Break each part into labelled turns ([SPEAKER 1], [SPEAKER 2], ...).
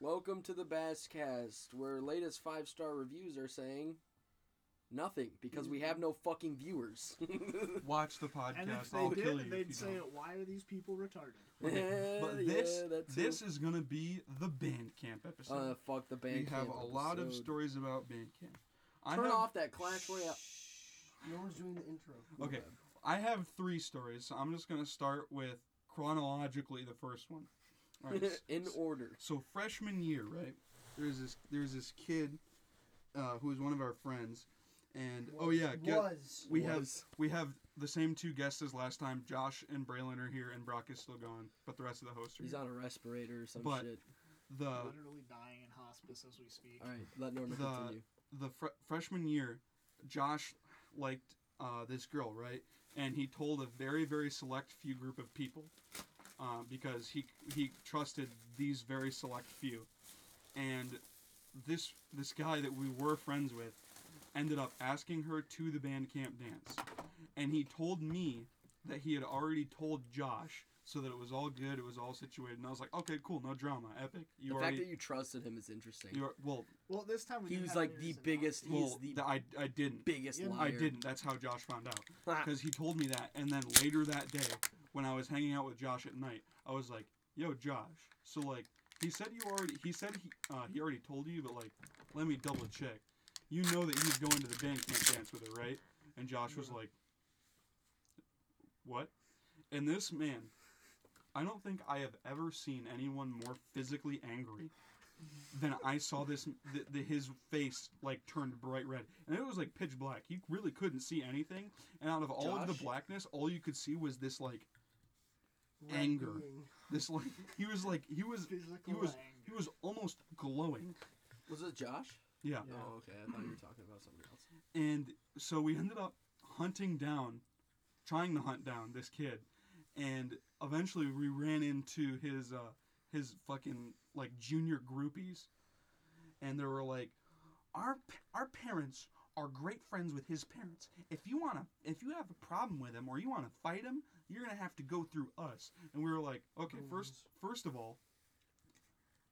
[SPEAKER 1] Welcome to the Basscast, where latest five star reviews are saying nothing because we have no fucking viewers.
[SPEAKER 2] Watch the podcast.
[SPEAKER 3] And if
[SPEAKER 2] I'll
[SPEAKER 3] they
[SPEAKER 2] kill you.
[SPEAKER 3] did,
[SPEAKER 2] if
[SPEAKER 3] they'd
[SPEAKER 2] you
[SPEAKER 3] say,
[SPEAKER 2] don't.
[SPEAKER 3] "Why are these people retarded?"
[SPEAKER 1] Uh, Yeah,
[SPEAKER 2] But
[SPEAKER 1] yeah,
[SPEAKER 2] this
[SPEAKER 1] that too.
[SPEAKER 2] this is gonna be the Bandcamp episode.
[SPEAKER 1] uh, fuck the band.
[SPEAKER 2] we have a lot of stories about Bandcamp. I
[SPEAKER 1] Turn
[SPEAKER 2] have-
[SPEAKER 1] off that Clash Royale.
[SPEAKER 4] No one's doing the intro.
[SPEAKER 2] Okay, I have three stories, so I'm just gonna start with chronologically the first one. All right,
[SPEAKER 1] in order.
[SPEAKER 2] so freshman year, right? There's this there's this kid uh, who is one of our friends, and oh yeah, get-
[SPEAKER 4] was.
[SPEAKER 2] we
[SPEAKER 1] Was.
[SPEAKER 2] have we have the same two guests as last time. Josh and Braylon are here, and Brock is still gone, but the rest of the hosts are
[SPEAKER 1] He's
[SPEAKER 2] here.
[SPEAKER 1] on a respirator or some
[SPEAKER 2] But-
[SPEAKER 1] shit.
[SPEAKER 2] the
[SPEAKER 3] Literally dying in hospice as we speak.
[SPEAKER 1] All right, let Norman
[SPEAKER 2] The-
[SPEAKER 1] continue.
[SPEAKER 2] the fr- freshman year, Josh liked uh, this girl, right? And he told a very very select few group of people uh, because he he trusted these very select few, and this this guy that we were friends with ended up asking her to the band camp dance, and he told me that he had already told Josh. So that it was all good, it was all situated, and I was like, "Okay, cool, no drama, epic." You
[SPEAKER 1] The
[SPEAKER 2] already,
[SPEAKER 1] fact that you trusted him is interesting.
[SPEAKER 2] you are, well,
[SPEAKER 3] Well, this time we
[SPEAKER 1] he
[SPEAKER 3] didn't
[SPEAKER 1] was
[SPEAKER 3] have
[SPEAKER 1] like
[SPEAKER 3] any
[SPEAKER 1] the
[SPEAKER 3] reason not
[SPEAKER 1] biggest.
[SPEAKER 3] to.
[SPEAKER 1] He's
[SPEAKER 2] well,
[SPEAKER 1] the
[SPEAKER 2] th- I, I didn't.
[SPEAKER 1] biggest
[SPEAKER 3] I
[SPEAKER 1] liar.
[SPEAKER 2] I didn't. That's how Josh found out.
[SPEAKER 1] Ah.
[SPEAKER 2] Because he told me that. And then later that day, when I was hanging out with Josh at night, I was like, yo, Josh. So, like, he said you already, he said he, uh, he already told you, but, like, let me double check. You know that he's going to the band camp dance with her, right? And Josh was like, what? And this man, I don't think I have ever seen anyone more physically angry than I saw this. The, the, his face like turned bright red, and it was like pitch black. You really couldn't see anything, and out of all of
[SPEAKER 1] Josh?
[SPEAKER 2] the blackness, all you could see was this like
[SPEAKER 4] Right
[SPEAKER 2] anger.
[SPEAKER 4] being.
[SPEAKER 2] This like he was like he was he
[SPEAKER 3] Physical
[SPEAKER 2] was
[SPEAKER 3] anger.
[SPEAKER 2] he was almost glowing.
[SPEAKER 1] Was it Josh?
[SPEAKER 2] Yeah.
[SPEAKER 4] Yeah.
[SPEAKER 1] Oh, okay. I thought you were talking about somebody else.
[SPEAKER 2] And so we ended up hunting down, trying to hunt down this kid, and eventually we ran into his uh, his fucking like junior groupies, and they were like, our p- our parents are great friends with his parents. If you wanna, if you have a problem with him or you wanna fight him, you're gonna have to go through us. And we were like, okay, first first of all.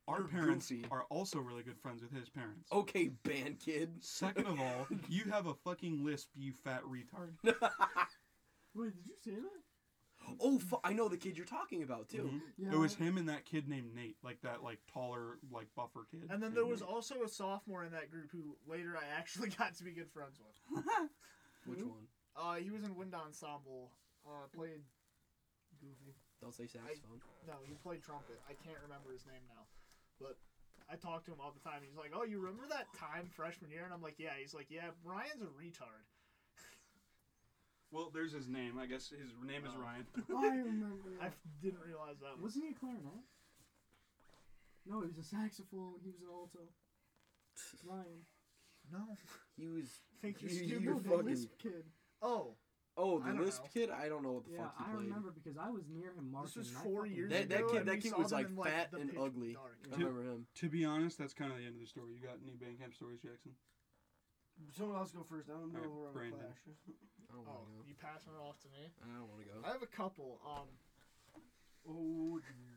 [SPEAKER 2] Our
[SPEAKER 1] Oh, You're
[SPEAKER 2] parents
[SPEAKER 1] goofy.
[SPEAKER 2] are also really good friends with his parents.
[SPEAKER 1] Okay, band kid.
[SPEAKER 2] Second of all, you have a fucking lisp, you fat retard.
[SPEAKER 4] Wait, did you say that?
[SPEAKER 1] Oh, fu- I know the kid you're talking about too.
[SPEAKER 2] Mm-hmm. It was him and that kid named Nate, like that like taller like buffer kid.
[SPEAKER 3] And then there
[SPEAKER 2] named
[SPEAKER 3] was
[SPEAKER 2] Nate.
[SPEAKER 3] also a sophomore in that group who later I actually got to be good friends with.
[SPEAKER 1] Which one?
[SPEAKER 3] Uh, he was in Wind Ensemble. Uh, played
[SPEAKER 4] Goofy.
[SPEAKER 1] Don't say saxophone.
[SPEAKER 3] no, he played trumpet. I can't remember his name now, but I talked to him all the time. He's like, "Oh, you remember that time freshman year?" And I'm like, "Yeah." He's like, "Yeah, Ryan's a retard."
[SPEAKER 2] Mm-hmm. Well, there's his name. I guess his name is
[SPEAKER 3] Oh.
[SPEAKER 2] Ryan.
[SPEAKER 4] I remember.
[SPEAKER 3] I f- didn't realize that. Was
[SPEAKER 4] Wasn't he a clarinet? No, he was a saxophone. He was an alto. Ryan.
[SPEAKER 3] no.
[SPEAKER 1] He was.
[SPEAKER 3] Think you're
[SPEAKER 1] You-
[SPEAKER 3] stupid.
[SPEAKER 1] you're
[SPEAKER 4] no, the
[SPEAKER 1] fucking-
[SPEAKER 4] Lisp kid.
[SPEAKER 3] Oh,
[SPEAKER 1] Oh,
[SPEAKER 3] I
[SPEAKER 1] the
[SPEAKER 3] don't
[SPEAKER 1] Lisp
[SPEAKER 3] know.
[SPEAKER 1] kid. I don't know what the
[SPEAKER 5] Yeah,
[SPEAKER 1] fuck he
[SPEAKER 5] I
[SPEAKER 1] played.
[SPEAKER 5] remember because I was near him marking.
[SPEAKER 3] this was
[SPEAKER 5] and I
[SPEAKER 3] four
[SPEAKER 5] fucking-
[SPEAKER 3] years
[SPEAKER 1] That- that
[SPEAKER 3] ago.
[SPEAKER 1] kid-
[SPEAKER 3] and
[SPEAKER 1] that
[SPEAKER 3] we
[SPEAKER 1] kid
[SPEAKER 3] saw
[SPEAKER 1] was,
[SPEAKER 3] them
[SPEAKER 1] like,
[SPEAKER 3] in,
[SPEAKER 1] fat
[SPEAKER 3] the
[SPEAKER 1] and
[SPEAKER 3] pitch
[SPEAKER 1] ugly.
[SPEAKER 3] dark.
[SPEAKER 4] Oh
[SPEAKER 1] I remember him.
[SPEAKER 2] To be honest, that's kind of the end of the story. You got any Bandcamp stories, Jackson?
[SPEAKER 4] Someone else go first. I don't know
[SPEAKER 2] Okay,
[SPEAKER 4] where I'm
[SPEAKER 2] Brandon.
[SPEAKER 4] clash.
[SPEAKER 1] I don't
[SPEAKER 3] Oh,
[SPEAKER 1] want to go.
[SPEAKER 3] you passing it off to me?
[SPEAKER 1] I don't want to go.
[SPEAKER 3] I have a couple. Um,
[SPEAKER 4] Oh dear.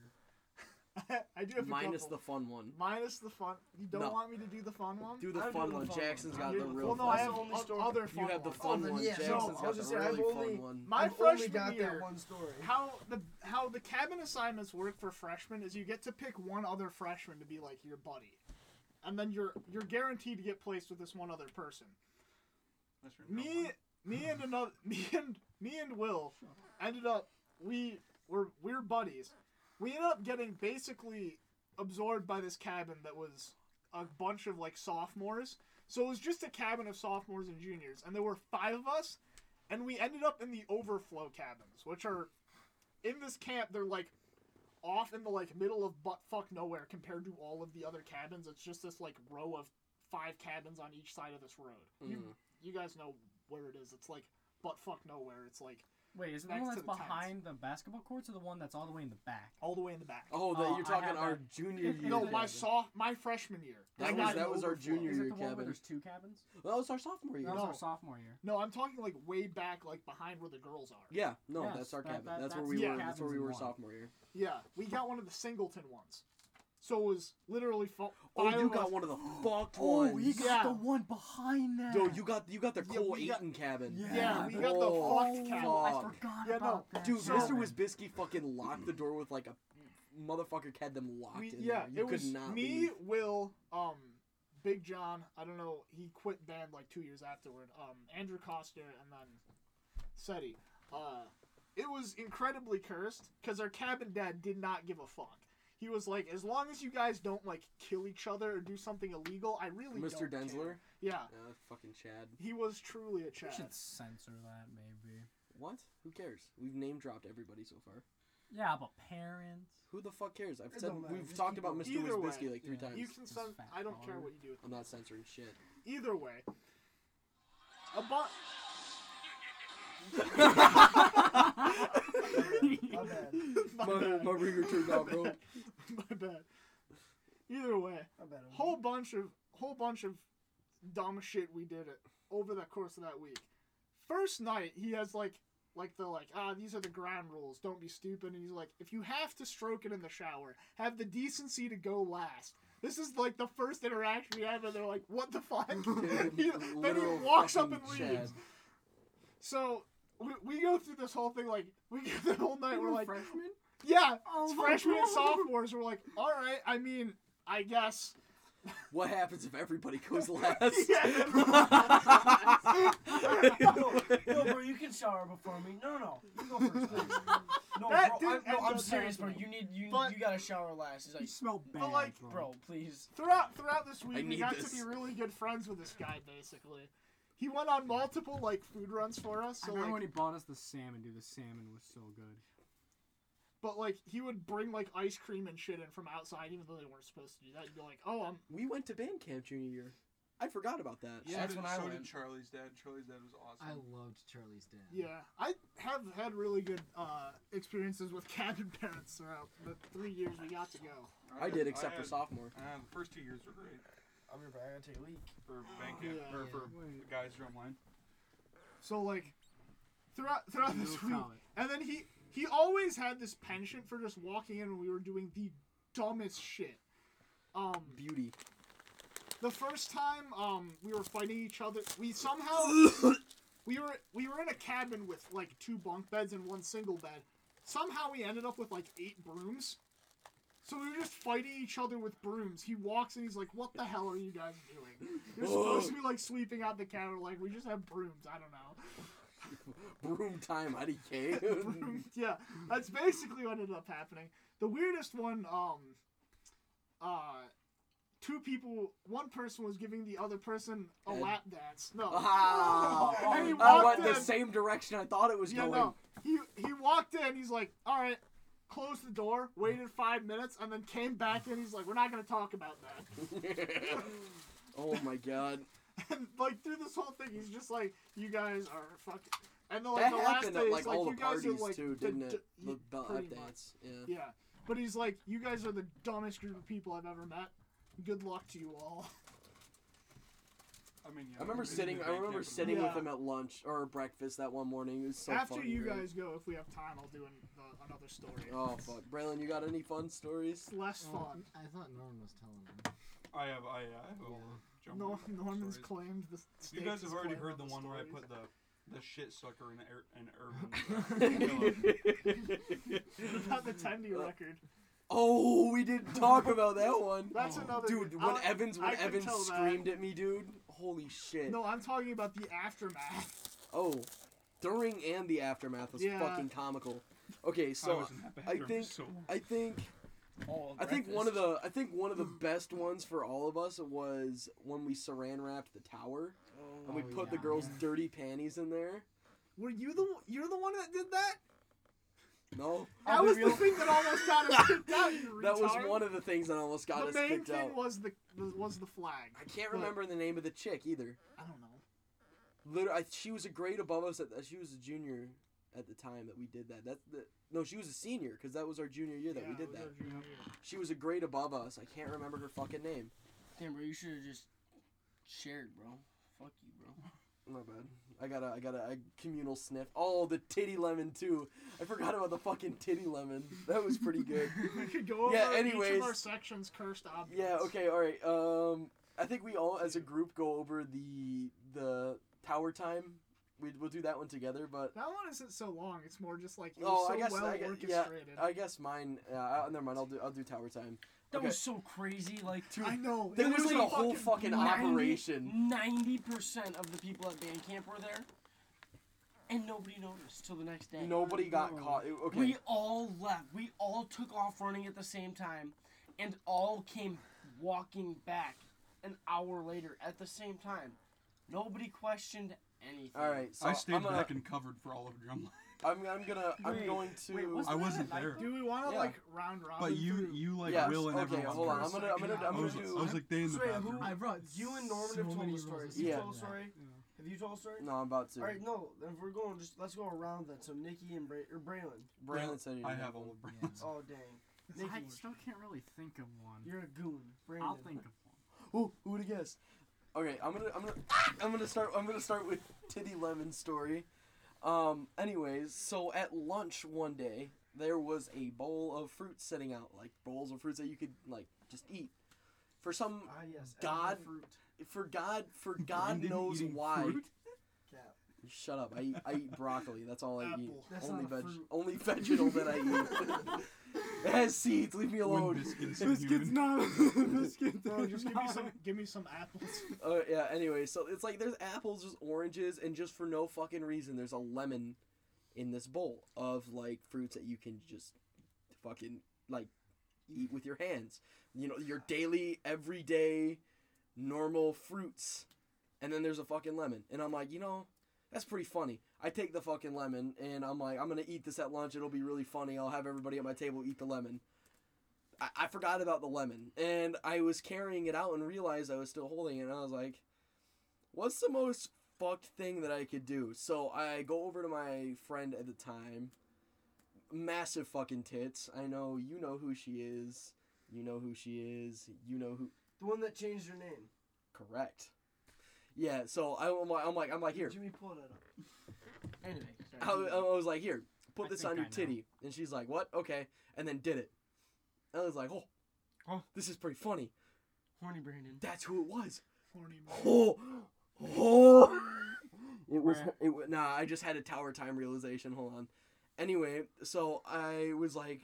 [SPEAKER 3] I do have a
[SPEAKER 1] Minus
[SPEAKER 3] couple.
[SPEAKER 1] the fun one.
[SPEAKER 3] minus the fun. You don't
[SPEAKER 1] No.
[SPEAKER 3] want me to do the fun one?
[SPEAKER 1] Do the
[SPEAKER 4] I'll do
[SPEAKER 1] fun
[SPEAKER 4] the
[SPEAKER 1] one.
[SPEAKER 4] fun
[SPEAKER 1] Jackson's
[SPEAKER 4] one.
[SPEAKER 1] got
[SPEAKER 3] Dude,
[SPEAKER 1] the real
[SPEAKER 3] well, no, I
[SPEAKER 1] fun
[SPEAKER 3] have
[SPEAKER 1] one.
[SPEAKER 4] only
[SPEAKER 3] o-
[SPEAKER 4] story.
[SPEAKER 3] other fun
[SPEAKER 1] You have the
[SPEAKER 3] ones.
[SPEAKER 1] fun
[SPEAKER 4] then,
[SPEAKER 1] one.
[SPEAKER 4] yeah, no,
[SPEAKER 1] Jackson's
[SPEAKER 3] I
[SPEAKER 1] got the
[SPEAKER 3] was just saying,
[SPEAKER 1] really
[SPEAKER 3] I've only-
[SPEAKER 1] fun one.
[SPEAKER 3] My
[SPEAKER 4] I've only
[SPEAKER 3] freshman
[SPEAKER 4] got
[SPEAKER 3] year,
[SPEAKER 4] that one story.
[SPEAKER 3] how the how the cabin assignments work for freshmen is you get to pick one other freshman to be like your buddy, and then you're you're guaranteed to get placed with this one other person. Me, me and another, me and me and Will ended up we were we're buddies. We ended up getting basically absorbed by this cabin that was a bunch of like sophomores. So it was just a cabin of sophomores and juniors, and there were five of us, and we ended up in the overflow cabins, which are in this camp. They're like off in the like middle of butt fuck nowhere compared to all of the other cabins. It's just this like row of five cabins on each side of this road.
[SPEAKER 1] Mm.
[SPEAKER 3] You you guys know where it is. It's like butt fuck nowhere. It's like
[SPEAKER 5] Wait, is it the
[SPEAKER 3] Next
[SPEAKER 5] one
[SPEAKER 3] to
[SPEAKER 5] that's
[SPEAKER 3] the tents.
[SPEAKER 5] behind the basketball courts or the one that's all the way in the back?
[SPEAKER 3] all the way in the back.
[SPEAKER 1] Oh, that
[SPEAKER 5] Oh,
[SPEAKER 1] you're
[SPEAKER 5] I
[SPEAKER 1] talking
[SPEAKER 5] have
[SPEAKER 1] our
[SPEAKER 5] that.
[SPEAKER 1] junior year.
[SPEAKER 3] no, my
[SPEAKER 1] Jackson.
[SPEAKER 3] soft my freshman year.
[SPEAKER 1] That
[SPEAKER 3] I
[SPEAKER 1] was-
[SPEAKER 3] got
[SPEAKER 1] that
[SPEAKER 3] an
[SPEAKER 1] was our
[SPEAKER 3] overflow.
[SPEAKER 1] junior
[SPEAKER 5] Is it
[SPEAKER 1] year
[SPEAKER 5] the one
[SPEAKER 1] cabin.
[SPEAKER 5] where there's two cabins?
[SPEAKER 1] Well, that was Oh, our sophomore year.
[SPEAKER 5] That was
[SPEAKER 3] No.
[SPEAKER 5] our sophomore year.
[SPEAKER 3] No, I'm talking like way back, like behind where the girls are.
[SPEAKER 1] Yeah, no,
[SPEAKER 5] Yes,
[SPEAKER 1] that's our
[SPEAKER 5] that-
[SPEAKER 1] cabin.
[SPEAKER 5] that-
[SPEAKER 1] that's where
[SPEAKER 5] that's
[SPEAKER 1] we
[SPEAKER 3] the
[SPEAKER 1] were. That's
[SPEAKER 5] cabins
[SPEAKER 1] where we
[SPEAKER 5] in
[SPEAKER 1] were
[SPEAKER 5] one.
[SPEAKER 1] sophomore year.
[SPEAKER 3] Yeah, we got one of the singleton ones. So it was literally fo-
[SPEAKER 1] Oh, you
[SPEAKER 3] five of us-
[SPEAKER 1] got one of the fucked
[SPEAKER 5] Oh,
[SPEAKER 1] ones.
[SPEAKER 5] he got
[SPEAKER 3] Yeah.
[SPEAKER 5] the one behind that.
[SPEAKER 1] Dude, you got you got the
[SPEAKER 3] Yeah,
[SPEAKER 1] Cole
[SPEAKER 3] we got-
[SPEAKER 1] Eaton cabin.
[SPEAKER 5] Yeah,
[SPEAKER 3] Yeah, we got the
[SPEAKER 1] Oh,
[SPEAKER 3] fucked cabin.
[SPEAKER 5] I
[SPEAKER 1] fuck.
[SPEAKER 5] forgot
[SPEAKER 3] Yeah, no.
[SPEAKER 5] about that.
[SPEAKER 1] Dude,
[SPEAKER 3] So-
[SPEAKER 1] Mr.
[SPEAKER 5] cabin.
[SPEAKER 1] Wisbisky fucking locked the door with like a motherfucker had them locked
[SPEAKER 3] We,
[SPEAKER 1] in
[SPEAKER 3] yeah,
[SPEAKER 1] there. You
[SPEAKER 3] it
[SPEAKER 1] could
[SPEAKER 3] was
[SPEAKER 1] not
[SPEAKER 3] me,
[SPEAKER 1] leave.
[SPEAKER 3] Will, um, Big John. I don't know. He quit band like two years afterward. Um, Andrew Coster and then Seti. Uh, it was incredibly cursed because our cabin dad did not give a fuck. He was like, as long as you guys don't like kill each other or do something illegal, I really
[SPEAKER 1] Mr.
[SPEAKER 3] don't
[SPEAKER 1] Densler?
[SPEAKER 3] care." Yeah,
[SPEAKER 1] Yeah, that's fucking Chad.
[SPEAKER 3] he was truly a
[SPEAKER 5] We
[SPEAKER 3] Chad.
[SPEAKER 5] should censor that maybe.
[SPEAKER 1] What? Who cares? We've name dropped everybody so far.
[SPEAKER 5] Yeah, but parents.
[SPEAKER 1] Who the fuck cares? I've
[SPEAKER 4] It
[SPEAKER 1] said
[SPEAKER 4] don't matter.
[SPEAKER 1] we've
[SPEAKER 4] Just
[SPEAKER 1] talked
[SPEAKER 4] keep
[SPEAKER 1] about
[SPEAKER 4] going.
[SPEAKER 1] Mr.
[SPEAKER 3] Either
[SPEAKER 1] Wisbisky
[SPEAKER 3] way.
[SPEAKER 1] like three
[SPEAKER 5] Yeah.
[SPEAKER 1] times.
[SPEAKER 3] You can
[SPEAKER 5] This
[SPEAKER 3] send.
[SPEAKER 5] fat
[SPEAKER 3] I don't care
[SPEAKER 5] baller.
[SPEAKER 3] what you do. with
[SPEAKER 1] I'm not censoring shit.
[SPEAKER 3] Either way, a bu-
[SPEAKER 4] My bad.
[SPEAKER 3] my, bad.
[SPEAKER 1] ringer turned
[SPEAKER 3] My bad. My bad. Either way,
[SPEAKER 4] My bad.
[SPEAKER 3] whole bunch of whole bunch of dumb shit we did it over the course of that week. First night, he has like like the like ah these are the ground rules. Don't be stupid. And he's like, if you have to stroke it in the shower, have the decency to go last. This is like the first interaction we have, and they're like, "What the fuck?" He- then
[SPEAKER 1] Literal
[SPEAKER 3] he walks up and
[SPEAKER 1] fucking
[SPEAKER 3] leaves. So we, we go through this whole thing like we go the whole night. We're like,
[SPEAKER 4] freshman.
[SPEAKER 3] yeah,
[SPEAKER 5] Oh my
[SPEAKER 3] freshmen and
[SPEAKER 5] God.
[SPEAKER 3] sophomores were like, all right, I mean, I guess.
[SPEAKER 1] What happens if everybody goes last?
[SPEAKER 4] no, no, bro, you can shower before me. No, no, no. you go first. guys. No,
[SPEAKER 3] That
[SPEAKER 4] bro,
[SPEAKER 3] didn't
[SPEAKER 4] I'm, no,
[SPEAKER 3] end
[SPEAKER 4] I'm
[SPEAKER 3] up
[SPEAKER 4] serious, bro.
[SPEAKER 3] happening.
[SPEAKER 4] You need you
[SPEAKER 3] But-
[SPEAKER 4] you gotta shower last. He's
[SPEAKER 5] You
[SPEAKER 4] like,
[SPEAKER 5] smell bad.
[SPEAKER 3] But, like,
[SPEAKER 4] bro, please.
[SPEAKER 3] Throughout throughout this
[SPEAKER 1] I
[SPEAKER 3] week, we
[SPEAKER 1] need
[SPEAKER 3] got
[SPEAKER 1] this.
[SPEAKER 3] to be really good friends with this guy. Basically, he went on multiple like food runs for us.
[SPEAKER 5] I
[SPEAKER 3] So
[SPEAKER 5] remember
[SPEAKER 3] like,
[SPEAKER 5] when he bought us the salmon, dude. The salmon was so good.
[SPEAKER 3] but like he would bring like ice cream and shit in from outside, even though they weren't supposed to do that. You'd be like, oh, I'm
[SPEAKER 1] we went to band camp junior year. I forgot about that.
[SPEAKER 4] Yeah, that's
[SPEAKER 2] so did,
[SPEAKER 4] when I
[SPEAKER 2] so
[SPEAKER 4] went.
[SPEAKER 2] did Charlie's dad. Charlie's dad was awesome.
[SPEAKER 6] I loved Charlie's dad.
[SPEAKER 3] yeah. I have had really good uh, experiences with cabin parents throughout the three years we got to go.
[SPEAKER 1] I did, except
[SPEAKER 2] had-
[SPEAKER 1] for sophomore.
[SPEAKER 2] Uh, the first two years were great
[SPEAKER 4] I'm your bag. I take a leak.
[SPEAKER 2] for band camp
[SPEAKER 3] Yeah.
[SPEAKER 2] or for
[SPEAKER 5] Wait.
[SPEAKER 2] the guys drumline.
[SPEAKER 3] So like, throughout throughout
[SPEAKER 5] No
[SPEAKER 3] this week,
[SPEAKER 5] palate.
[SPEAKER 3] And then he he always had this penchant for just walking in when we were doing the dumbest shit. Um,
[SPEAKER 1] Beauty.
[SPEAKER 3] the first time um we were fighting each other, we somehow we were we were in a cabin with like two bunk beds and one single bed. Somehow we ended up with like eight brooms. So we were just fighting each other with brooms. He walks and he's like, "What the hell are you guys doing? You're supposed to be like sweeping out the counter. Like we just have brooms. I don't know."
[SPEAKER 1] Broom time, IDK. Mm.
[SPEAKER 3] yeah, that's basically what ended up happening. The weirdest one, um, uh, two people, one person was giving the other person a
[SPEAKER 1] Head.
[SPEAKER 3] lap dance. No.
[SPEAKER 1] Ah,
[SPEAKER 3] And he
[SPEAKER 1] I went
[SPEAKER 3] walked in.
[SPEAKER 1] the same direction I thought it was
[SPEAKER 3] yeah,
[SPEAKER 1] going.
[SPEAKER 3] no. He he walked in. He's like, all right. Closed the door, waited five minutes, and then came back in. He's like, "We're not gonna talk about that."
[SPEAKER 1] oh my god.
[SPEAKER 3] And like through this whole thing, he's just like, "You guys are fucking." And then like
[SPEAKER 1] That
[SPEAKER 3] the last
[SPEAKER 1] happened
[SPEAKER 3] day,
[SPEAKER 1] at
[SPEAKER 3] he's
[SPEAKER 1] like all
[SPEAKER 3] "You
[SPEAKER 1] the
[SPEAKER 3] guys
[SPEAKER 1] parties
[SPEAKER 3] are like
[SPEAKER 1] too,
[SPEAKER 3] the
[SPEAKER 1] didn't it?
[SPEAKER 3] d-
[SPEAKER 1] The bell
[SPEAKER 3] pretty much.
[SPEAKER 1] updates. Yeah.
[SPEAKER 3] Yeah. But he's like, you guys are the dumbest group of people I've ever met. Good luck to you all.
[SPEAKER 2] I mean, yeah.
[SPEAKER 1] I remember
[SPEAKER 2] we did
[SPEAKER 1] sitting.
[SPEAKER 2] the
[SPEAKER 1] I
[SPEAKER 2] band
[SPEAKER 1] remember
[SPEAKER 2] camp for-
[SPEAKER 1] sitting with
[SPEAKER 3] Yeah.
[SPEAKER 1] him at lunch or breakfast that one morning. It was so
[SPEAKER 3] After
[SPEAKER 1] fucking
[SPEAKER 3] you
[SPEAKER 1] great.
[SPEAKER 3] guys go, if we have time, I'll do an, the, another story.
[SPEAKER 1] Oh fuck, Braylon, you got any fun stories?
[SPEAKER 3] It's less
[SPEAKER 6] Oh,
[SPEAKER 3] fun.
[SPEAKER 6] I thought Norm was telling him.
[SPEAKER 2] I have. I, I have a little jump
[SPEAKER 3] Nor-
[SPEAKER 2] on
[SPEAKER 3] Norman's
[SPEAKER 2] stories.
[SPEAKER 3] claimed the
[SPEAKER 2] You
[SPEAKER 3] stakes
[SPEAKER 2] guys have
[SPEAKER 3] is
[SPEAKER 2] already
[SPEAKER 3] claimed
[SPEAKER 2] heard
[SPEAKER 3] on
[SPEAKER 2] the one where I
[SPEAKER 3] stories.
[SPEAKER 2] put the the shit sucker in Ur- in urban. uh,
[SPEAKER 3] about the Tendy
[SPEAKER 1] Uh,
[SPEAKER 3] record.
[SPEAKER 1] oh, we didn't talk about that one.
[SPEAKER 6] Oh.
[SPEAKER 3] That's another
[SPEAKER 1] Dude,
[SPEAKER 3] good-
[SPEAKER 1] when
[SPEAKER 3] I'll-
[SPEAKER 1] Evans when
[SPEAKER 3] I can
[SPEAKER 1] Evans
[SPEAKER 3] tell that.
[SPEAKER 1] screamed at me, dude. Holy shit.
[SPEAKER 3] No, I'm talking about the aftermath.
[SPEAKER 1] Oh, during and the aftermath was
[SPEAKER 3] Yeah.
[SPEAKER 1] fucking comical. Okay, so
[SPEAKER 2] was in that
[SPEAKER 1] I
[SPEAKER 2] bathroom
[SPEAKER 1] think
[SPEAKER 2] so
[SPEAKER 1] I think
[SPEAKER 4] All
[SPEAKER 1] I think one of
[SPEAKER 4] breakfast.
[SPEAKER 1] the I think one of the
[SPEAKER 3] Mm.
[SPEAKER 1] best ones for all of us was when we saran wrapped the tower and we
[SPEAKER 6] Oh,
[SPEAKER 1] put the
[SPEAKER 6] yeah.
[SPEAKER 1] girls' dirty panties in there.
[SPEAKER 3] Were you the one- you're the one that did that?
[SPEAKER 1] No,
[SPEAKER 3] That was the thing that almost got us kicked out. You
[SPEAKER 1] that was
[SPEAKER 3] retard.
[SPEAKER 1] one of the things that almost got
[SPEAKER 3] The
[SPEAKER 1] us
[SPEAKER 3] main
[SPEAKER 1] kicked
[SPEAKER 3] thing
[SPEAKER 1] out.
[SPEAKER 3] was the was the flag.
[SPEAKER 1] I can't
[SPEAKER 3] but-
[SPEAKER 1] remember the name of the chick either.
[SPEAKER 3] I don't know.
[SPEAKER 1] Literally, I, she was a grade above us. At the, she was a junior at the time that we did that. That the, no, she was a senior because that was our junior year that we
[SPEAKER 3] Yeah,
[SPEAKER 1] did
[SPEAKER 3] it was
[SPEAKER 1] that.
[SPEAKER 3] our junior year.
[SPEAKER 1] She was a grade above us. I can't remember her fucking name.
[SPEAKER 4] Damn, bro, you should have just shared, bro. Fuck you, bro.
[SPEAKER 1] My bad. I got a I got a, a communal sniff. Oh, the titty lemon too. I forgot about the fucking titty lemon. That was pretty good.
[SPEAKER 3] We could go over
[SPEAKER 1] Yeah,
[SPEAKER 3] each of our
[SPEAKER 1] anyways.
[SPEAKER 3] sections cursed objects.
[SPEAKER 1] yeah. Okay. All right. Um, I think we all as a group go over the the tower time. We we'll do that one together, but.
[SPEAKER 3] That one isn't so long. It's more just like it was
[SPEAKER 1] Oh,
[SPEAKER 3] so
[SPEAKER 1] I guess
[SPEAKER 3] well
[SPEAKER 1] I guess,
[SPEAKER 3] orchestrated.
[SPEAKER 1] yeah. I guess mine. Uh, I- never mind. I'll do. I'll do tower time.
[SPEAKER 7] That
[SPEAKER 1] Okay.
[SPEAKER 7] was so crazy. Like
[SPEAKER 1] Dude,
[SPEAKER 3] I know.
[SPEAKER 1] There
[SPEAKER 3] it
[SPEAKER 1] was
[SPEAKER 3] was
[SPEAKER 1] like a whole fucking
[SPEAKER 7] 90
[SPEAKER 1] operation.
[SPEAKER 7] Ninety percent of the people at Bandcamp were there, and nobody noticed till the next day.
[SPEAKER 1] Nobody got caught. It- okay.
[SPEAKER 7] We all left. We all took off running at the same time, and all came walking back an hour later at the same time. Nobody questioned anything.
[SPEAKER 1] all right. So
[SPEAKER 2] I stayed
[SPEAKER 1] I'm gonna,
[SPEAKER 2] back and covered for all of Drumline.
[SPEAKER 1] I'm, I'm gonna. I'm
[SPEAKER 5] Wait,
[SPEAKER 1] going to.
[SPEAKER 5] wait, wasn't
[SPEAKER 2] I
[SPEAKER 5] that
[SPEAKER 2] wasn't
[SPEAKER 5] at night,
[SPEAKER 2] there.
[SPEAKER 5] though?
[SPEAKER 3] Do we want to
[SPEAKER 1] Yeah.
[SPEAKER 3] like round robin?
[SPEAKER 2] But you,
[SPEAKER 3] through-
[SPEAKER 2] you like
[SPEAKER 1] Yes,
[SPEAKER 2] Will and
[SPEAKER 1] okay,
[SPEAKER 2] everyone.
[SPEAKER 1] hold on.
[SPEAKER 2] were-
[SPEAKER 1] I'm gonna. I'm gonna. I'm
[SPEAKER 2] I
[SPEAKER 1] gonna
[SPEAKER 2] was, I was
[SPEAKER 1] do.
[SPEAKER 2] like, they in the
[SPEAKER 7] So wait, who-
[SPEAKER 2] bathroom.
[SPEAKER 4] I've read
[SPEAKER 7] You and
[SPEAKER 4] so
[SPEAKER 7] Norman have told
[SPEAKER 4] many
[SPEAKER 7] a story.
[SPEAKER 4] rules.
[SPEAKER 7] You
[SPEAKER 1] Yeah.
[SPEAKER 7] told a story. Have you told a story?
[SPEAKER 1] No, I'm about to.
[SPEAKER 7] All right, no. Then if we're going, just let's go around then. So Nikki and Bra- or Braylon.
[SPEAKER 1] Brandon said you
[SPEAKER 2] I
[SPEAKER 1] didn't
[SPEAKER 2] have all
[SPEAKER 1] one.
[SPEAKER 2] of Brandon's.
[SPEAKER 7] Oh dang.
[SPEAKER 5] I
[SPEAKER 7] Nikki,
[SPEAKER 5] still can't really think of one.
[SPEAKER 7] you're a goon. Brandon.
[SPEAKER 5] I'll think of one.
[SPEAKER 1] Ooh, who would have guessed? Okay, I'm gonna I'm gonna I'm gonna start I'm gonna start with Titty Lemon story. Um, anyways, so at lunch one day there was a bowl of fruit sitting out, like bowls of fruits that you could like just eat. For some
[SPEAKER 7] Ah yes. edible
[SPEAKER 1] God-
[SPEAKER 7] fruit.
[SPEAKER 1] for God for God
[SPEAKER 2] Brandon
[SPEAKER 1] knows
[SPEAKER 2] eating
[SPEAKER 1] why.
[SPEAKER 2] fruit?
[SPEAKER 7] Cap.
[SPEAKER 1] Shut up. I eat, I eat broccoli. That's all I eat.
[SPEAKER 3] Apple.
[SPEAKER 7] That's
[SPEAKER 1] only
[SPEAKER 7] not a
[SPEAKER 1] veg
[SPEAKER 7] fruit.
[SPEAKER 1] only vegetal that I eat. it has seeds. Leave me
[SPEAKER 2] When
[SPEAKER 1] alone.
[SPEAKER 2] biscuits and
[SPEAKER 5] Biscuit's
[SPEAKER 2] human.
[SPEAKER 5] not. Biscuit's
[SPEAKER 3] Bro, just give me
[SPEAKER 5] not-
[SPEAKER 3] some. Give me some apples.
[SPEAKER 1] Uh, yeah. Anyway, so it's like there's apples, there's oranges, and just for no fucking reason, there's a lemon in this bowl of like fruits that you can just fucking like eat with your hands. You know, your daily, everyday, normal fruits, and then there's a fucking lemon, and I'm like, you know, that's pretty funny. I take the fucking lemon, and I'm like, I'm gonna eat this at lunch. It'll be really funny. I'll have everybody at my table eat the lemon. I, I forgot about the lemon and I was carrying it out and realized I was still holding it and I was like, what's the most fucked thing that I could do? So I go over to my friend at the time, massive fucking tits. I know you know who she is. You know who she is. You know who.
[SPEAKER 7] The one that changed her name.
[SPEAKER 1] Correct. Yeah, so I, am like, I'm like, I'm like, here.
[SPEAKER 7] Jimmy pulled it up. Anyway, sorry.
[SPEAKER 1] I, I was like, here, put
[SPEAKER 5] I
[SPEAKER 1] this
[SPEAKER 5] think
[SPEAKER 1] on your
[SPEAKER 5] I know.
[SPEAKER 1] titty. And she's like, what? Okay. And then did it. I was like, oh,
[SPEAKER 7] Huh.
[SPEAKER 1] this is pretty funny.
[SPEAKER 7] Horny Brandon.
[SPEAKER 1] That's who it was.
[SPEAKER 3] Horny
[SPEAKER 1] Oh, oh. It was.
[SPEAKER 5] Where?
[SPEAKER 1] It wa- nah. I just had a tower time realization. Hold on. Anyway, so I was like,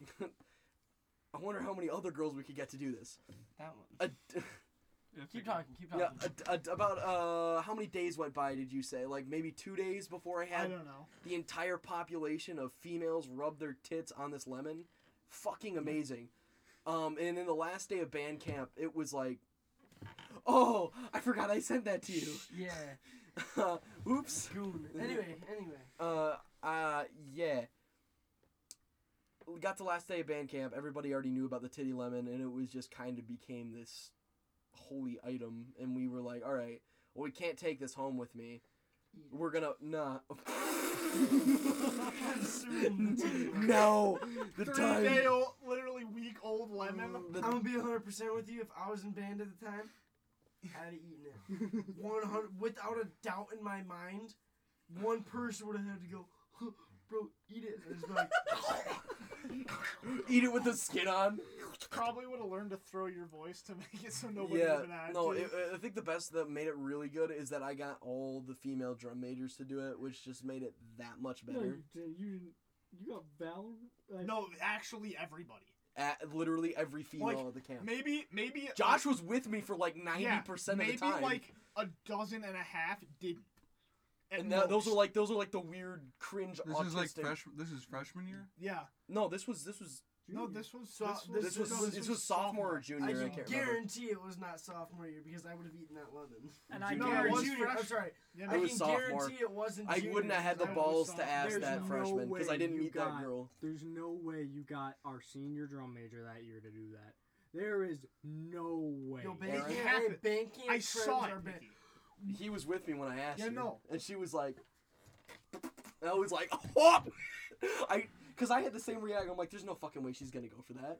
[SPEAKER 1] I wonder how many other girls we could get to do this.
[SPEAKER 7] That one.
[SPEAKER 1] A,
[SPEAKER 2] Yeah,
[SPEAKER 7] Keep
[SPEAKER 2] figure.
[SPEAKER 7] talking. Keep talking.
[SPEAKER 1] yeah,
[SPEAKER 5] Oh.
[SPEAKER 1] a, a- about uh, how many days went by? Did you say like maybe two days before I
[SPEAKER 3] I
[SPEAKER 1] had
[SPEAKER 3] don't know.
[SPEAKER 1] the entire population of females rub their tits on this lemon. Fucking amazing. Um, and then the last day of band camp, it was like, oh, I forgot I sent that to you.
[SPEAKER 7] Yeah.
[SPEAKER 1] Oops.
[SPEAKER 7] Goon. Anyway. Anyway.
[SPEAKER 1] Uh, uh, yeah. We got to last day of band camp. Everybody already knew about the titty lemon, and it was just kind of became this holy item. And we were like, all right, well, we can't take this home with me. We're gonna nah. no, the
[SPEAKER 3] Three day
[SPEAKER 1] time. Mm.
[SPEAKER 3] old, oh, literally week old lemon.
[SPEAKER 7] I'm gonna be 100 percent with you. If I was in band at the time, I'd have eaten it. 100 without a doubt in my mind. One person would have had to go, "Huh, bro, eat it. And it's like,
[SPEAKER 1] Eat it with the skin on.
[SPEAKER 3] Probably would have learned to throw your voice to make it so nobody
[SPEAKER 1] Yeah,
[SPEAKER 3] even had
[SPEAKER 1] no,
[SPEAKER 3] to.
[SPEAKER 1] it, I think the best that made it really good is that I got all the female drum majors to do it, which just made it that much
[SPEAKER 4] No,
[SPEAKER 8] Hmm.
[SPEAKER 1] better.
[SPEAKER 4] you did. You didn't. You got Valor. Like,
[SPEAKER 3] no, actually everybody.
[SPEAKER 1] At literally every female
[SPEAKER 3] Like,
[SPEAKER 1] at the camp.
[SPEAKER 3] Maybe maybe
[SPEAKER 1] Josh was with me for like ninety
[SPEAKER 3] yeah,
[SPEAKER 1] percent of
[SPEAKER 3] maybe
[SPEAKER 1] the time.
[SPEAKER 3] like a dozen and a half didn't. At
[SPEAKER 1] and that, those
[SPEAKER 3] most.
[SPEAKER 1] are like those are like the weird cringe
[SPEAKER 2] This
[SPEAKER 1] autistic.
[SPEAKER 2] is like fresh. This is freshman year.
[SPEAKER 3] yeah.
[SPEAKER 1] No, this was this was
[SPEAKER 3] No,
[SPEAKER 4] Junior.
[SPEAKER 3] this was
[SPEAKER 7] So-
[SPEAKER 3] this was
[SPEAKER 1] this was
[SPEAKER 3] no,
[SPEAKER 1] this was sophomore or junior.
[SPEAKER 7] I
[SPEAKER 1] I,
[SPEAKER 7] can
[SPEAKER 1] can't remember.
[SPEAKER 7] guarantee it was not sophomore year because I would have eaten that lemon.
[SPEAKER 5] And I
[SPEAKER 1] No, it
[SPEAKER 5] guarantee
[SPEAKER 3] was
[SPEAKER 7] junior. I'm
[SPEAKER 3] fresh-
[SPEAKER 7] sorry.
[SPEAKER 3] Yeah,
[SPEAKER 1] It
[SPEAKER 7] I
[SPEAKER 1] was
[SPEAKER 7] can
[SPEAKER 1] sophomore.
[SPEAKER 7] guarantee it wasn't.
[SPEAKER 1] I
[SPEAKER 7] junior
[SPEAKER 1] wouldn't have had the
[SPEAKER 7] because I
[SPEAKER 3] was
[SPEAKER 1] balls to
[SPEAKER 3] sophomore.
[SPEAKER 1] ask
[SPEAKER 5] There's
[SPEAKER 1] that
[SPEAKER 5] no
[SPEAKER 1] freshman because I
[SPEAKER 5] way
[SPEAKER 1] didn't
[SPEAKER 5] you
[SPEAKER 1] meet that
[SPEAKER 5] got-
[SPEAKER 1] girl.
[SPEAKER 5] There's no way you got our senior drum major that year to do that. There is no way.
[SPEAKER 7] Yo,
[SPEAKER 1] Aaron?
[SPEAKER 7] banking,
[SPEAKER 3] It happened.
[SPEAKER 7] banking
[SPEAKER 3] I saw it.
[SPEAKER 7] Ba-
[SPEAKER 3] Mickey.
[SPEAKER 1] He was with me when I asked
[SPEAKER 3] Yeah,
[SPEAKER 1] her,
[SPEAKER 3] no.
[SPEAKER 1] and she was like, and I was like, what? I because I had the same reaction. I'm like, there's no fucking way she's gonna go for that.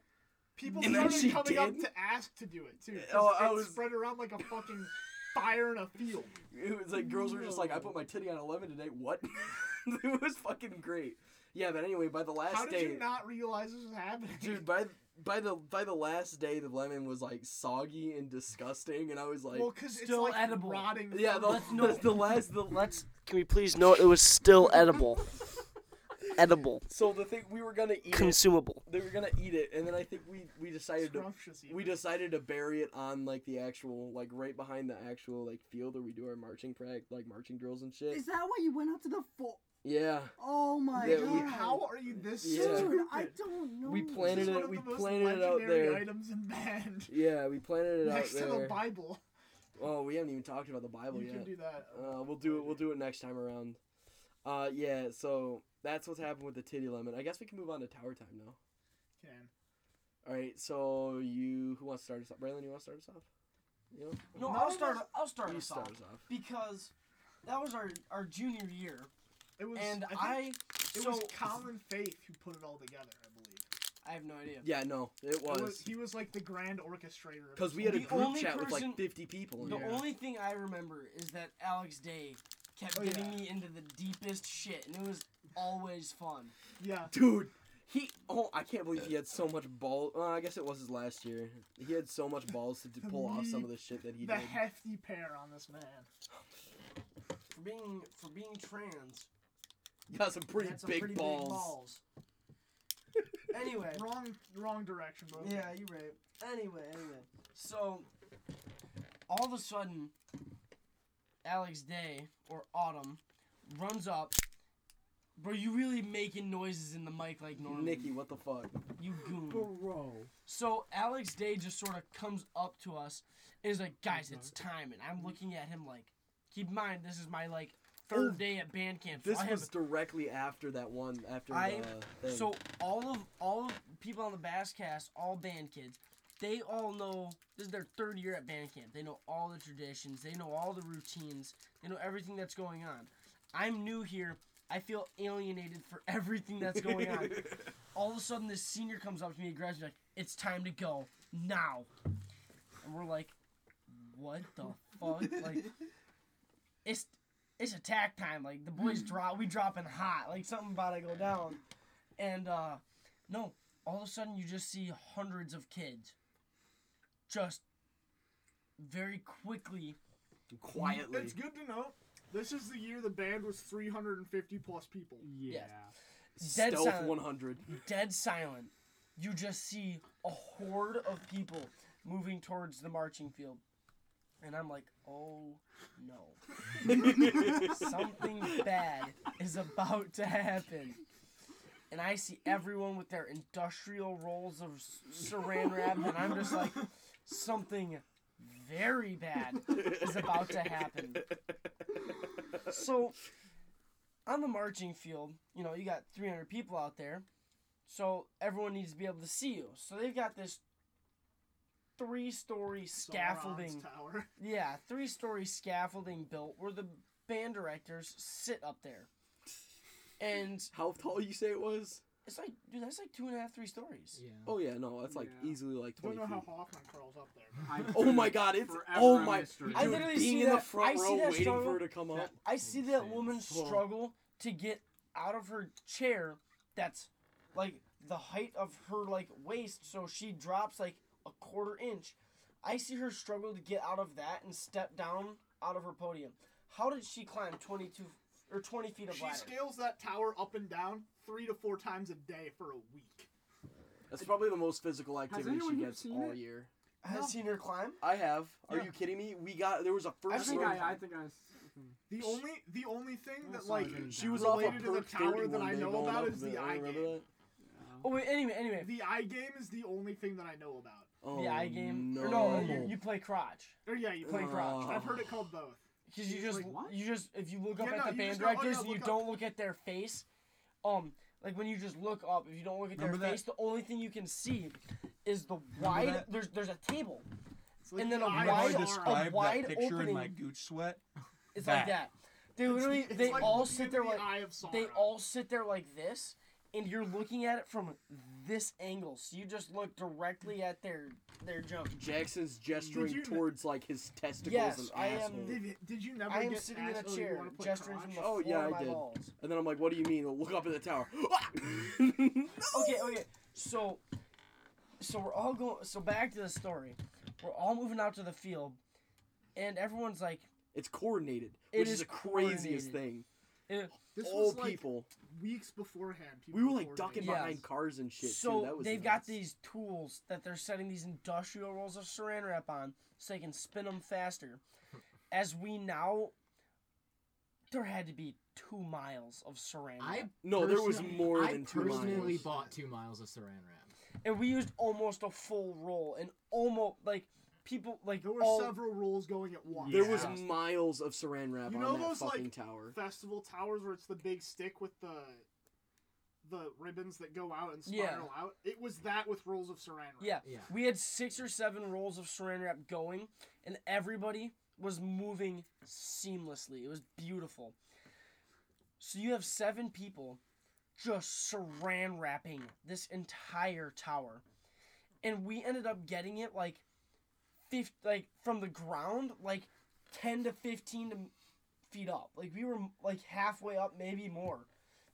[SPEAKER 3] People
[SPEAKER 1] And then
[SPEAKER 3] started
[SPEAKER 1] she
[SPEAKER 3] coming up
[SPEAKER 1] did?
[SPEAKER 3] to ask to do it too. 'cause
[SPEAKER 1] Oh, I
[SPEAKER 3] it
[SPEAKER 1] was-
[SPEAKER 3] spread around like a fucking fire in a field.
[SPEAKER 1] It was like girls were just like, I put my titty on a lemon today. What? it was fucking great. Yeah, but anyway, by the last
[SPEAKER 3] How did
[SPEAKER 1] day,
[SPEAKER 3] you not realize this was happening?
[SPEAKER 1] dude, by by the by the last day, the lemon was like soggy and disgusting, and I was like,
[SPEAKER 3] well, because it's
[SPEAKER 8] still
[SPEAKER 3] like
[SPEAKER 8] edible.
[SPEAKER 3] rotting.
[SPEAKER 1] yeah, the,
[SPEAKER 8] let's not-
[SPEAKER 1] the last the
[SPEAKER 8] Let's. Can we please note it was still edible? edible.
[SPEAKER 1] so the thing we were gonna eat it,
[SPEAKER 8] Consumable.
[SPEAKER 1] they were gonna eat it, and then I think we we decided to
[SPEAKER 3] scrumptious.
[SPEAKER 1] we decided to bury it on like the actual like right behind the actual like field where we do our marching practice like marching drills and shit.
[SPEAKER 5] Is that why you went out to the fo
[SPEAKER 1] yeah,
[SPEAKER 5] Oh my
[SPEAKER 1] Yeah,
[SPEAKER 3] Dude,
[SPEAKER 1] we-
[SPEAKER 5] god!
[SPEAKER 3] how are you this
[SPEAKER 1] Yeah.
[SPEAKER 5] Dude,
[SPEAKER 3] stupid?
[SPEAKER 5] I don't know.
[SPEAKER 1] we
[SPEAKER 3] This
[SPEAKER 1] planted
[SPEAKER 3] is one
[SPEAKER 1] it.
[SPEAKER 3] of
[SPEAKER 1] We
[SPEAKER 3] the most
[SPEAKER 1] planted it out
[SPEAKER 3] legendary
[SPEAKER 1] there.
[SPEAKER 3] Items in band.
[SPEAKER 1] Yeah, we planted it out
[SPEAKER 3] Next to
[SPEAKER 1] there.
[SPEAKER 3] the Bible,
[SPEAKER 1] Oh, we haven't even talked about the Bible
[SPEAKER 3] you can
[SPEAKER 1] yet.
[SPEAKER 3] do that.
[SPEAKER 1] Oh, Uh, we'll do it. We'll do it next time around. Uh, yeah. So that's what's happened with the titty lemon. I guess we can move on to tower time now.
[SPEAKER 3] Can.
[SPEAKER 1] All right. So you, who wants to start us off? Braylon, you want to start us off? You
[SPEAKER 8] No,
[SPEAKER 3] No,
[SPEAKER 8] I'll
[SPEAKER 3] no,
[SPEAKER 8] start. I'll start
[SPEAKER 1] you
[SPEAKER 8] us
[SPEAKER 1] start
[SPEAKER 8] off
[SPEAKER 1] us off.
[SPEAKER 8] because that was our our junior year,
[SPEAKER 3] It was,
[SPEAKER 8] and
[SPEAKER 3] I,
[SPEAKER 8] I.
[SPEAKER 3] think it
[SPEAKER 8] so
[SPEAKER 3] was Common Faith who put it all together, I believe.
[SPEAKER 8] I have no idea.
[SPEAKER 1] Yeah. No, it
[SPEAKER 3] It
[SPEAKER 1] was
[SPEAKER 3] he was like the grand orchestrator. of
[SPEAKER 1] because
[SPEAKER 3] this
[SPEAKER 1] we had a
[SPEAKER 3] whole-
[SPEAKER 8] The
[SPEAKER 1] group
[SPEAKER 8] only
[SPEAKER 1] chat with
[SPEAKER 8] person-
[SPEAKER 1] like fifty people. In
[SPEAKER 8] The
[SPEAKER 1] there.
[SPEAKER 8] only thing I remember is that Alex Day kept
[SPEAKER 3] Oh,
[SPEAKER 8] getting
[SPEAKER 3] yeah.
[SPEAKER 8] me into the deepest shit, and it was always fun.
[SPEAKER 3] yeah.
[SPEAKER 1] Dude, he. Oh, I can't believe he had so much ball. Uh, I guess it was his last year. He had so much balls to, to pull off some of the shit that he
[SPEAKER 3] The
[SPEAKER 1] did.
[SPEAKER 3] hefty pair on this man.
[SPEAKER 8] For being for being trans,
[SPEAKER 1] Got some pretty
[SPEAKER 8] that's a
[SPEAKER 1] big
[SPEAKER 8] pretty
[SPEAKER 1] balls.
[SPEAKER 8] big balls. anyway,
[SPEAKER 3] Wrong, wrong direction, bro.
[SPEAKER 8] yeah, you're right. Anyway, anyway, so all of a sudden, Alex Day or Autumn runs up. Bro, you really making noises in the mic like Norman.
[SPEAKER 1] Nikki, what the fuck?
[SPEAKER 8] you goon.
[SPEAKER 9] Bro.
[SPEAKER 8] So Alex Day just sort of comes up to us and is like, guys, it's time. And I'm looking at him like, keep in mind, this is my like third day at band camp. So
[SPEAKER 1] Oh. This
[SPEAKER 8] I
[SPEAKER 1] was
[SPEAKER 8] have,
[SPEAKER 1] directly after that one after
[SPEAKER 8] I-
[SPEAKER 1] the thing.
[SPEAKER 8] so all of all of people on the bass cast, all band kids, they all know this is their third year at band camp. They know all the traditions, they know all the routines, they know everything that's going on. I'm new here. I feel alienated for everything that's going on. all of a sudden this senior comes up to me and grabs me like, it's time to go now. And we're like, what the fuck? Like, it's it's attack time. Like the boys drop, we dropping hot. Like something about to go down. And uh, no, all of a sudden you just see hundreds of kids, just very quickly.
[SPEAKER 1] quietly.
[SPEAKER 3] It's good to know. This is the year the band was 350 plus people.
[SPEAKER 9] Yeah.
[SPEAKER 8] dead
[SPEAKER 1] Stealth
[SPEAKER 8] silent.
[SPEAKER 1] 100.
[SPEAKER 8] dead silent. You just see a horde of people moving towards the marching field. And I'm like, oh no. Something bad is about to happen. And I see everyone with their industrial rolls of s- saran wrap, and I'm just like, something very bad is about to happen. So, on the marching field, you know, you got 300 people out there. So everyone needs to be able to see you. So they've got this three story
[SPEAKER 3] Sauron's
[SPEAKER 8] scaffolding.
[SPEAKER 3] tower.
[SPEAKER 8] Yeah, three story scaffolding built where the band directors sit up there. And
[SPEAKER 1] How tall you say it was?
[SPEAKER 8] it's like, dude, that's like two and a half, three stories.
[SPEAKER 10] Yeah.
[SPEAKER 1] Oh yeah, no, that's like
[SPEAKER 9] Yeah.
[SPEAKER 1] easily like
[SPEAKER 3] Don't
[SPEAKER 1] 20
[SPEAKER 3] know
[SPEAKER 1] feet.
[SPEAKER 3] how Hoffman crawls up there.
[SPEAKER 9] I-
[SPEAKER 1] Oh my god, it's
[SPEAKER 9] Forever
[SPEAKER 1] oh
[SPEAKER 9] a
[SPEAKER 1] my
[SPEAKER 9] mystery.
[SPEAKER 1] dude,
[SPEAKER 8] I literally
[SPEAKER 1] being
[SPEAKER 8] see
[SPEAKER 1] in the
[SPEAKER 8] that-
[SPEAKER 1] front
[SPEAKER 8] I see
[SPEAKER 1] row
[SPEAKER 8] that
[SPEAKER 1] waiting
[SPEAKER 8] struggle.
[SPEAKER 1] for her to come up.
[SPEAKER 8] I see that woman
[SPEAKER 1] Well-
[SPEAKER 8] struggle to get out of her chair that's like the height of her like waist, so she drops like a quarter inch. I see her struggle to get out of that and step down out of her podium. How did she climb twenty two or twenty feet of
[SPEAKER 3] She
[SPEAKER 8] ladder?
[SPEAKER 3] scales that tower up and down three to four times a day for a week.
[SPEAKER 1] That's probably the most physical activity
[SPEAKER 9] anyone
[SPEAKER 1] she
[SPEAKER 9] here
[SPEAKER 1] gets
[SPEAKER 9] seen
[SPEAKER 1] all
[SPEAKER 9] it?
[SPEAKER 1] year.
[SPEAKER 8] Has
[SPEAKER 3] No.
[SPEAKER 8] seen her climb?
[SPEAKER 1] I have. Are
[SPEAKER 8] Yeah.
[SPEAKER 1] you kidding me? We got there was a
[SPEAKER 9] I
[SPEAKER 1] first
[SPEAKER 9] think
[SPEAKER 1] row-
[SPEAKER 9] I, I think I. s-
[SPEAKER 3] The only the only thing that
[SPEAKER 9] That's
[SPEAKER 3] like
[SPEAKER 9] not
[SPEAKER 1] she was off a
[SPEAKER 3] related to the
[SPEAKER 1] perch
[SPEAKER 3] tower
[SPEAKER 1] 30
[SPEAKER 3] that
[SPEAKER 1] one
[SPEAKER 3] I
[SPEAKER 1] day
[SPEAKER 3] know
[SPEAKER 1] going
[SPEAKER 3] about
[SPEAKER 1] up
[SPEAKER 3] is
[SPEAKER 1] it.
[SPEAKER 3] the
[SPEAKER 1] I
[SPEAKER 3] eye
[SPEAKER 1] remember
[SPEAKER 3] game.
[SPEAKER 1] that.
[SPEAKER 8] Oh wait, anyway, anyway.
[SPEAKER 3] The eye game is the only thing that I know about.
[SPEAKER 1] Oh,
[SPEAKER 8] the eye game.
[SPEAKER 1] No.
[SPEAKER 8] Or no, you, you play crotch.
[SPEAKER 3] Or yeah, you play
[SPEAKER 8] Play
[SPEAKER 3] crotch.
[SPEAKER 8] crotch.
[SPEAKER 1] Oh.
[SPEAKER 3] I've heard it called both.
[SPEAKER 8] Because you
[SPEAKER 9] Wait,
[SPEAKER 8] just
[SPEAKER 9] what?
[SPEAKER 8] you just if you look up
[SPEAKER 3] Yeah,
[SPEAKER 8] at
[SPEAKER 3] no,
[SPEAKER 8] the
[SPEAKER 3] you
[SPEAKER 8] band
[SPEAKER 3] just go, oh,
[SPEAKER 8] directors
[SPEAKER 3] yeah,
[SPEAKER 8] and you
[SPEAKER 3] look up.
[SPEAKER 8] don't look at their face, um, like when you just look up, if you don't look at
[SPEAKER 2] Remember
[SPEAKER 8] their
[SPEAKER 2] that-
[SPEAKER 8] face, the only thing you can see is the wide.
[SPEAKER 2] that?
[SPEAKER 8] There's there's a table.
[SPEAKER 3] It's like
[SPEAKER 8] And then
[SPEAKER 3] the
[SPEAKER 8] a
[SPEAKER 2] I
[SPEAKER 3] eye
[SPEAKER 2] know I
[SPEAKER 8] wide-
[SPEAKER 3] bar.
[SPEAKER 8] described
[SPEAKER 2] described that
[SPEAKER 8] wide
[SPEAKER 2] picture in my
[SPEAKER 8] opening.
[SPEAKER 2] gooch sweat.
[SPEAKER 8] It's like
[SPEAKER 2] That.
[SPEAKER 8] that. They literally
[SPEAKER 3] It's
[SPEAKER 8] they
[SPEAKER 3] like
[SPEAKER 8] all
[SPEAKER 3] looking
[SPEAKER 8] sit
[SPEAKER 3] into
[SPEAKER 8] there
[SPEAKER 3] the
[SPEAKER 8] like
[SPEAKER 3] eye of Sauron.
[SPEAKER 8] they all sit there like this, and you're looking at it from this angle, so you just look directly at their their junk.
[SPEAKER 1] Jackson's gesturing
[SPEAKER 3] you-
[SPEAKER 1] towards like his testicles
[SPEAKER 8] Yes,
[SPEAKER 1] and
[SPEAKER 8] I am-
[SPEAKER 1] asshole.
[SPEAKER 3] Did, did you never
[SPEAKER 8] I am
[SPEAKER 3] get
[SPEAKER 8] sitting in a
[SPEAKER 3] asked, "Oh, you
[SPEAKER 8] chair,
[SPEAKER 3] wanna play
[SPEAKER 8] gesturing
[SPEAKER 3] crotch?"
[SPEAKER 8] from the
[SPEAKER 1] Oh,
[SPEAKER 8] floor
[SPEAKER 1] yeah,
[SPEAKER 8] of
[SPEAKER 1] I
[SPEAKER 8] my
[SPEAKER 1] did.
[SPEAKER 8] balls.
[SPEAKER 1] And then I'm like, what do you mean? Look up at the tower.
[SPEAKER 8] Okay, okay. So, so we're all going. So back to the story. We're all moving out to the field, and everyone's like,
[SPEAKER 1] it's coordinated,
[SPEAKER 8] It
[SPEAKER 1] which is,
[SPEAKER 8] is
[SPEAKER 1] the craziest
[SPEAKER 8] coordinated.
[SPEAKER 1] thing.
[SPEAKER 8] eh,
[SPEAKER 3] This
[SPEAKER 1] All
[SPEAKER 3] was like
[SPEAKER 1] people.
[SPEAKER 3] weeks beforehand. People
[SPEAKER 1] We were like
[SPEAKER 3] recorded
[SPEAKER 1] ducking
[SPEAKER 3] it.
[SPEAKER 8] Yeah.
[SPEAKER 1] behind cars and shit.
[SPEAKER 8] so
[SPEAKER 1] too. That was
[SPEAKER 8] they've got
[SPEAKER 1] nuts.
[SPEAKER 8] these tools that they're setting these industrial rolls of saran wrap on, so they can spin them faster. As we now, there had to be two miles of saran wrap,
[SPEAKER 11] I
[SPEAKER 1] No, there was
[SPEAKER 11] personally-
[SPEAKER 1] more
[SPEAKER 11] I
[SPEAKER 1] than two
[SPEAKER 11] personally
[SPEAKER 1] miles.
[SPEAKER 11] bought two miles of saran wrap.
[SPEAKER 8] and we used almost a full roll, and almost like people like
[SPEAKER 3] There were
[SPEAKER 8] all
[SPEAKER 3] several rolls going at once.
[SPEAKER 1] There
[SPEAKER 5] Yeah.
[SPEAKER 1] was miles of saran wrap
[SPEAKER 3] You
[SPEAKER 1] on
[SPEAKER 3] know
[SPEAKER 1] that
[SPEAKER 3] those,
[SPEAKER 1] fucking
[SPEAKER 3] like,
[SPEAKER 1] tower.
[SPEAKER 3] festival towers where it's the big stick with the the ribbons that go out and
[SPEAKER 8] Yeah.
[SPEAKER 3] spiral out. It was that with rolls of saran wrap.
[SPEAKER 8] Yeah.
[SPEAKER 11] Yeah.
[SPEAKER 8] We had six or seven rolls of saran wrap going, and everybody was moving seamlessly. It was beautiful. So you have seven people just saran wrapping this entire tower. And we ended up getting it like fif- like from the ground, like 10 to 15 to- feet up. Like we were like halfway up, maybe more,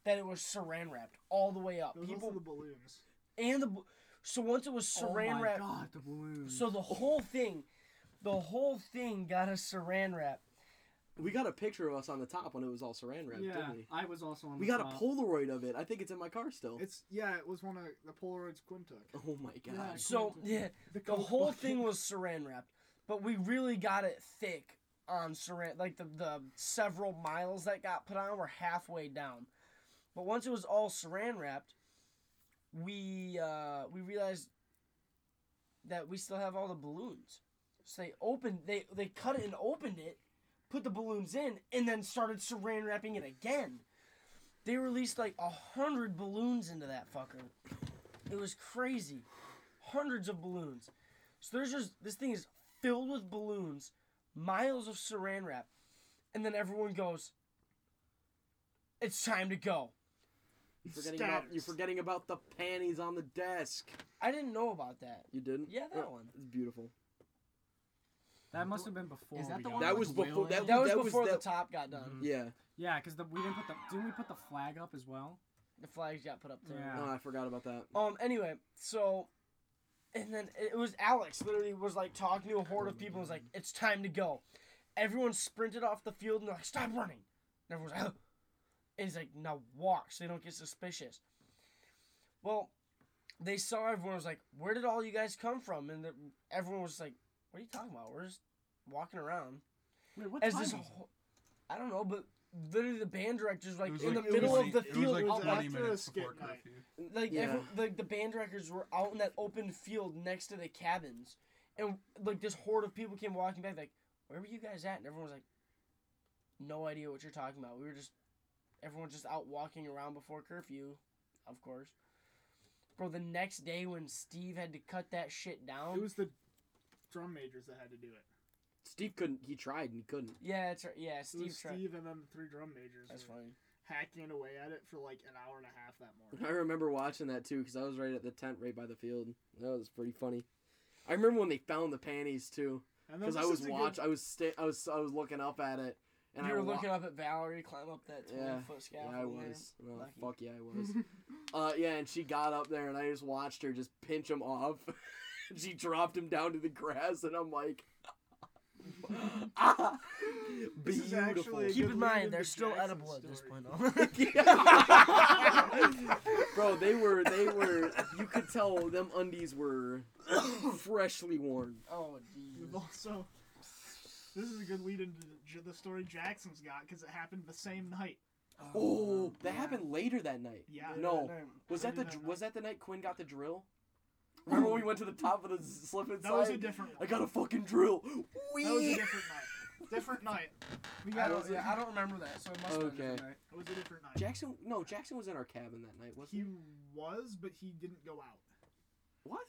[SPEAKER 8] that it was saran wrapped all the way up.
[SPEAKER 3] Those
[SPEAKER 8] People
[SPEAKER 3] are the balloons.
[SPEAKER 8] and the bl- so once it was saran
[SPEAKER 5] oh my
[SPEAKER 8] wrap
[SPEAKER 5] god, the balloons.
[SPEAKER 8] so the whole thing the whole thing got a saran wrap
[SPEAKER 1] We got a picture of us on the top when it was all saran wrap,
[SPEAKER 5] yeah, Uh-huh.
[SPEAKER 1] didn't we?
[SPEAKER 5] I was also on.
[SPEAKER 1] We
[SPEAKER 5] the
[SPEAKER 1] got a
[SPEAKER 5] top.
[SPEAKER 1] Polaroid of it. I think it's in my car still.
[SPEAKER 3] It's yeah, it was one of the Polaroids Quinn took.
[SPEAKER 1] oh my god.
[SPEAKER 11] Yeah.
[SPEAKER 8] so yeah the
[SPEAKER 3] Coke
[SPEAKER 8] whole
[SPEAKER 3] bucket.
[SPEAKER 8] thing was saran wrapped but we really got it thick on saran like the, the several miles that got put on were halfway down but once it was all saran wrapped we uh we realized that we still have all the balloons so they opened they they cut it and opened it put the balloons in and then started saran wrapping it again they released like a hundred balloons into that fucker it was crazy hundreds of balloons so there's just this thing is filled with balloons, miles of saran wrap, and then everyone goes, "It's time to go."
[SPEAKER 1] You're forgetting, about, you're
[SPEAKER 3] Scatters.
[SPEAKER 1] forgetting about the panties on the desk.
[SPEAKER 8] I didn't know about that.
[SPEAKER 1] You didn't? Oh,
[SPEAKER 8] Yeah, that one.
[SPEAKER 1] It's beautiful.
[SPEAKER 5] That must have been before.
[SPEAKER 11] Is that
[SPEAKER 5] we
[SPEAKER 11] the
[SPEAKER 5] got
[SPEAKER 11] one
[SPEAKER 5] it.
[SPEAKER 1] That
[SPEAKER 11] with
[SPEAKER 1] was
[SPEAKER 11] the
[SPEAKER 1] before.
[SPEAKER 11] whale
[SPEAKER 1] That,
[SPEAKER 11] in
[SPEAKER 8] That Mm-hmm. was
[SPEAKER 1] that
[SPEAKER 8] before
[SPEAKER 1] that,
[SPEAKER 8] the top got done.
[SPEAKER 1] Yeah.
[SPEAKER 5] Yeah, because we didn't put the didn't we put the flag up as well?
[SPEAKER 8] The flags got put up there.
[SPEAKER 5] Yeah.
[SPEAKER 1] Oh, I forgot about that.
[SPEAKER 8] Um. Anyway, so, and then it was Alex literally was like talking to a horde of people. and Was like, "It's time to go." Everyone sprinted off the field and they're like, "Stop running!" And everyone's like, and he's like, "Now walk, so they don't get suspicious." Well, they saw everyone was like, "Where did all you guys come from?" And the, everyone was like, "What are you talking about? We're just walking around."
[SPEAKER 5] Wait, what
[SPEAKER 8] As
[SPEAKER 5] time
[SPEAKER 8] this,
[SPEAKER 5] was it?
[SPEAKER 8] whole, I don't know, but literally the band directors were
[SPEAKER 2] It
[SPEAKER 8] like
[SPEAKER 2] was
[SPEAKER 8] in
[SPEAKER 2] like
[SPEAKER 8] the middle
[SPEAKER 2] 20
[SPEAKER 8] of the
[SPEAKER 2] it was
[SPEAKER 8] field.
[SPEAKER 2] like
[SPEAKER 3] out
[SPEAKER 8] out
[SPEAKER 2] 20
[SPEAKER 3] after the
[SPEAKER 2] minutes
[SPEAKER 3] skip
[SPEAKER 2] before
[SPEAKER 3] night.
[SPEAKER 2] curfew.
[SPEAKER 8] like
[SPEAKER 1] Yeah.
[SPEAKER 8] every, like the band records were out in that open field next to the cabins, and like this horde of people came walking back like, "Where were you guys at?" And everyone was like, "No idea what you're talking about. We were just, everyone just out walking around before curfew, of course." Bro, the next day when Steve had to cut that shit down,
[SPEAKER 3] It was the drum majors that had to do it.
[SPEAKER 1] Steve couldn't. He tried and he couldn't.
[SPEAKER 8] yeah, it's yeah,
[SPEAKER 3] It was
[SPEAKER 8] Steve. Tra-
[SPEAKER 3] Steve and then the three drum majors
[SPEAKER 8] That's
[SPEAKER 3] were
[SPEAKER 8] funny.
[SPEAKER 3] hacking away at it for like an hour and a half that morning.
[SPEAKER 1] I remember watching that too because I was right at the tent right by the field. That was pretty funny. I remember when they found the panties too
[SPEAKER 3] And then
[SPEAKER 1] because I
[SPEAKER 3] this
[SPEAKER 1] was
[SPEAKER 3] is a good-
[SPEAKER 1] watch. I was sta- I was I was looking up at it and
[SPEAKER 8] you
[SPEAKER 1] I
[SPEAKER 8] were
[SPEAKER 1] wa-
[SPEAKER 8] looking up at Valerie climb up that twenty
[SPEAKER 1] Yeah,
[SPEAKER 8] foot
[SPEAKER 1] Yeah,
[SPEAKER 8] scaffold.
[SPEAKER 1] I
[SPEAKER 8] there.
[SPEAKER 1] was. Oh,
[SPEAKER 8] Lucky.
[SPEAKER 1] fuck yeah, I was. uh, yeah, and she got up there and I just watched her just pinch him off. she dropped him down to the grass and I'm like, ah,
[SPEAKER 3] This is actually a
[SPEAKER 1] beautiful.
[SPEAKER 8] Keep
[SPEAKER 3] Good
[SPEAKER 8] in
[SPEAKER 3] lead
[SPEAKER 8] mind,
[SPEAKER 3] into
[SPEAKER 8] they're still
[SPEAKER 3] Jackson's
[SPEAKER 8] edible at this
[SPEAKER 3] story.
[SPEAKER 8] point.
[SPEAKER 1] Bro, they were they were. You could tell them undies were freshly worn.
[SPEAKER 8] oh,
[SPEAKER 3] We've
[SPEAKER 8] jeez.
[SPEAKER 3] also. This is a good lead into the- the story Jackson's got because it happened the same night.
[SPEAKER 1] Oh, that
[SPEAKER 3] yeah.
[SPEAKER 1] happened later that night.
[SPEAKER 3] Yeah.
[SPEAKER 1] No, was that the
[SPEAKER 3] Later that
[SPEAKER 1] dr-
[SPEAKER 3] night.
[SPEAKER 1] was that the night Quinn got the drill? Remember when we went to the top of the s- slip inside?
[SPEAKER 3] That was a different
[SPEAKER 1] I
[SPEAKER 3] one.
[SPEAKER 1] got a fucking drill. Wee!
[SPEAKER 3] That was a different night. Different night. We
[SPEAKER 8] I
[SPEAKER 3] got
[SPEAKER 8] don't,
[SPEAKER 3] it.
[SPEAKER 8] yeah, I don't remember that, so it must have been
[SPEAKER 1] Okay.
[SPEAKER 8] different, right?
[SPEAKER 3] It was a different night.
[SPEAKER 1] Jackson, no, Jackson was in our cabin that night, wasn't he?
[SPEAKER 3] He was, but he didn't go out.
[SPEAKER 1] What?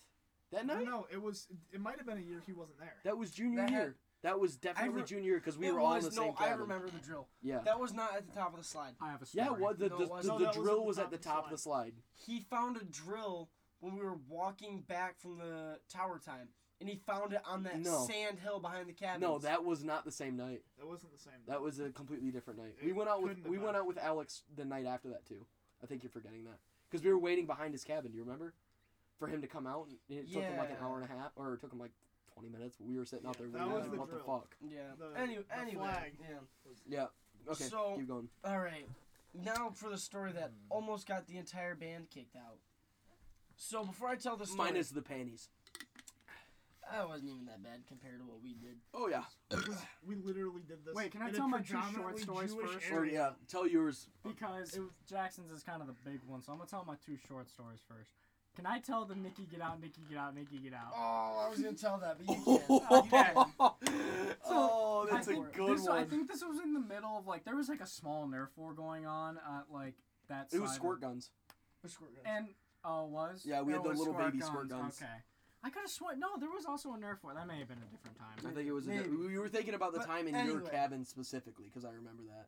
[SPEAKER 1] That
[SPEAKER 3] No,
[SPEAKER 1] night?
[SPEAKER 3] no, it was. It might have been a year he wasn't there.
[SPEAKER 1] That was junior
[SPEAKER 8] That had-
[SPEAKER 1] year. That was definitely
[SPEAKER 8] re-
[SPEAKER 1] junior because we
[SPEAKER 8] It
[SPEAKER 1] were all in
[SPEAKER 8] was-
[SPEAKER 1] the same
[SPEAKER 8] No, I
[SPEAKER 1] cabin.
[SPEAKER 8] remember the drill.
[SPEAKER 1] Yeah.
[SPEAKER 8] That was not at the top of the slide.
[SPEAKER 5] I have a story.
[SPEAKER 1] yeah, what the,
[SPEAKER 8] No,
[SPEAKER 1] the,
[SPEAKER 8] it
[SPEAKER 1] the,
[SPEAKER 3] No,
[SPEAKER 8] wasn't.
[SPEAKER 1] the
[SPEAKER 3] that was
[SPEAKER 1] drill
[SPEAKER 3] at
[SPEAKER 1] was
[SPEAKER 3] the
[SPEAKER 1] at the top of the slide.
[SPEAKER 8] He found a drill when we were walking back from the tower time, and he found it on that
[SPEAKER 1] No.
[SPEAKER 8] sand hill behind the cabin.
[SPEAKER 1] No, that was not the same night.
[SPEAKER 3] That wasn't the same.
[SPEAKER 1] That was a completely different night.
[SPEAKER 3] It
[SPEAKER 1] We went out with
[SPEAKER 3] couldn't have
[SPEAKER 1] we went
[SPEAKER 3] been.
[SPEAKER 1] out with Alex the night after that too. I think you're forgetting that because we were waiting behind his cabin. Do you remember? For him to come out, and it took him like an
[SPEAKER 8] Yeah.
[SPEAKER 1] hour and a half, or it took him like twenty minutes. But we were sitting out there.
[SPEAKER 3] that
[SPEAKER 1] waiting,
[SPEAKER 3] was
[SPEAKER 1] like,
[SPEAKER 3] the
[SPEAKER 1] what the
[SPEAKER 3] drill.
[SPEAKER 1] fuck?
[SPEAKER 8] Yeah.
[SPEAKER 3] The-
[SPEAKER 8] anyway,
[SPEAKER 3] the
[SPEAKER 8] anyway.
[SPEAKER 3] flag.
[SPEAKER 8] Yeah.
[SPEAKER 1] Yeah. Okay.
[SPEAKER 8] So-
[SPEAKER 1] keep going.
[SPEAKER 8] All right. Now for the story that almost got the entire band kicked out. So before I tell the story,
[SPEAKER 1] Minus the panties.
[SPEAKER 8] that wasn't even that bad compared to what we did.
[SPEAKER 1] Oh yeah.
[SPEAKER 3] Because we literally did this.
[SPEAKER 12] Wait, can I
[SPEAKER 3] in a
[SPEAKER 12] tell my two short
[SPEAKER 3] predominantly
[SPEAKER 12] stories
[SPEAKER 3] Jewish
[SPEAKER 12] first?
[SPEAKER 1] Or
[SPEAKER 3] area.
[SPEAKER 1] yeah. Tell yours.
[SPEAKER 5] Because Jackson's is kind of the big one, so I'm gonna tell my two short stories first. Can I tell the Nikki get out, Nikki get out, Nikki get out?
[SPEAKER 8] Oh, I was gonna tell that, but
[SPEAKER 1] oh, that's
[SPEAKER 5] I
[SPEAKER 1] a
[SPEAKER 5] think
[SPEAKER 1] good
[SPEAKER 5] this, I
[SPEAKER 1] one.
[SPEAKER 5] think this was in the middle of like there was like a small nerf war going on at like that.
[SPEAKER 1] It was
[SPEAKER 5] side of-
[SPEAKER 1] squirt guns.
[SPEAKER 5] And oh, was
[SPEAKER 1] Yeah, we had
[SPEAKER 5] Oh, it
[SPEAKER 1] the
[SPEAKER 5] was
[SPEAKER 1] little
[SPEAKER 5] squirt
[SPEAKER 1] baby squirt guns.
[SPEAKER 5] Okay, I could have sworn. No, there was also a nerf war. That may have been a different
[SPEAKER 1] I
[SPEAKER 5] time.
[SPEAKER 1] think it was. A,
[SPEAKER 8] Maybe.
[SPEAKER 1] we were thinking about the
[SPEAKER 8] But
[SPEAKER 1] time in your
[SPEAKER 8] anyway.
[SPEAKER 1] cabin specifically because I remember that.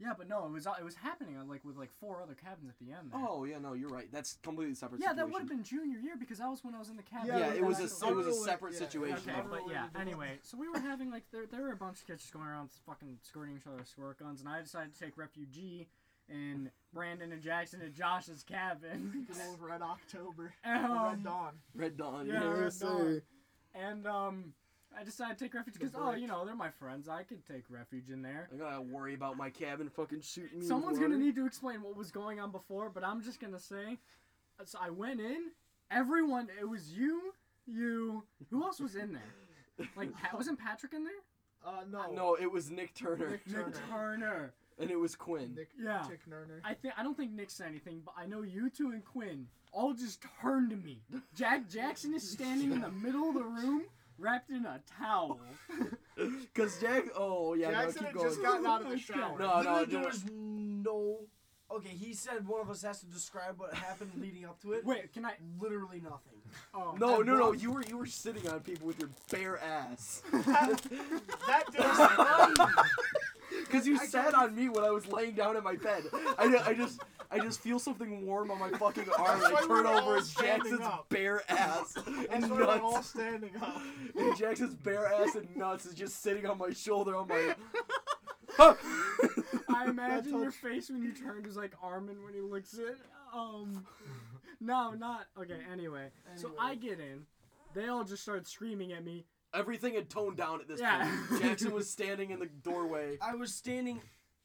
[SPEAKER 5] Yeah, but no, it was it was happening uh, like with like four other cabins at the end. There.
[SPEAKER 1] Oh yeah, no, you're right. That's completely separate.
[SPEAKER 5] yeah,
[SPEAKER 1] situation.
[SPEAKER 5] that would have been junior year because that was when I was in the cabin.
[SPEAKER 1] Yeah,
[SPEAKER 5] with
[SPEAKER 1] it
[SPEAKER 5] that
[SPEAKER 1] was a
[SPEAKER 5] actual-
[SPEAKER 1] it was a
[SPEAKER 8] unrelated-
[SPEAKER 1] separate
[SPEAKER 8] yeah,
[SPEAKER 1] situation.
[SPEAKER 5] Okay, but yeah.
[SPEAKER 8] Unrelated.
[SPEAKER 5] Anyway, so we were having like there, there were a bunch of kids just going around fucking skirting each other's squirt guns, and I decided to take refugee in Brandon and Jackson and Josh's cabin.
[SPEAKER 12] Good old Red October. Red
[SPEAKER 5] Um,
[SPEAKER 12] Dawn.
[SPEAKER 1] Red Dawn.
[SPEAKER 5] Yeah,
[SPEAKER 1] Yeah.
[SPEAKER 5] Red
[SPEAKER 12] Red
[SPEAKER 5] Dawn.
[SPEAKER 12] Dawn.
[SPEAKER 5] and um, I decided to take refuge because oh, you know, they're my friends. I could take refuge in there.
[SPEAKER 1] I gotta worry about my cabin fucking shooting me. in the
[SPEAKER 5] Someone's gonna
[SPEAKER 1] water.
[SPEAKER 5] need to explain what was going on before, but I'm just gonna say, so I went in. Everyone, it was you, you. Who else was in there? Like, Pat, wasn't Patrick in there?
[SPEAKER 3] Uh, no.
[SPEAKER 1] No, it was Nick Turner
[SPEAKER 12] Nick Turner.
[SPEAKER 5] Turner.
[SPEAKER 1] and it was Quinn.
[SPEAKER 12] Nick
[SPEAKER 5] Yeah.
[SPEAKER 12] Tick Nerner.
[SPEAKER 5] I think I don't think Nick said anything, but I know you two and Quinn all just turned to me. Jack Jackson is standing in the middle of the room, wrapped in a towel.
[SPEAKER 1] Cause Jack. Oh yeah,
[SPEAKER 3] Jackson
[SPEAKER 1] no, keep
[SPEAKER 3] had
[SPEAKER 1] going.
[SPEAKER 3] just gotten out of the
[SPEAKER 5] Okay.
[SPEAKER 3] shower.
[SPEAKER 1] No, no,
[SPEAKER 8] Literally,
[SPEAKER 1] no.
[SPEAKER 8] there was no. Okay, he said one of us has to describe what happened leading up to it.
[SPEAKER 5] Wait, can I?
[SPEAKER 8] literally nothing.
[SPEAKER 5] Oh,
[SPEAKER 1] No,
[SPEAKER 8] And
[SPEAKER 1] no, no!
[SPEAKER 8] one-
[SPEAKER 1] You were you were sitting on people with your bare ass,
[SPEAKER 3] That didn't
[SPEAKER 1] cause you sat on me when I was laying down in my bed. I, ju- I just I just feel something warm on my fucking arm. and
[SPEAKER 3] That's
[SPEAKER 1] I
[SPEAKER 3] why we
[SPEAKER 1] turn
[SPEAKER 3] were all
[SPEAKER 1] over it's
[SPEAKER 3] standing
[SPEAKER 1] Jackson's
[SPEAKER 3] up.
[SPEAKER 1] bare ass
[SPEAKER 3] That's
[SPEAKER 1] and
[SPEAKER 3] why we're all
[SPEAKER 1] nuts.
[SPEAKER 3] standing up.
[SPEAKER 1] And Jackson's bare ass and nuts is just sitting on my shoulder. on my.
[SPEAKER 5] I imagine
[SPEAKER 12] all-
[SPEAKER 5] your face when you turned is like Armin when he looks at. Um, no, not okay. Anyway, so I get in. They all just start screaming at me.
[SPEAKER 1] Everything had toned down at this
[SPEAKER 5] Yeah.
[SPEAKER 1] point. Jackson was standing in the doorway.
[SPEAKER 8] I was standing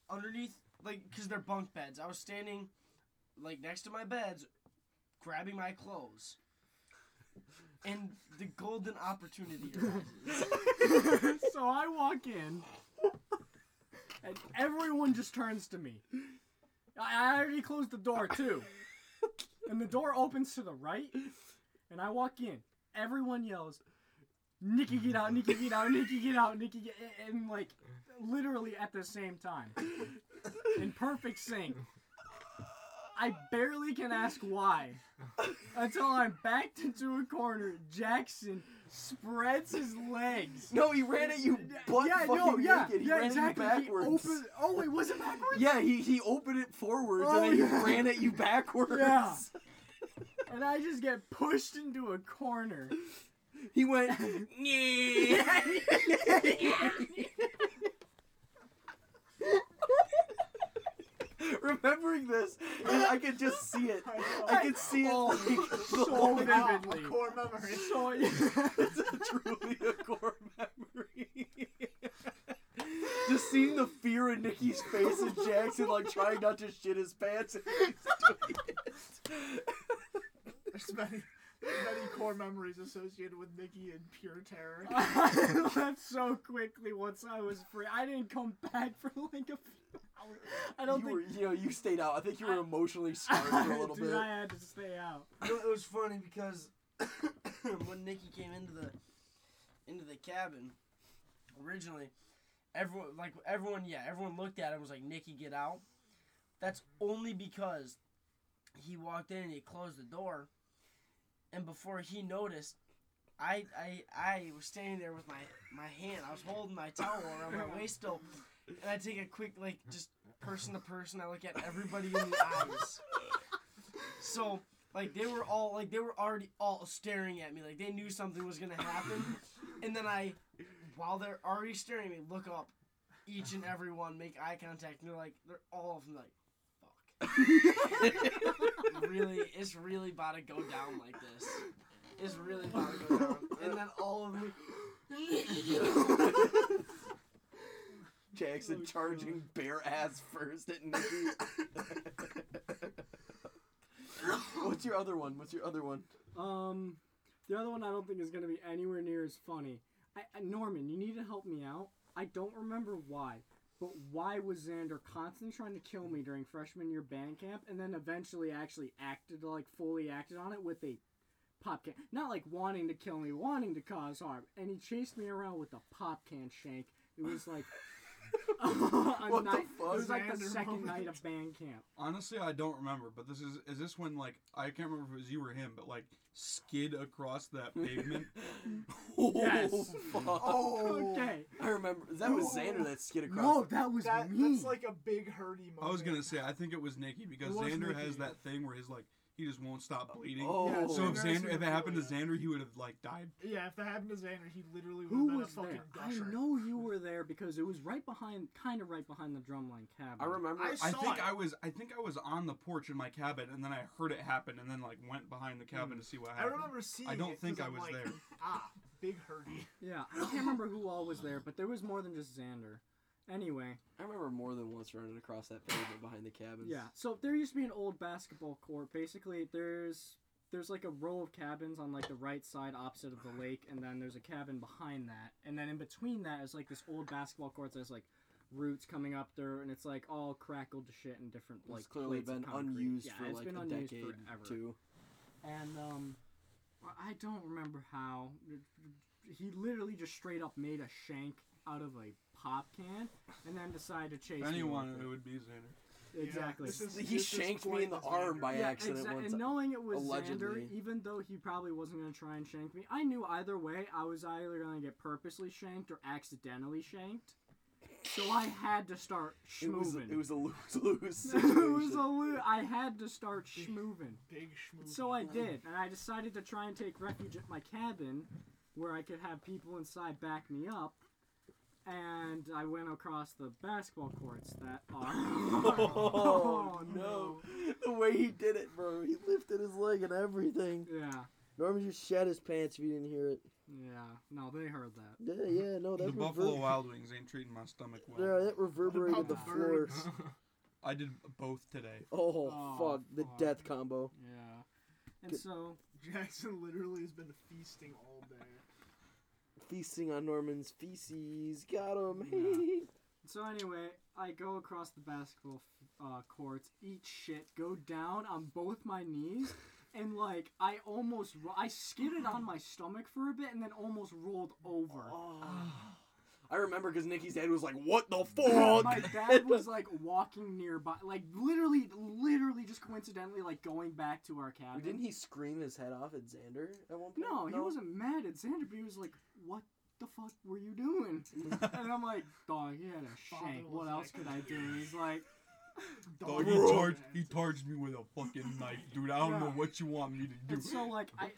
[SPEAKER 8] underneath, like, because they're bunk beds. I was standing, like, next to my beds, grabbing my clothes. And the golden opportunity arises.
[SPEAKER 5] so I walk in, and everyone just turns to me. I I already closed the door too, and the door opens to the right, and I walk in. Everyone yells, "Nikki, get out! Nikki, get out! Nikki, get out! Nikki, get!" and- And like, literally at the same time, in perfect sync. I barely can ask why until I'm backed into a corner. Jackson spreads his legs
[SPEAKER 1] No, he ran at you butt fucking naked. He ran at you
[SPEAKER 5] He
[SPEAKER 1] backwards.
[SPEAKER 5] opened- oh, it wasn't backwards.
[SPEAKER 1] Yeah, he, he opened it forwards
[SPEAKER 5] Oh,
[SPEAKER 1] and then he
[SPEAKER 5] yeah.
[SPEAKER 1] ran at you backwards.
[SPEAKER 5] Yeah. And I just get pushed into a corner.
[SPEAKER 1] He went. Remembering this, and I could just see it. I could see it.
[SPEAKER 5] Oh,
[SPEAKER 1] like,
[SPEAKER 5] so
[SPEAKER 1] the-
[SPEAKER 5] vividly.
[SPEAKER 3] Core memory.
[SPEAKER 5] So
[SPEAKER 1] It's truly a core memory. Just seeing the fear in Nikki's face and Jackson like trying not to shit his pants. And he's doing it.
[SPEAKER 3] There's many, many core memories associated with Nikki and pure terror.
[SPEAKER 5] I left so quickly once I was free. I didn't come back for like a few hours. I don't
[SPEAKER 1] you
[SPEAKER 5] think
[SPEAKER 1] were, you know, you stayed out. I think you were
[SPEAKER 5] I-
[SPEAKER 1] emotionally scarred for a little
[SPEAKER 5] Dude,
[SPEAKER 1] bit.
[SPEAKER 5] I had to stay out.
[SPEAKER 8] You know, it was funny because when Nikki came into the into the cabin originally, everyone like everyone yeah everyone looked at him and was like Nikki get out. That's only because he walked in and he closed the door, and before he noticed,
[SPEAKER 7] I, I, I was standing there with my, my hand. I was holding my towel around my waist still. And I take a quick, like, just person to person. I look at everybody in the eyes. So, like, they were all, like, they were already all staring at me. Like, they knew something was going to happen. And then I, while they're already staring at me, look up. Each and every one make eye contact. And they're like, they're all of them like, fuck. really, it's really about to go down like this. It's really about to go down. And then all of them,
[SPEAKER 5] Oh,
[SPEAKER 1] Jackson charging bare ass first at Nikki. What's your other one? What's your other one?
[SPEAKER 5] Um, the other one I don't think is gonna be anywhere near as funny. I, I, Norman, you need to help me out. I don't remember why, but why was Xander constantly trying to kill me during freshman year band camp, and then eventually actually acted like fully acted on it with a pop can, not like wanting to kill me, wanting to cause harm, and he chased me around with a pop can shank. It was like. a
[SPEAKER 1] What the
[SPEAKER 5] night,
[SPEAKER 1] fuck?
[SPEAKER 5] It was like the
[SPEAKER 3] Xander
[SPEAKER 5] second
[SPEAKER 3] moment.
[SPEAKER 5] night of band camp.
[SPEAKER 2] Honestly, I don't remember, but this is is this when like I can't remember if it was you or him, but like skid across that pavement.
[SPEAKER 5] Yes.
[SPEAKER 1] Oh, fuck. Oh.
[SPEAKER 5] Oh. Okay.
[SPEAKER 1] I remember that was Xander that skid across.
[SPEAKER 4] No, that was
[SPEAKER 3] That,
[SPEAKER 4] me.
[SPEAKER 3] that's like a big hurdy moment.
[SPEAKER 2] I was gonna say I think it was Nikki because
[SPEAKER 4] was
[SPEAKER 2] Xander
[SPEAKER 4] Nikki,
[SPEAKER 2] has
[SPEAKER 4] yeah.
[SPEAKER 2] that thing where he's like he just won't stop bleeding.
[SPEAKER 1] Oh. Yeah,
[SPEAKER 2] so if
[SPEAKER 3] Xander has
[SPEAKER 2] Xander if it
[SPEAKER 3] hemophilia.
[SPEAKER 2] happened to Xander, he would have like died.
[SPEAKER 3] Yeah, if that happened to Xander, he literally would have
[SPEAKER 5] Who
[SPEAKER 3] been a
[SPEAKER 5] was
[SPEAKER 3] fucking
[SPEAKER 5] there? I
[SPEAKER 3] gusher.
[SPEAKER 5] know you were there because it was right behind, kind of right behind the drumline cabin.
[SPEAKER 1] I remember.
[SPEAKER 3] I
[SPEAKER 2] I
[SPEAKER 3] Saw
[SPEAKER 2] think
[SPEAKER 3] it.
[SPEAKER 2] I was I think I was on the porch in my cabin and then I heard it happen and then like went behind the cabin to see what
[SPEAKER 3] I
[SPEAKER 2] happened.
[SPEAKER 3] remember seeing.
[SPEAKER 2] I don't
[SPEAKER 3] it 'cause
[SPEAKER 2] think I
[SPEAKER 3] I'm
[SPEAKER 2] was
[SPEAKER 3] like,
[SPEAKER 2] there.
[SPEAKER 3] Ah, big hurdy.
[SPEAKER 5] Yeah, I can't remember who all was there, but there was more than just Xander. Anyway,
[SPEAKER 1] I remember more than once running across that pavement behind the cabins.
[SPEAKER 5] yeah. So there used to be an old basketball court. Basically, there's there's like a row of cabins on like the right side opposite of the lake, and then there's a cabin behind that, and then in between that is like this old basketball court that's like roots coming up there, and it's like all crackled to shit and different
[SPEAKER 1] It's
[SPEAKER 5] like
[SPEAKER 1] clearly
[SPEAKER 5] plates of
[SPEAKER 1] been
[SPEAKER 5] concrete.
[SPEAKER 1] unused
[SPEAKER 5] Yeah,
[SPEAKER 1] for
[SPEAKER 5] it's
[SPEAKER 1] like
[SPEAKER 5] been
[SPEAKER 1] a
[SPEAKER 5] unused
[SPEAKER 1] decade
[SPEAKER 5] forever.
[SPEAKER 1] too.
[SPEAKER 5] and um, I- I don't remember how. He literally just straight up made a shank out of a pop can, and then decided to chase
[SPEAKER 2] If
[SPEAKER 5] me
[SPEAKER 2] anyone,
[SPEAKER 5] with
[SPEAKER 2] it
[SPEAKER 5] it.
[SPEAKER 2] would be Xander.
[SPEAKER 5] Exactly.
[SPEAKER 3] This is-
[SPEAKER 1] He
[SPEAKER 3] this is
[SPEAKER 1] shanked me
[SPEAKER 3] quite
[SPEAKER 1] in the
[SPEAKER 3] Xander.
[SPEAKER 1] arm by
[SPEAKER 5] Yeah,
[SPEAKER 1] accident
[SPEAKER 5] exa-
[SPEAKER 1] one
[SPEAKER 5] and
[SPEAKER 1] time.
[SPEAKER 5] knowing it was
[SPEAKER 1] allegedly.
[SPEAKER 5] Xander, even though he probably wasn't gonna try and shank me, I knew either way I was either gonna get purposely shanked or accidentally shanked. So I had to start
[SPEAKER 1] It was,
[SPEAKER 5] schmoving.
[SPEAKER 1] it was a lose lose
[SPEAKER 5] It was a
[SPEAKER 1] situation.
[SPEAKER 5] lo- I had to start schmoving.
[SPEAKER 3] Big schmoo.
[SPEAKER 5] So I did, and I decided to try and take refuge at my cabin, where I could have people inside back me up. And I went across the basketball courts that are.
[SPEAKER 1] Oh, no. The way he did it, bro. He lifted his leg and everything.
[SPEAKER 5] Yeah,
[SPEAKER 13] Norman just shed his pants if you didn't hear it.
[SPEAKER 5] yeah. No, they heard that.
[SPEAKER 13] Yeah, yeah,
[SPEAKER 1] Oh,
[SPEAKER 13] no,
[SPEAKER 2] The
[SPEAKER 13] that
[SPEAKER 2] Buffalo
[SPEAKER 13] rever-
[SPEAKER 2] Wild Wings ain't treating my stomach
[SPEAKER 13] yeah,
[SPEAKER 2] well.
[SPEAKER 13] that reverberated
[SPEAKER 3] About
[SPEAKER 13] the
[SPEAKER 3] the
[SPEAKER 13] floor.
[SPEAKER 3] birds.
[SPEAKER 2] I did both today.
[SPEAKER 13] Oh,
[SPEAKER 5] Oh,
[SPEAKER 13] fuck, the
[SPEAKER 5] fuck.
[SPEAKER 13] death combo.
[SPEAKER 5] Yeah. And so,
[SPEAKER 3] Jackson literally has been feasting all day.
[SPEAKER 13] Feasting on Norman's feces, got him.
[SPEAKER 5] Yeah. so anyway, I go across the basketball f- uh, courts, eat shit, go down on both my knees, and like I almost ro- I skidded on my stomach for a bit, and then almost rolled over.
[SPEAKER 1] I remember because Nikki's dad was like, "What the
[SPEAKER 5] Yeah,
[SPEAKER 1] fuck?"
[SPEAKER 5] my dad was like walking nearby, like literally, literally just coincidentally, like going back to our cabin.
[SPEAKER 1] Didn't he scream his head off at Xander at one point?
[SPEAKER 5] No, he wasn't mad at Xander, but he was like, "What the fuck were you doing?" and I'm like, "Dog, he had a
[SPEAKER 3] Father
[SPEAKER 5] shank.
[SPEAKER 3] was
[SPEAKER 5] What
[SPEAKER 3] like-
[SPEAKER 5] else could I do?" And he's like,
[SPEAKER 2] Dog, Oh, he
[SPEAKER 3] Dog.
[SPEAKER 2] charged, he charged me with a fucking knife, dude. I don't know
[SPEAKER 5] Yeah.
[SPEAKER 2] what you want me to do.
[SPEAKER 5] and so like I,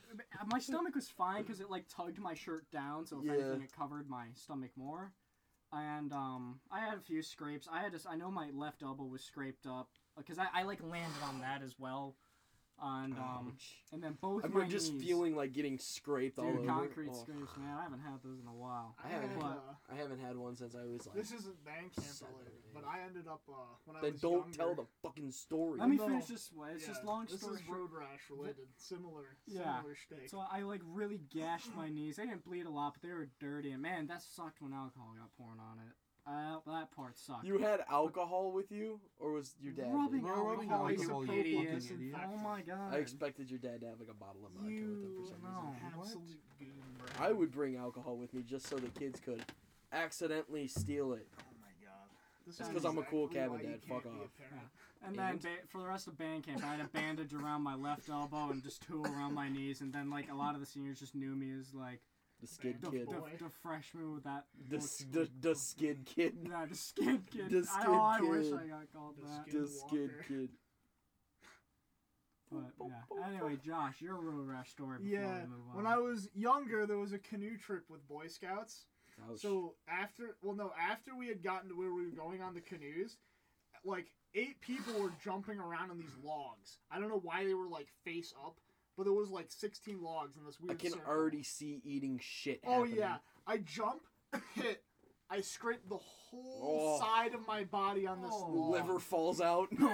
[SPEAKER 5] my stomach was fine because it like tugged my shirt down, so if
[SPEAKER 13] Yeah.
[SPEAKER 5] anything, it covered my stomach more. And um, I had a few scrapes. I had, a s I know my left elbow was scraped up because I, I like landed on that as well. And
[SPEAKER 1] Oh.
[SPEAKER 5] um, and then both
[SPEAKER 1] I remember
[SPEAKER 5] my
[SPEAKER 1] just
[SPEAKER 5] knees.
[SPEAKER 1] feeling like getting scraped all
[SPEAKER 5] Dude,
[SPEAKER 1] over.
[SPEAKER 5] concrete
[SPEAKER 1] Oh,
[SPEAKER 5] scrapes, man. I haven't had those in a while.
[SPEAKER 3] I
[SPEAKER 1] I had
[SPEAKER 3] had,
[SPEAKER 1] one.
[SPEAKER 3] uh,
[SPEAKER 1] I haven't had one since I was like.
[SPEAKER 3] this isn't band camp
[SPEAKER 1] Seven,
[SPEAKER 3] related,
[SPEAKER 1] eight.
[SPEAKER 3] but I ended up uh, when I
[SPEAKER 1] Then
[SPEAKER 3] was
[SPEAKER 1] don't
[SPEAKER 3] younger.
[SPEAKER 1] tell the fucking story.
[SPEAKER 5] Let me
[SPEAKER 3] No.
[SPEAKER 5] finish this way. It's just
[SPEAKER 3] Yeah,
[SPEAKER 5] long
[SPEAKER 3] This
[SPEAKER 5] story
[SPEAKER 3] is
[SPEAKER 5] short.
[SPEAKER 3] road rash related, similar,
[SPEAKER 5] Yeah.
[SPEAKER 3] similar shtick. Oh
[SPEAKER 5] So I like really gashed my knees. They didn't bleed a lot, but they were dirty. And man, that sucked when alcohol got poured on it. Uh, that part sucked.
[SPEAKER 1] You had alcohol with you, or was your dad?
[SPEAKER 5] rubbing
[SPEAKER 2] Well, rubbing
[SPEAKER 5] alcohol,
[SPEAKER 2] alcohol,
[SPEAKER 5] you
[SPEAKER 2] you
[SPEAKER 5] idiot.
[SPEAKER 2] fucking idiot.
[SPEAKER 5] Oh my god.
[SPEAKER 1] I expected your dad to have like a bottle of vodka with him for some
[SPEAKER 5] no.
[SPEAKER 1] reason.
[SPEAKER 3] Absolute goon, bro.
[SPEAKER 1] I would bring alcohol with me just so the kids could accidentally steal it.
[SPEAKER 3] Oh my god. This
[SPEAKER 1] It's
[SPEAKER 3] is
[SPEAKER 1] 'cause I'm a cool
[SPEAKER 3] exactly why
[SPEAKER 1] cabin
[SPEAKER 3] you
[SPEAKER 1] dad, fuck
[SPEAKER 3] can't be a
[SPEAKER 1] off.
[SPEAKER 3] parent.
[SPEAKER 5] And then
[SPEAKER 1] And?
[SPEAKER 5] ba- for the rest of band camp, I had a bandage around my left elbow and just two around my knees. And then like a lot of the seniors just knew me as like
[SPEAKER 1] The skid
[SPEAKER 5] the,
[SPEAKER 3] Duff-
[SPEAKER 1] kid.
[SPEAKER 5] the,
[SPEAKER 3] Boy.
[SPEAKER 5] the freshman with that.
[SPEAKER 1] The,
[SPEAKER 5] look
[SPEAKER 1] s- the,
[SPEAKER 5] with-
[SPEAKER 1] the skid kid.
[SPEAKER 5] yeah, the skin kid.
[SPEAKER 1] the
[SPEAKER 5] I, oh, I
[SPEAKER 1] skid
[SPEAKER 5] wish
[SPEAKER 1] kid.
[SPEAKER 5] I got called
[SPEAKER 3] The
[SPEAKER 5] that.
[SPEAKER 3] skid-
[SPEAKER 1] The skid
[SPEAKER 3] Walker.
[SPEAKER 1] kid.
[SPEAKER 5] But yeah. Anyway, Josh, your road rash story. Before
[SPEAKER 3] Yeah,
[SPEAKER 5] we move on.
[SPEAKER 3] when I was younger, there was a canoe trip with Boy Scouts.
[SPEAKER 1] Ouch.
[SPEAKER 3] So after, well, no, after we had gotten to where we were going on the canoes, like eight people were jumping around on these logs. I don't know why they were like face up, but there was like sixteen logs in this
[SPEAKER 1] I
[SPEAKER 3] weird.
[SPEAKER 1] can
[SPEAKER 3] circle.
[SPEAKER 1] already see eating shit
[SPEAKER 3] Oh
[SPEAKER 1] happening.
[SPEAKER 3] yeah, I jump, hit, I scrape the
[SPEAKER 1] Oh.
[SPEAKER 3] whole side of my body on
[SPEAKER 5] Oh.
[SPEAKER 3] this log.
[SPEAKER 1] Liver falls out.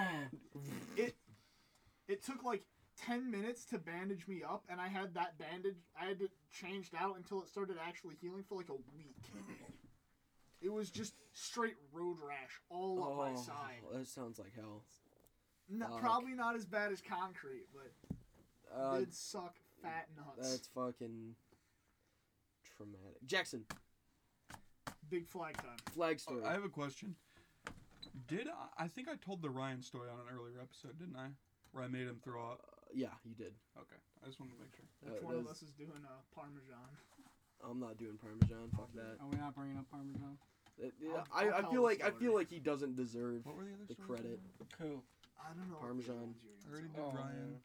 [SPEAKER 3] It took like ten minutes to bandage me up, and I had that bandage. I had it changed out until it started actually healing for like a week. It was just straight road rash all up my side.
[SPEAKER 1] that sounds like hell.
[SPEAKER 3] No,
[SPEAKER 1] Oh. fuck.
[SPEAKER 3] probably not as bad as concrete, but
[SPEAKER 1] Uh,
[SPEAKER 3] did suck fat nuts.
[SPEAKER 1] that's fucking traumatic. Jackson,
[SPEAKER 3] Big flag time.
[SPEAKER 1] flag story.
[SPEAKER 2] Oh, I have a question. Did I, I think I told the Ryan story on an earlier episode, didn't I? Where I made him throw up.
[SPEAKER 1] yeah, you did.
[SPEAKER 2] Okay, I just wanted to make sure.
[SPEAKER 3] Which
[SPEAKER 1] Uh,
[SPEAKER 3] one of
[SPEAKER 1] those-
[SPEAKER 3] us is doing uh, parmesan?
[SPEAKER 1] I'm not doing parmesan. Fuck that.
[SPEAKER 5] Are we not bringing up Parmesan?
[SPEAKER 1] It-
[SPEAKER 3] I'll-
[SPEAKER 1] yeah, I,
[SPEAKER 3] I'll
[SPEAKER 1] I
[SPEAKER 3] tell
[SPEAKER 1] feel
[SPEAKER 3] the
[SPEAKER 1] like I
[SPEAKER 3] story.
[SPEAKER 1] feel like he doesn't deserve
[SPEAKER 2] What were the other
[SPEAKER 1] the
[SPEAKER 2] stories?
[SPEAKER 1] credit.
[SPEAKER 7] Cool.
[SPEAKER 3] I don't know.
[SPEAKER 1] Parmesan.
[SPEAKER 2] I already
[SPEAKER 3] Oh,
[SPEAKER 2] did Ryan.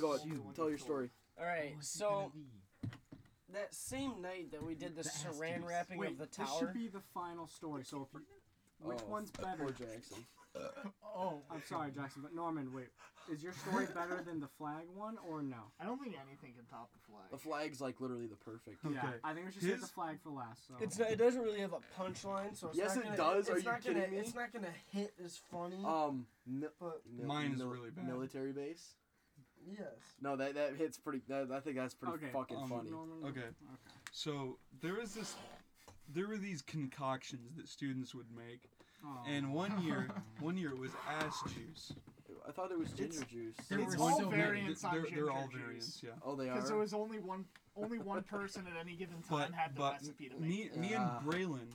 [SPEAKER 1] Go ahead, tell your story.
[SPEAKER 7] All right, so that same night that we did the,
[SPEAKER 6] The
[SPEAKER 7] saran
[SPEAKER 6] Estes.
[SPEAKER 7] wrapping
[SPEAKER 5] Wait,
[SPEAKER 7] of the
[SPEAKER 5] this should
[SPEAKER 7] tower,
[SPEAKER 5] be the final story. So if you, which
[SPEAKER 1] Oh,
[SPEAKER 5] one's
[SPEAKER 1] uh, Poor
[SPEAKER 5] better?
[SPEAKER 1] Jackson.
[SPEAKER 7] oh,
[SPEAKER 5] I'm sorry, Jackson, but Norman, wait, is your story better than the flag one or no?
[SPEAKER 3] I don't think anything can top the flag.
[SPEAKER 1] The flag's like literally the perfect.
[SPEAKER 5] Yeah,
[SPEAKER 2] Okay.
[SPEAKER 5] I think we should save the
[SPEAKER 2] His-
[SPEAKER 5] flag for last. So.
[SPEAKER 7] it's not, it doesn't really have a punchline, so it's
[SPEAKER 1] Oh. Yes,
[SPEAKER 7] not gonna,
[SPEAKER 1] it does,
[SPEAKER 7] It's
[SPEAKER 1] are you
[SPEAKER 7] not gonna,
[SPEAKER 1] kidding me?
[SPEAKER 7] It's not gonna hit as funny.
[SPEAKER 1] Um, mi-
[SPEAKER 7] but
[SPEAKER 1] mil-
[SPEAKER 2] Mine is
[SPEAKER 1] mil-
[SPEAKER 2] really bad.
[SPEAKER 1] Military base.
[SPEAKER 7] yes,
[SPEAKER 1] No, that that hits pretty. That, I think that's pretty
[SPEAKER 5] Okay,
[SPEAKER 1] fucking
[SPEAKER 2] um,
[SPEAKER 1] funny.
[SPEAKER 5] Norman,
[SPEAKER 2] Okay. So there was this, there were these concoctions that students would make,
[SPEAKER 3] Oh.
[SPEAKER 5] Aw.
[SPEAKER 2] and one year, one year it was ass juice.
[SPEAKER 1] I thought it was ginger juice.
[SPEAKER 6] There
[SPEAKER 3] it's
[SPEAKER 6] were
[SPEAKER 3] all
[SPEAKER 6] so many.
[SPEAKER 3] variants on
[SPEAKER 2] they're,
[SPEAKER 3] ginger
[SPEAKER 2] they're all
[SPEAKER 3] juice.
[SPEAKER 2] variants, yeah.
[SPEAKER 1] Oh, they are.
[SPEAKER 3] Because there was only one, only one person at any given
[SPEAKER 2] But
[SPEAKER 3] time had the
[SPEAKER 2] but
[SPEAKER 3] recipe to make.
[SPEAKER 2] me
[SPEAKER 1] it.
[SPEAKER 2] me and
[SPEAKER 1] Ah.
[SPEAKER 2] Braylon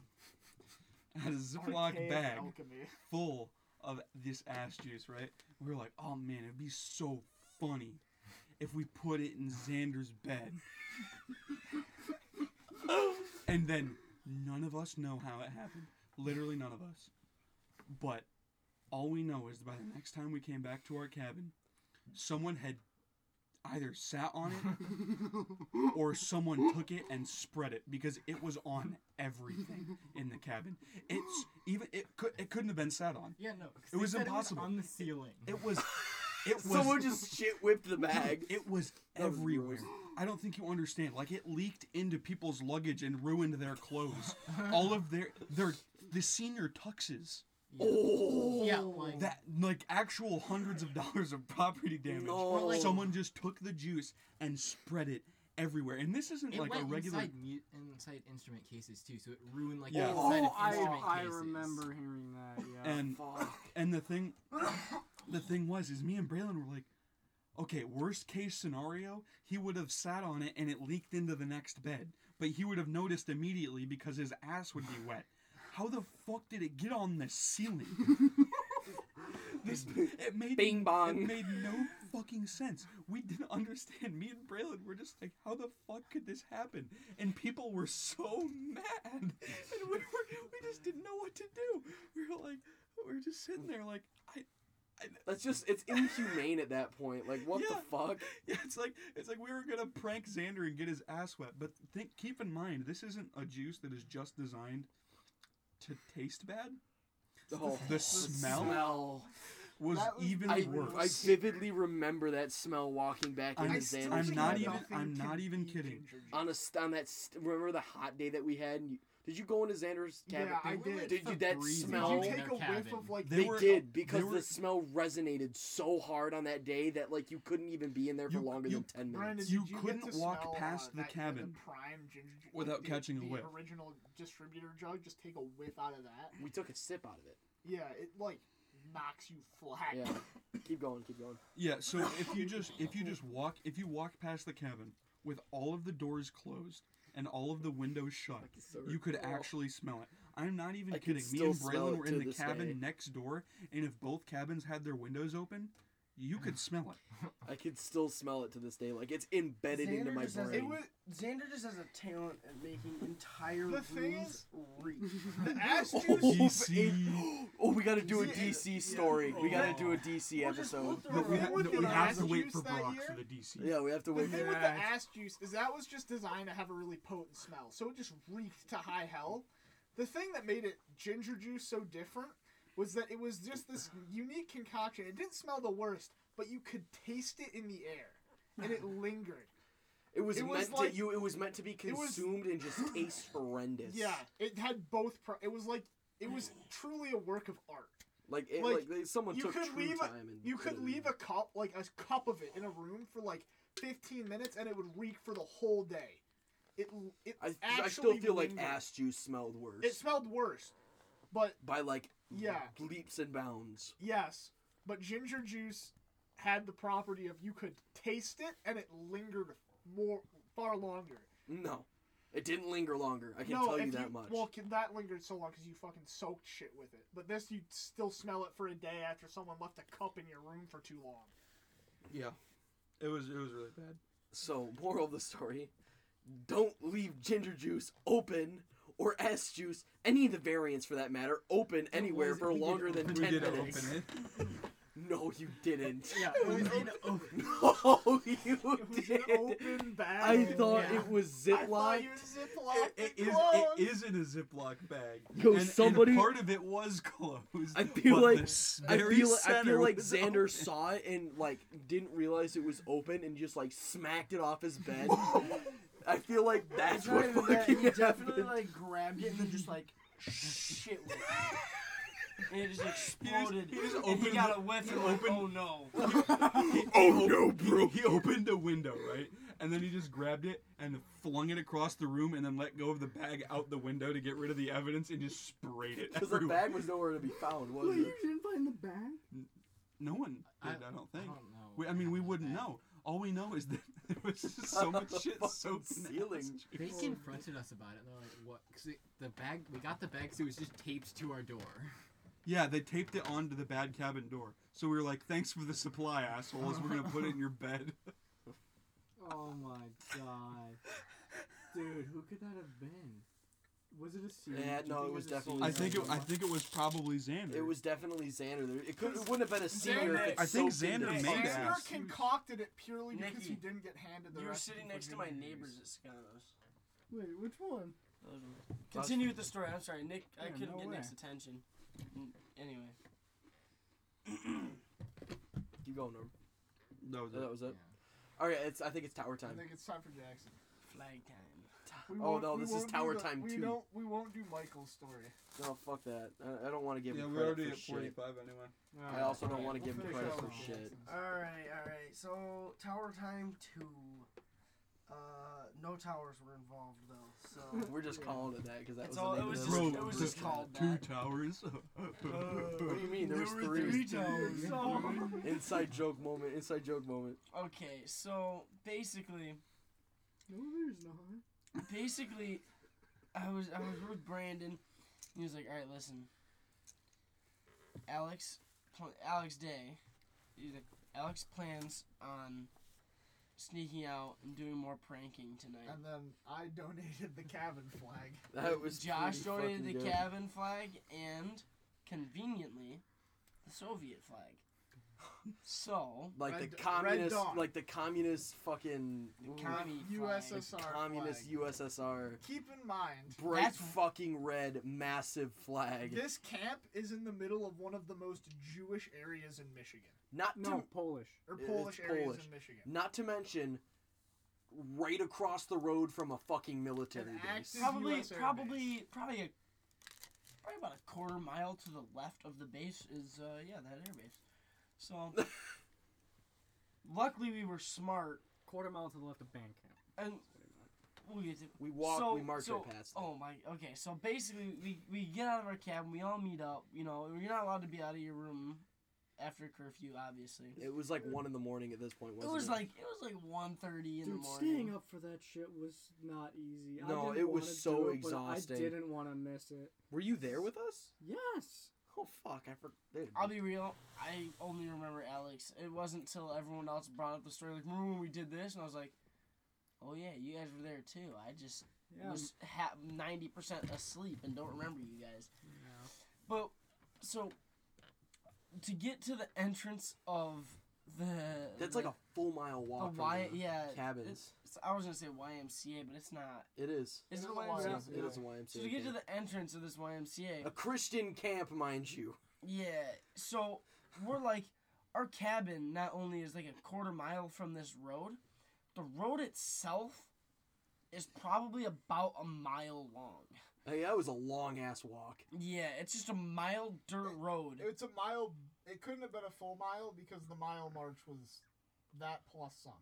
[SPEAKER 2] had a Ziploc
[SPEAKER 3] Archaic
[SPEAKER 2] bag
[SPEAKER 3] Alchemy.
[SPEAKER 2] full of this ass juice, right? We were like, oh man, it'd be so funny if we put it in Xander's bed. and then none of us know how it happened. Literally none of us. But all we know is by the next time we came back to our cabin, someone had either sat on it or someone took it and spread it because it was on everything in the cabin. It's even it could it couldn't have been sat on.
[SPEAKER 6] Yeah, no. 'cause
[SPEAKER 2] It was
[SPEAKER 6] they said
[SPEAKER 2] impossible.
[SPEAKER 6] on the ceiling.
[SPEAKER 2] It was it was
[SPEAKER 1] Someone just shit whipped the bag.
[SPEAKER 2] it was
[SPEAKER 1] That was
[SPEAKER 2] everywhere.
[SPEAKER 1] gross.
[SPEAKER 2] I don't think you understand. Like it leaked into people's luggage and ruined their clothes. All of their their the senior tuxes.
[SPEAKER 6] yeah, like
[SPEAKER 2] That like actual hundreds of dollars of property damage.
[SPEAKER 1] No.
[SPEAKER 2] Someone just took the juice and spread it everywhere. And this isn't
[SPEAKER 6] It
[SPEAKER 2] like a
[SPEAKER 6] went
[SPEAKER 2] regular
[SPEAKER 6] inside, mu- inside instrument cases too, so it ruined like
[SPEAKER 2] Yeah.
[SPEAKER 6] the
[SPEAKER 2] Oh,
[SPEAKER 6] inside of
[SPEAKER 5] I,
[SPEAKER 6] instrument
[SPEAKER 5] I
[SPEAKER 6] cases.
[SPEAKER 5] remember hearing that. Yeah.
[SPEAKER 2] and
[SPEAKER 1] Fuck.
[SPEAKER 2] and the thing the thing was is me and Braylon were like, okay, worst case scenario, he would have sat on it and it leaked into the next bed, but he would have noticed immediately because his ass would be wet. How the fuck did it get on the ceiling? this it made
[SPEAKER 1] Bing bong.
[SPEAKER 2] It made no fucking sense. We didn't understand. Me and Braylon were just like, how the fuck could this happen? And people were so mad, and we were, we just didn't know what to do. We were like, we were just sitting there like, I
[SPEAKER 1] That's just it's inhumane at that point. Like what
[SPEAKER 2] Yeah.
[SPEAKER 1] the fuck?
[SPEAKER 2] Yeah, it's like it's like we were gonna prank Xander and get his ass wet, but think keep in mind this isn't a juice that is just designed to taste bad.
[SPEAKER 1] Oh,
[SPEAKER 2] The smell
[SPEAKER 1] smell.
[SPEAKER 2] was
[SPEAKER 3] That was
[SPEAKER 2] even
[SPEAKER 1] I,
[SPEAKER 2] worse.
[SPEAKER 1] I vividly remember that smell walking back
[SPEAKER 2] I'm-
[SPEAKER 1] into
[SPEAKER 2] I
[SPEAKER 1] Xander's cabin.
[SPEAKER 2] I'm not
[SPEAKER 3] think
[SPEAKER 2] even-
[SPEAKER 3] nothing
[SPEAKER 2] I'm
[SPEAKER 3] can
[SPEAKER 2] not even
[SPEAKER 3] beat
[SPEAKER 2] kidding.
[SPEAKER 3] ginger juice.
[SPEAKER 1] on a st- on that st- remember the hot day that we had. And you, did you go into Xander's cabin?
[SPEAKER 3] Yeah, I
[SPEAKER 6] They were,
[SPEAKER 3] did.
[SPEAKER 6] like,
[SPEAKER 1] Did you- that
[SPEAKER 6] freezing
[SPEAKER 3] Did
[SPEAKER 1] smell-
[SPEAKER 3] you
[SPEAKER 6] in
[SPEAKER 3] take
[SPEAKER 6] their
[SPEAKER 3] a whiff
[SPEAKER 6] cabin.
[SPEAKER 3] of like?
[SPEAKER 1] they
[SPEAKER 2] They were-
[SPEAKER 1] did because
[SPEAKER 2] they were-
[SPEAKER 1] the smell resonated so hard on that day that like you couldn't even be in there for
[SPEAKER 2] You-
[SPEAKER 1] longer
[SPEAKER 2] you-
[SPEAKER 1] than ten
[SPEAKER 3] Brandon,
[SPEAKER 1] minutes.
[SPEAKER 3] did
[SPEAKER 2] You
[SPEAKER 3] get
[SPEAKER 2] couldn't
[SPEAKER 3] to
[SPEAKER 2] walk
[SPEAKER 3] smell, uh,
[SPEAKER 2] past the
[SPEAKER 3] that-
[SPEAKER 2] cabin
[SPEAKER 3] prime ginger ju-
[SPEAKER 2] without
[SPEAKER 3] the-
[SPEAKER 2] catching a
[SPEAKER 3] the
[SPEAKER 2] whiff.
[SPEAKER 3] Original distributor jug. Just take a whiff out of that.
[SPEAKER 1] We took a sip out of it.
[SPEAKER 3] Yeah, it like knocks you flat.
[SPEAKER 1] Yeah, keep going, keep going.
[SPEAKER 2] Yeah, so if you just if you just walk if you walk past the cabin with all of the doors closed and all of the windows shut.
[SPEAKER 1] It's so
[SPEAKER 2] You could
[SPEAKER 1] cool.
[SPEAKER 2] actually smell it. I'm not even
[SPEAKER 1] I can
[SPEAKER 2] kidding. Me
[SPEAKER 1] still
[SPEAKER 2] and
[SPEAKER 1] smell
[SPEAKER 2] Braylon
[SPEAKER 1] it
[SPEAKER 2] were
[SPEAKER 1] to
[SPEAKER 2] in the
[SPEAKER 1] this
[SPEAKER 2] cabin
[SPEAKER 1] day.
[SPEAKER 2] next door, and if both cabins had their windows open, you could smell it.
[SPEAKER 1] I can still smell it to this day. Like it's embedded into
[SPEAKER 8] Xander
[SPEAKER 1] my
[SPEAKER 8] just has-
[SPEAKER 1] brain.
[SPEAKER 8] It was, Xander just has a talent at making entire
[SPEAKER 3] The thing
[SPEAKER 8] rooms
[SPEAKER 3] is-
[SPEAKER 8] reek.
[SPEAKER 3] The ass
[SPEAKER 1] Oh,
[SPEAKER 3] juice.
[SPEAKER 2] DC.
[SPEAKER 1] oh, we gotta do a
[SPEAKER 3] Yeah.
[SPEAKER 1] DC story. We gotta do a DC
[SPEAKER 8] We'll just
[SPEAKER 1] episode.
[SPEAKER 8] put the
[SPEAKER 2] But we,
[SPEAKER 8] room
[SPEAKER 2] ha-
[SPEAKER 3] with
[SPEAKER 2] no,
[SPEAKER 3] the
[SPEAKER 2] we have
[SPEAKER 3] ass
[SPEAKER 2] to wait
[SPEAKER 3] juice
[SPEAKER 2] for
[SPEAKER 3] that
[SPEAKER 2] Brock
[SPEAKER 3] year?
[SPEAKER 2] for the DC.
[SPEAKER 1] Yeah, we have to
[SPEAKER 3] The
[SPEAKER 1] wait.
[SPEAKER 3] thing
[SPEAKER 1] for
[SPEAKER 3] with the ass juice is that was just designed to have a really potent smell, so it just reeked to high hell. The thing that made it ginger juice so different was that it was just this unique concoction. It didn't smell the worst, but you could taste it in the air, and it lingered.
[SPEAKER 1] It was
[SPEAKER 3] It was
[SPEAKER 1] meant
[SPEAKER 3] like-
[SPEAKER 1] to you. It was meant to be
[SPEAKER 3] was-
[SPEAKER 1] consumed and just taste horrendous.
[SPEAKER 3] Yeah, it had both. Pro- it was like it was truly a work of art.
[SPEAKER 1] like it,
[SPEAKER 3] Like,
[SPEAKER 1] like, they- someone
[SPEAKER 3] you
[SPEAKER 1] took
[SPEAKER 3] could
[SPEAKER 1] true
[SPEAKER 3] leave a,
[SPEAKER 1] time and
[SPEAKER 3] you
[SPEAKER 1] put
[SPEAKER 3] could
[SPEAKER 1] it in
[SPEAKER 3] leave
[SPEAKER 1] there.
[SPEAKER 3] a cup like a cup of it in a room for like 15 minutes and it would reek for the whole day. It l- it
[SPEAKER 1] I, I
[SPEAKER 3] actually
[SPEAKER 1] still feel like
[SPEAKER 3] lingered.
[SPEAKER 1] ass juice smelled worse
[SPEAKER 3] It smelled worse, but
[SPEAKER 1] by like
[SPEAKER 3] Yeah.
[SPEAKER 1] leaps and bounds.
[SPEAKER 3] yes, but ginger juice had the property of you could taste it and it lingered more far longer.
[SPEAKER 1] No, it didn't linger longer. I can
[SPEAKER 3] no,
[SPEAKER 1] tell
[SPEAKER 3] if
[SPEAKER 1] you that much.
[SPEAKER 3] Well, c- that lingered so long because you fucking soaked shit with it. But this, you still smell it for a day after someone left a cup in your room for too long.
[SPEAKER 2] Yeah. It was it was really bad.
[SPEAKER 1] So, moral of the story don't leave ginger juice open or S juice, any of the variants for that matter, open anywhere
[SPEAKER 6] was it?
[SPEAKER 1] for
[SPEAKER 6] We did
[SPEAKER 1] longer than
[SPEAKER 6] open-
[SPEAKER 1] 10
[SPEAKER 2] we did
[SPEAKER 1] minutes.
[SPEAKER 2] open it.
[SPEAKER 1] No, you didn't.
[SPEAKER 14] Yeah.
[SPEAKER 1] No, you
[SPEAKER 3] It was an
[SPEAKER 1] did.
[SPEAKER 3] open bag.
[SPEAKER 1] Oh, I thought
[SPEAKER 6] Yeah.
[SPEAKER 1] it was
[SPEAKER 3] I thought
[SPEAKER 1] ziplocked.
[SPEAKER 3] you
[SPEAKER 2] It-
[SPEAKER 3] Ziploc
[SPEAKER 2] it,
[SPEAKER 3] it
[SPEAKER 2] is,
[SPEAKER 3] clothes.
[SPEAKER 2] it is in a Ziploc bag.
[SPEAKER 1] Yo, somebody-
[SPEAKER 2] part of it was closed.
[SPEAKER 1] I feel
[SPEAKER 2] but the
[SPEAKER 1] like-
[SPEAKER 2] s-
[SPEAKER 1] I
[SPEAKER 2] very
[SPEAKER 1] feel, I
[SPEAKER 2] center
[SPEAKER 1] feel like
[SPEAKER 2] was
[SPEAKER 1] Xander
[SPEAKER 2] open.
[SPEAKER 1] saw it and like didn't realize it was open and just like smacked it off his bed. I feel like that's
[SPEAKER 8] It's not
[SPEAKER 1] what
[SPEAKER 8] even that. He
[SPEAKER 1] fucking
[SPEAKER 8] definitely
[SPEAKER 1] happened.
[SPEAKER 8] like grabbed it and then just like shit with it. And it just exploded.
[SPEAKER 2] he just
[SPEAKER 8] and he
[SPEAKER 2] opened
[SPEAKER 8] got
[SPEAKER 2] the-
[SPEAKER 8] a whiff
[SPEAKER 2] he
[SPEAKER 8] and went,
[SPEAKER 2] opened-
[SPEAKER 8] oh no.
[SPEAKER 2] oh no, bro! He, he opened a window, right, and then he just grabbed it and flung it across the room, and then let go of the bag out the window to get rid of the evidence, and just sprayed it
[SPEAKER 1] Because the
[SPEAKER 2] everywhere.
[SPEAKER 1] bag was nowhere to be found, was
[SPEAKER 5] Wait,
[SPEAKER 1] it?
[SPEAKER 5] you didn't find the bag?
[SPEAKER 2] No one
[SPEAKER 6] I-
[SPEAKER 2] did. I, don't
[SPEAKER 6] I
[SPEAKER 2] think.
[SPEAKER 6] don't know.
[SPEAKER 2] we, I mean, we wouldn't know. All we know is that there was just so much shit
[SPEAKER 1] Fucking
[SPEAKER 2] soaked in
[SPEAKER 1] ceiling.
[SPEAKER 2] acid juice.
[SPEAKER 6] They confronted us about it. and They're like, "What?" Cause it, the bag we got the bag, so it was just taped to our door.
[SPEAKER 2] Yeah, they taped it onto the bad cabin door. So we were like, "Thanks for the supply, assholes. We're gonna put it in your bed."
[SPEAKER 5] Oh my god. Dude, who could that have been? Was it a series?
[SPEAKER 1] Yeah,
[SPEAKER 5] Do you
[SPEAKER 1] no,
[SPEAKER 5] think
[SPEAKER 1] it was
[SPEAKER 5] a
[SPEAKER 1] definitely
[SPEAKER 2] I
[SPEAKER 5] series?
[SPEAKER 2] think it. I think it was probably Xander.
[SPEAKER 1] It was definitely Xander. There- It, could, it wouldn't have been a senior.
[SPEAKER 3] Xander-
[SPEAKER 1] if it
[SPEAKER 2] I think
[SPEAKER 1] soaked into
[SPEAKER 2] Xander
[SPEAKER 1] the
[SPEAKER 2] made
[SPEAKER 1] fucking-
[SPEAKER 2] that.
[SPEAKER 3] Xander
[SPEAKER 2] ass.
[SPEAKER 3] concocted it purely because
[SPEAKER 8] Nikki,
[SPEAKER 3] he didn't get handed the
[SPEAKER 8] You were
[SPEAKER 3] recipe
[SPEAKER 8] sitting
[SPEAKER 3] for
[SPEAKER 8] next to my
[SPEAKER 3] ginger
[SPEAKER 8] neighbors
[SPEAKER 3] juice.
[SPEAKER 8] at Scano's.
[SPEAKER 5] Wait, which one?
[SPEAKER 8] Continue with the story. I'm sorry, Nick. I
[SPEAKER 5] Yeah,
[SPEAKER 8] couldn't
[SPEAKER 5] no
[SPEAKER 8] get
[SPEAKER 5] way.
[SPEAKER 8] Nick's attention. Mm, Anyway,
[SPEAKER 1] Keep going, Norm.
[SPEAKER 2] That was
[SPEAKER 1] So
[SPEAKER 2] it.
[SPEAKER 1] that was it. All right, it's. I think it's tower
[SPEAKER 3] I
[SPEAKER 1] time.
[SPEAKER 3] think it's time for Jackson.
[SPEAKER 8] flag time.
[SPEAKER 3] We
[SPEAKER 1] Oh,
[SPEAKER 3] won't-
[SPEAKER 1] no,
[SPEAKER 3] we
[SPEAKER 1] this is
[SPEAKER 3] won't do
[SPEAKER 1] Tower
[SPEAKER 3] the-
[SPEAKER 1] Time
[SPEAKER 3] we
[SPEAKER 1] 2.
[SPEAKER 3] Don't, we won't do Michael's story.
[SPEAKER 1] No, Oh, fuck that. I, I don't want to give
[SPEAKER 2] Yeah,
[SPEAKER 1] him
[SPEAKER 2] we're
[SPEAKER 1] credit
[SPEAKER 2] already
[SPEAKER 1] for
[SPEAKER 2] at
[SPEAKER 1] shit.
[SPEAKER 2] 45 anyway.
[SPEAKER 1] I also don't
[SPEAKER 5] Alright,
[SPEAKER 1] want to
[SPEAKER 5] we'll
[SPEAKER 1] give him
[SPEAKER 5] finish
[SPEAKER 1] credit
[SPEAKER 5] up
[SPEAKER 1] for
[SPEAKER 5] with
[SPEAKER 1] shit.
[SPEAKER 5] Jackson's.
[SPEAKER 8] All right, all right. So Tower Time Two. Uh, no towers were involved though. So
[SPEAKER 1] We're just calling it that because that
[SPEAKER 8] It's
[SPEAKER 1] was. the
[SPEAKER 8] all-
[SPEAKER 1] name
[SPEAKER 8] it
[SPEAKER 1] of
[SPEAKER 8] was
[SPEAKER 1] the
[SPEAKER 8] just-
[SPEAKER 1] episode.
[SPEAKER 8] it was just called
[SPEAKER 2] two
[SPEAKER 8] that.
[SPEAKER 2] towers.
[SPEAKER 1] What do you mean? There was
[SPEAKER 8] were
[SPEAKER 1] three.
[SPEAKER 8] towers.
[SPEAKER 1] Inside joke moment. Inside joke moment.
[SPEAKER 8] okay, so basically,
[SPEAKER 5] No, there's not.
[SPEAKER 8] basically, I was I was with Brandon. He was like, "All right, listen, Alex, pl- Alex Day, he's like, Alex plans on sneaking out and doing more pranking tonight."
[SPEAKER 3] And then I donated the cabin flag.
[SPEAKER 1] That Uh, was.
[SPEAKER 8] Josh
[SPEAKER 1] pretty
[SPEAKER 8] donated the
[SPEAKER 1] fucking good.
[SPEAKER 8] cabin flag and, conveniently, the Soviet flag. So
[SPEAKER 1] Like
[SPEAKER 3] Red-
[SPEAKER 1] the
[SPEAKER 3] Red
[SPEAKER 1] communist,
[SPEAKER 3] Dawn.
[SPEAKER 1] like the communist fucking
[SPEAKER 3] Uh,
[SPEAKER 8] commie flag.
[SPEAKER 3] USSR
[SPEAKER 1] communist
[SPEAKER 3] flag.
[SPEAKER 1] USSR.
[SPEAKER 3] Keep in mind,
[SPEAKER 1] bright
[SPEAKER 8] That's-
[SPEAKER 1] fucking red, massive flag.
[SPEAKER 3] this camp is in the middle of one of the most Jewish areas in Michigan.
[SPEAKER 1] Not to
[SPEAKER 14] No, Polish.
[SPEAKER 3] Or
[SPEAKER 1] It's
[SPEAKER 3] Polish areas
[SPEAKER 1] Polish.
[SPEAKER 3] in Michigan.
[SPEAKER 1] not to mention right across the road from a fucking military
[SPEAKER 3] An
[SPEAKER 1] base.
[SPEAKER 3] active-
[SPEAKER 8] probably
[SPEAKER 3] US Air
[SPEAKER 8] probably probably a probably about a quarter mile to the left of the base is uh yeah that airbase. So luckily we were smart
[SPEAKER 14] Quarter mile to the left of Bandcamp.
[SPEAKER 8] and we'll get to
[SPEAKER 1] We walked,
[SPEAKER 8] so,
[SPEAKER 1] we marched
[SPEAKER 8] so,
[SPEAKER 1] right past it.
[SPEAKER 8] Oh my okay, so basically we, we get out of our cabin, we all meet up, you know, you're not allowed to be out of your room after curfew, obviously.
[SPEAKER 1] It was like one in the morning at this point.
[SPEAKER 8] It
[SPEAKER 1] Wasn't
[SPEAKER 8] was like it was like 1.30 in the
[SPEAKER 4] Dude,
[SPEAKER 8] morning.
[SPEAKER 4] staying up for that shit was not easy. I
[SPEAKER 1] No,
[SPEAKER 4] didn't
[SPEAKER 1] it was
[SPEAKER 4] wanna
[SPEAKER 1] so
[SPEAKER 4] do it, but
[SPEAKER 1] exhausting.
[SPEAKER 4] I didn't want to miss it.
[SPEAKER 1] Were you there with us?
[SPEAKER 4] Yes.
[SPEAKER 1] Oh fuck! I forgot.
[SPEAKER 8] I'll be real. I only remember Alex. It wasn't until everyone else brought up the story, like, remember when we did this? And I was like, oh, yeah, you guys were there too. I just
[SPEAKER 4] Yeah.
[SPEAKER 8] was ha- 90% asleep and don't remember you guys. But, so, to get to the entrance of the.
[SPEAKER 1] That's
[SPEAKER 8] the,
[SPEAKER 1] like a full mile
[SPEAKER 8] the
[SPEAKER 1] walk. from
[SPEAKER 8] Y-
[SPEAKER 1] the
[SPEAKER 8] yeah,
[SPEAKER 1] cabins.
[SPEAKER 8] it's- I was going to say YMCA, but it's not.
[SPEAKER 1] It is.
[SPEAKER 8] Is it a
[SPEAKER 1] It
[SPEAKER 8] YMCA?
[SPEAKER 1] is, it is a YMCA.
[SPEAKER 8] So, to get to
[SPEAKER 1] camp.
[SPEAKER 8] the entrance of this YMCA.
[SPEAKER 1] a Christian camp, mind you.
[SPEAKER 8] Yeah. So we're like, our cabin not only is like a quarter mile from this road, the road itself is probably about a mile long.
[SPEAKER 1] Hey, that was a long ass walk.
[SPEAKER 8] Yeah, it's just a mile dirt road.
[SPEAKER 3] It's a mile. It couldn't have been a full mile because the mile march was that plus some.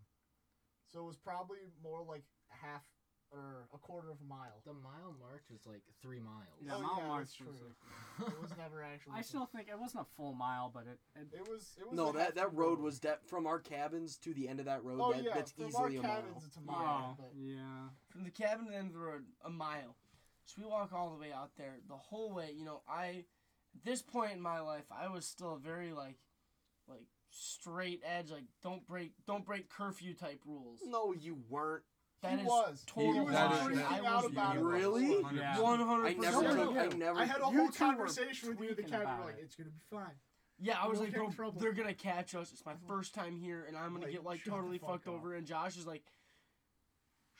[SPEAKER 3] So it was probably more like a half or a quarter of a mile.
[SPEAKER 6] The mile march was like three miles.
[SPEAKER 2] Yeah,
[SPEAKER 3] Oh,
[SPEAKER 2] Mount
[SPEAKER 3] yeah,
[SPEAKER 2] March
[SPEAKER 3] that's
[SPEAKER 2] was
[SPEAKER 3] true.
[SPEAKER 2] like-
[SPEAKER 3] It was never actually.
[SPEAKER 5] I still think it wasn't a full mile, but it. it
[SPEAKER 3] It was. It was.
[SPEAKER 1] No,
[SPEAKER 3] a half
[SPEAKER 1] that that
[SPEAKER 3] a
[SPEAKER 1] road
[SPEAKER 3] mile.
[SPEAKER 1] was that from our cabins to the end of that road.
[SPEAKER 3] Oh
[SPEAKER 1] that,
[SPEAKER 3] yeah,
[SPEAKER 1] that's
[SPEAKER 3] from
[SPEAKER 1] easily
[SPEAKER 3] our
[SPEAKER 1] a mile.
[SPEAKER 3] cabins, it's a
[SPEAKER 5] oh,
[SPEAKER 3] mile. but
[SPEAKER 5] yeah.
[SPEAKER 8] From the cabin to the end of the road, a mile. So we walk all the way out there. The whole way, you know, I at this point in my life, I was still very like like straight edge, like don't break don't break curfew type rules.
[SPEAKER 1] No, you weren't.
[SPEAKER 8] That
[SPEAKER 3] he
[SPEAKER 8] is
[SPEAKER 3] was.
[SPEAKER 8] total
[SPEAKER 3] He was
[SPEAKER 8] lie.
[SPEAKER 3] freaking
[SPEAKER 8] I
[SPEAKER 3] out
[SPEAKER 8] was
[SPEAKER 3] about it.
[SPEAKER 1] Really?
[SPEAKER 5] Yeah.
[SPEAKER 8] 100%.
[SPEAKER 1] I never.
[SPEAKER 3] Yeah.
[SPEAKER 1] Took, I never.
[SPEAKER 3] I had a
[SPEAKER 1] you
[SPEAKER 3] whole
[SPEAKER 1] two were-
[SPEAKER 3] conversation with you in the
[SPEAKER 5] tweaking
[SPEAKER 3] cabin.
[SPEAKER 5] about
[SPEAKER 3] We're like,
[SPEAKER 5] it.
[SPEAKER 3] it's gonna be fine.
[SPEAKER 8] Yeah, I was
[SPEAKER 3] We'll
[SPEAKER 8] like,
[SPEAKER 3] get in
[SPEAKER 8] bro,
[SPEAKER 3] trouble." Uh-huh.
[SPEAKER 8] they're gonna catch us. It's my first time here, and I'm gonna
[SPEAKER 3] Like,
[SPEAKER 8] get like
[SPEAKER 3] shut the
[SPEAKER 8] totally
[SPEAKER 3] fuck
[SPEAKER 8] fucked
[SPEAKER 3] up.
[SPEAKER 8] over. And Josh is like,